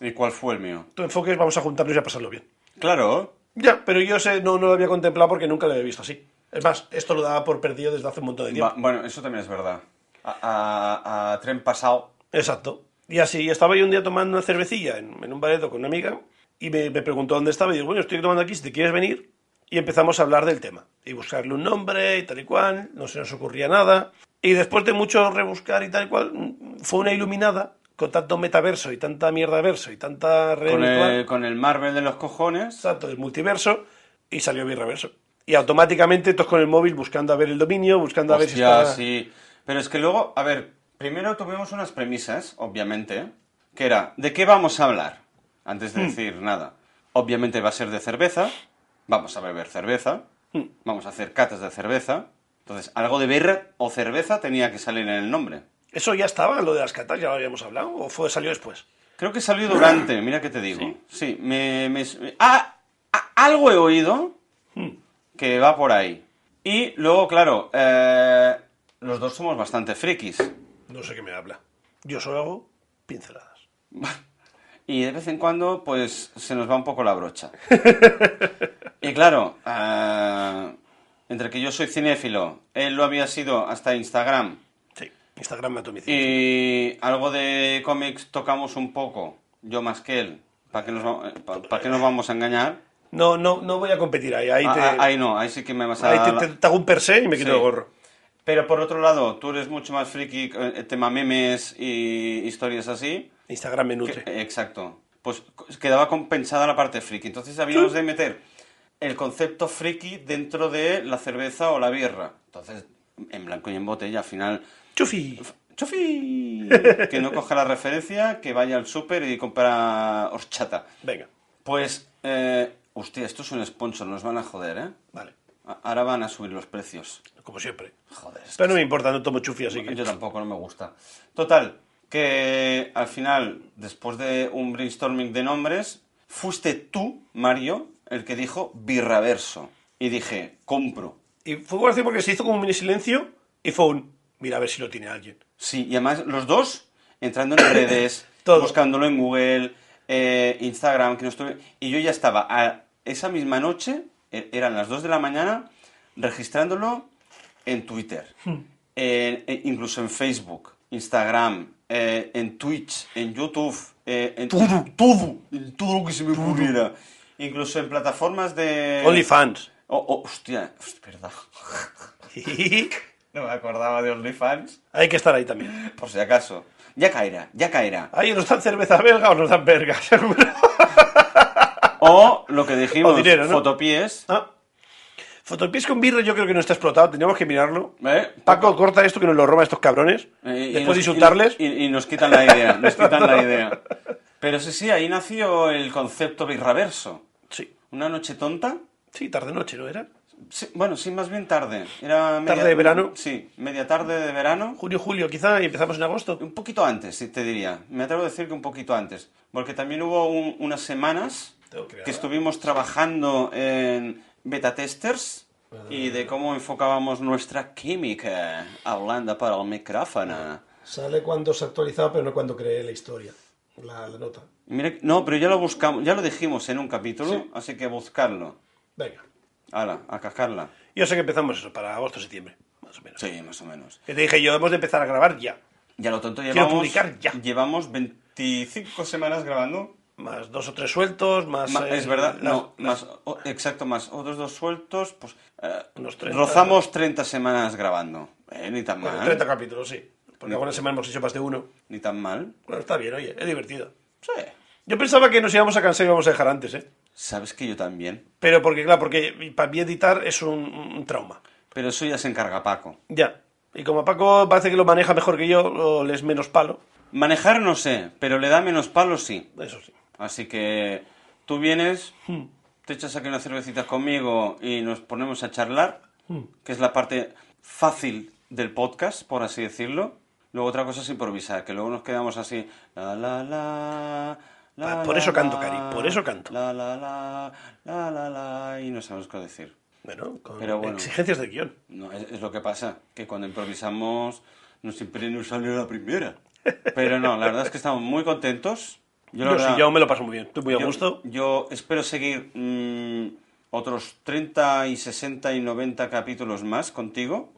F: ¿Y cuál fue el mío?
B: Tu enfoque es vamos a juntarnos y a pasarlo bien.
F: Claro.
B: Ya, pero yo sé, no, no lo había contemplado porque nunca lo había visto así. Es más, esto lo daba por perdido desde hace un montón de tiempo.
F: Va- bueno, eso también es verdad. A, a- a tren pasado.
B: Exacto. Y así estaba yo un día tomando una cervecilla en, en un bareto con una amiga y me, me preguntó dónde estaba y digo, bueno, estoy tomando aquí, si te quieres venir. Y empezamos a hablar del tema y buscarle un nombre y tal y cual, no se nos ocurría nada. Y después de mucho rebuscar y tal y cual, mm, fue una iluminada con tanto metaverso y tanta mierda verso y tanta red
F: Con
B: virtual,
F: el, con el Marvel de los cojones.
B: exacto, del multiverso y salió mi reverso. Y automáticamente todos con el móvil buscando a ver el dominio, buscando a ver si
F: Hostia,
B: está...
F: sí. Pero es que luego, a ver, primero tuvimos unas premisas, obviamente, que era, ¿de qué vamos a hablar? Antes
B: Hmm.
F: de decir nada. Obviamente va a ser de cerveza, vamos a beber cerveza,
B: Hmm.
F: vamos a hacer catas de cerveza. Entonces, algo de birra o cerveza tenía que salir en el nombre.
B: Eso ya estaba, lo de las catas, ya lo habíamos hablado, o fue, salió después.
F: Creo que salió durante, mira que te digo. Sí, me, me- ah, ah, algo he oído
B: Hmm.
F: que va por ahí. Y luego, claro, eh, los dos somos bastante frikis.
B: No sé qué me habla. Yo solo hago pinceladas.
F: Y de vez en cuando, pues, se nos va un poco la brocha. y claro, eh, entre que yo soy cinéfilo, él lo había sido hasta Instagram
B: Sí, Instagram me atomicé.
F: y algo de cómics tocamos un poco, yo más que él, ¿para qué nos, va- eh, pa- pa' qué nos vamos a engañar?
B: No, no, no voy a competir ahí. Ahí
F: Ah,
B: te,
F: ah, Ahí no, ahí sí que me vas a...
B: ahí te-
F: la-
B: te- te hago un per se y me quito
F: Sí.
B: el gorro.
F: Pero por otro lado, tú eres mucho más friki, eh, tema memes y historias así.
B: Instagram me nutre.
F: Que- eh, exacto. Pues c- quedaba compensada la parte friki. Entonces habíamos de meter el concepto friki dentro de la cerveza o la birra. Entonces, en blanco y en botella, al final...
B: Chufi.
F: ¡Chufi! que no coja la referencia, que vaya al súper y compra horchata.
B: Venga,
F: Pues, eh, hostia, esto es un sponsor, nos van a joder, ¿eh?
B: vale.
F: A- Ahora van a subir los precios.
B: Como siempre.
F: Joder, es
B: Pero no me importa, no tomo chufi, así que.
F: yo tampoco, no me gusta. Total, que al final, después de un brainstorming de nombres, fuiste tú, Mario, el que dijo birraverso. Y dije, compro.
B: Y fue gracioso porque se hizo como un mini silencio y fue un. Mira a ver si lo tiene alguien.
F: Sí, y además los dos entrando en redes,
B: Todo.
F: buscándolo en Google, eh, Instagram, que no estuve. Y yo ya estaba a esa misma noche, e- eran las 2 de la mañana, registrándolo en Twitter, en- en- incluso en Facebook, Instagram, eh, en Twitch, en YouTube, eh, en todo, todo, en todo lo que se me ocurriera. Incluso en plataformas de.
B: OnlyFans.
F: Oh, oh, hostia, es verdad. No me acordaba de OnlyFans.
B: Hay que estar ahí también.
F: Por si acaso. Ya caerá, ya caerá.
B: Ahí nos dan cerveza belga o nos dan verga.
F: O lo que dijimos,
B: O dinero, ¿no?
F: fotopies.
B: ah. Fotopies con birra yo creo que no está explotado, tenemos que mirarlo.
F: ¿eh?
B: Paco, corta esto que nos lo roban estos cabrones.
F: Eh, y
B: Después
F: nos-
B: de insultarles.
F: Y, y nos quitan la idea, nos quitan la idea. Pero sí, sí, ahí nació el concepto birraverso.
B: Sí.
F: Una noche tonta.
B: Sí, tarde-noche, ¿no era?
F: Sí, bueno, sí, más bien tarde. Era media-
B: ¿Tarde de verano?
F: Sí, media tarde de verano.
B: Junio, julio, quizá, y empezamos en agosto.
F: Un poquito antes, sí, te diría. Me atrevo a decir que un poquito antes. Porque también hubo un- unas semanas
A: Tengo que
F: que
A: grabar.
F: estuvimos trabajando en beta testers y de cómo enfocábamos nuestra química hablando para el micrófono.
A: Sale cuando se actualizaba, pero no cuando creé la historia, la, la nota.
F: Mira, que- no, pero ya lo buscamos, ya lo dijimos en un capítulo,
A: Sí.
F: así que buscarlo.
A: Venga.
F: Hala, a cascarla.
B: Yo sé que empezamos eso, para agosto, septiembre, más o menos.
F: Sí, más o menos.
B: Que te dije yo, hemos de empezar a grabar ya.
F: Ya lo tonto
B: Quiero
F: llevamos
B: publicar ya.
F: llevamos 25 semanas grabando.
B: Más dos o tres sueltos, más...
F: Ma-
B: eh,
F: es verdad,
B: las-
F: no, más, o- exacto, más otros dos sueltos, pues eh,
B: Unos Pues 30.
F: rozamos 30 semanas grabando. Eh, ni tan
B: Bueno,
F: mal,
B: 30 capítulos, sí. Porque alguna semana hemos hecho más de uno.
F: ni tan mal.
B: Bueno, está bien, oye, es divertido.
F: Sí.
B: Yo pensaba que nos íbamos a cansar y íbamos a dejar antes, ¿eh?
F: Sabes que yo también,
B: Pero porque, claro, porque para mí editar es un, un trauma.
F: pero eso ya se encarga Paco.
B: Ya. Y como Paco parece que lo maneja mejor que yo, o le es menos palo,
F: Manejar no sé, pero le da menos palos sí.
B: eso sí. Hmm.
F: Así que tú vienes, te echas aquí una cervecita conmigo y nos ponemos a charlar,
B: Hmm.
F: que es la parte fácil del podcast, por así decirlo. Luego otra cosa es improvisar, que luego nos quedamos así. La, la, la, la,
B: Pa- por
F: la,
B: eso canto,
F: la,
B: Cari, por eso canto.
F: La, la, la, la, la, la, y no sabemos qué decir.
B: Bueno, con
F: Pero bueno.
B: exigencias de guión.
F: No, es, es lo que pasa, que cuando improvisamos no siempre nos sale la primera. Pero no, la verdad es que estamos muy contentos.
B: Yo,
F: la
B: sí,
F: verdad-
B: yo me lo paso muy bien, estoy muy a
F: yo-
B: gusto.
F: Yo, espero seguir mm, otros 30 y 60 y 90 capítulos más contigo.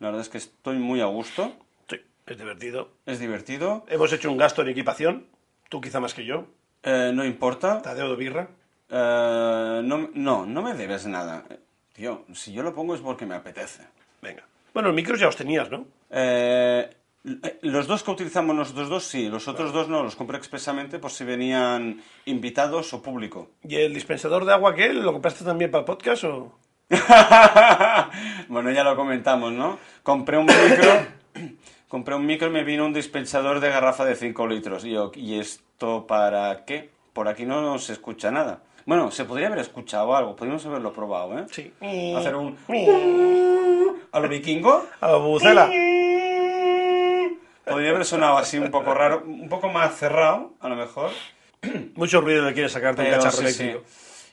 F: La verdad es que estoy muy a gusto.
B: Sí, es divertido.
F: Es divertido.
B: Hemos hecho un gasto en equipación, tú quizá más que yo.
F: Eh, no importa.
B: Tadeo de birra.
F: Eh, no, no, no me debes nada. Eh, Tío, si yo lo pongo es porque me apetece.
B: Venga. Bueno, los micros ya los tenías, ¿no?
F: Eh, eh, los dos que utilizamos nosotros dos, sí. Los otros dos no, los compré expresamente por si venían invitados o público.
B: ¿Y el dispensador de agua que lo compraste también para el podcast o...?
F: bueno, ya lo comentamos, ¿no? Compré un micro, compré un micro y me vino un dispensador de garrafa de 5 litros. Y yo, ¿y esto para qué? Por aquí no se escucha nada. Bueno, se podría haber escuchado algo, podríamos haberlo probado, ¿eh?
B: Sí.
F: Hacer un... a lo vikingo.
B: A la bubucela.
F: Podría haber sonado así un poco raro, un poco más cerrado, a lo mejor.
B: Mucho ruido le quieres sacarte un
F: Pero
B: cacharro
F: sí, sí.
B: eléctrico.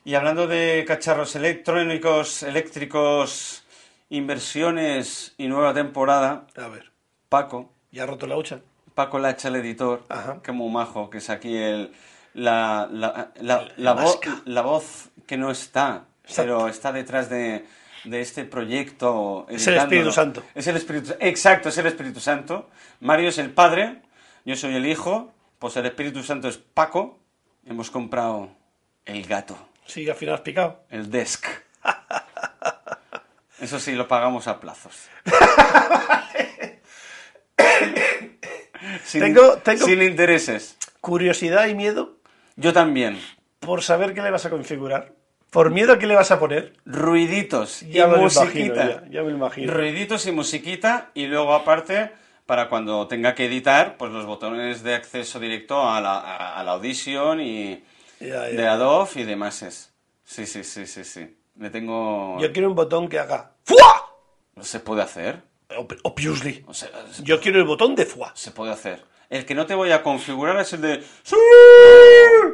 F: Y hablando de cacharros electrónicos, eléctricos, inversiones y nueva temporada,
B: A ver,
F: Paco,
B: ¿ya ha roto la hucha?
F: Paco Lacha, el editor,
B: Ajá.
F: que muy majo, que es aquí el, la, la, la- la vo-
B: masca.
F: la voz que no está,
B: Exacto.
F: pero está detrás de, de este proyecto.
B: Es el Espíritu
F: editándolo.
B: Santo.
F: Es el Espíritu Exacto, es el Espíritu Santo. Mario es el padre, yo soy el hijo, pues el Espíritu Santo es Paco. Hemos comprado el gato,
B: Sí, que al final has picado.
F: el desk. Eso sí, lo pagamos a plazos. Sin-
B: Tengo- tengo-
F: sin intereses.
B: Curiosidad y miedo
F: Yo también.
B: por saber qué le vas a configurar. Por miedo a qué le vas a poner.
F: Ruiditos y
B: Ya me lo
F: musiquita.
B: imagino, ya, ya me lo imagino.
F: Ruiditos y musiquita y luego aparte para cuando tenga que editar, pues los botones de acceso directo a la, a- a la audición y
B: Ya, ya.
F: de Adobe y demás. es. Sí, sí, sí, sí, sí. Le tengo...
B: Yo quiero un botón que haga ¡Fua!
F: ¿No ¿Se puede hacer?
B: Ob- Obviously.
F: O sea, se-
B: Yo quiero el botón de ¡Fua!
F: se puede hacer. El que no te voy a configurar es el de...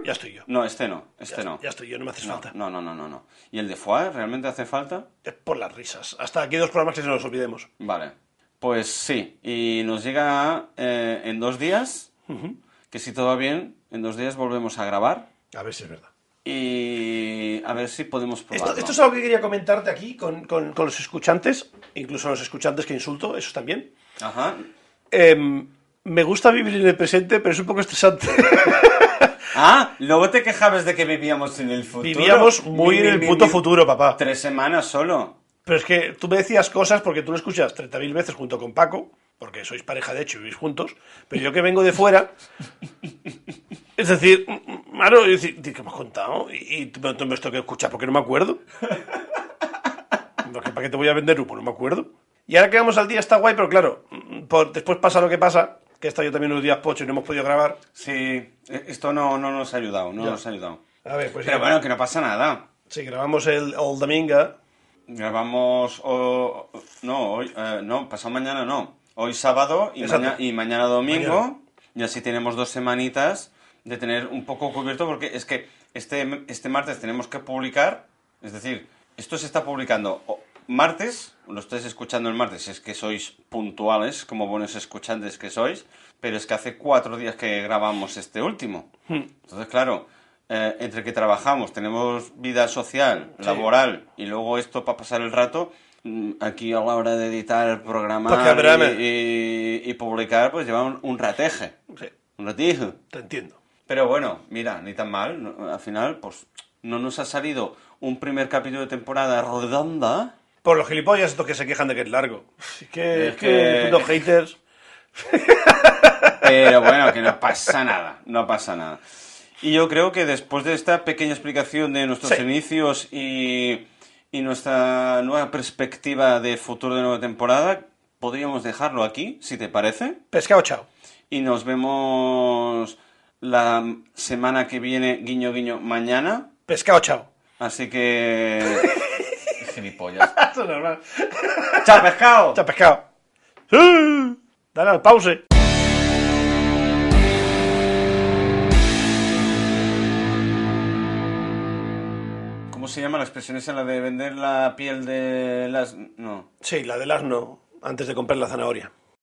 B: Ya estoy yo.
F: No, este no, este
B: Ya-
F: no.
B: Ya estoy yo, no me haces
F: No,
B: falta.
F: No, no, no, no, no. ¿Y el de FUA realmente hace falta?
B: Es por las risas. Hasta aquí dos programas que se nos olvidemos.
F: Vale, pues sí, y nos llega eh, en dos días, que si todo va bien, en dos días volvemos a grabar
I: A ver si es verdad.
F: y a ver si podemos probarlo.
B: Esto, esto es algo que quería comentarte aquí con, con- con los escuchantes, incluso los escuchantes que insulto, esos también.
F: Ajá.
B: Em, me gusta vivir en el presente, pero es un poco estresante.
F: Ah, luego te quejabas de que vivíamos en el futuro.
B: Vivíamos muy
F: Mi,
B: en
F: mi,
B: el
F: mi,
B: puto
F: mi.
B: futuro, papá.
F: Tres semanas solo.
B: Pero es que tú me decías cosas porque tú lo escuchas 30.000 veces junto con Paco, porque sois pareja de hecho y vivís juntos, pero yo que vengo de fuera... Es decir, Maro, es decir, ¿qué me has contado? Y, y tú me tú me has tenido que escuchar porque no me acuerdo. Porque, ¿Para qué te voy a vender humo? No me acuerdo. Y ahora que vamos al día está guay, pero claro, por- después pasa lo que pasa, que he estado yo también unos días pocho y no hemos podido grabar.
F: Sí, e- esto no, no nos ha ayudado, no
B: Ya.
F: nos ha ayudado.
B: A ver, pues
F: Pero bueno, que no pasa nada.
B: si grabamos el Old Dominga,
F: Grabamos o- no, hoy, eh, no, pasado mañana no. Hoy sábado y,
B: Exacto.
F: maña- y mañana domingo.
B: Mañana.
F: Y así tenemos dos semanitas de tener un poco cubierto porque es que este, este martes tenemos que publicar. Es decir, esto se está publicando o- martes, lo estáis escuchando el martes, es que sois puntuales, como buenos escuchantes que sois, pero es que hace cuatro días que grabamos este último.
B: Hmm.
F: Entonces, claro, eh, entre que trabajamos, tenemos vida social, laboral y luego esto para pasar el rato, mm, aquí a la hora de editar,
B: Pa' que
F: programar
B: abrame.
F: y, y- y publicar, pues lleva un, un rateje.
B: sí,
F: Un rateje.
B: te entiendo.
F: Pero bueno, mira, ni tan mal. no- Al final, pues no nos ha salido un primer capítulo de temporada redonda.
B: Por los gilipollas estos que se quejan de que es largo. Es que,
F: Es
B: es que...
F: que-
B: putos haters.
F: Pero bueno, que no pasa nada, no pasa nada. Y yo creo que después de esta pequeña explicación de nuestros
B: Sí.
F: inicios y, y nuestra nueva perspectiva de futuro de nueva temporada, podríamos dejarlo aquí, si te parece.
B: Pescado, chao.
F: Y nos vemos la semana que viene, guiño, guiño, mañana.
B: Pescado, chao.
F: Así que... Gilipollas.
B: Esto es normal.
F: ¡Chao, pescado!
B: Chao, pescado. ¡Sí! Dale al pause.
F: ¿Cómo se llama la expresión esa, la de vender la piel de las... No.
B: Sí, la del asno antes de comprar la zanahoria.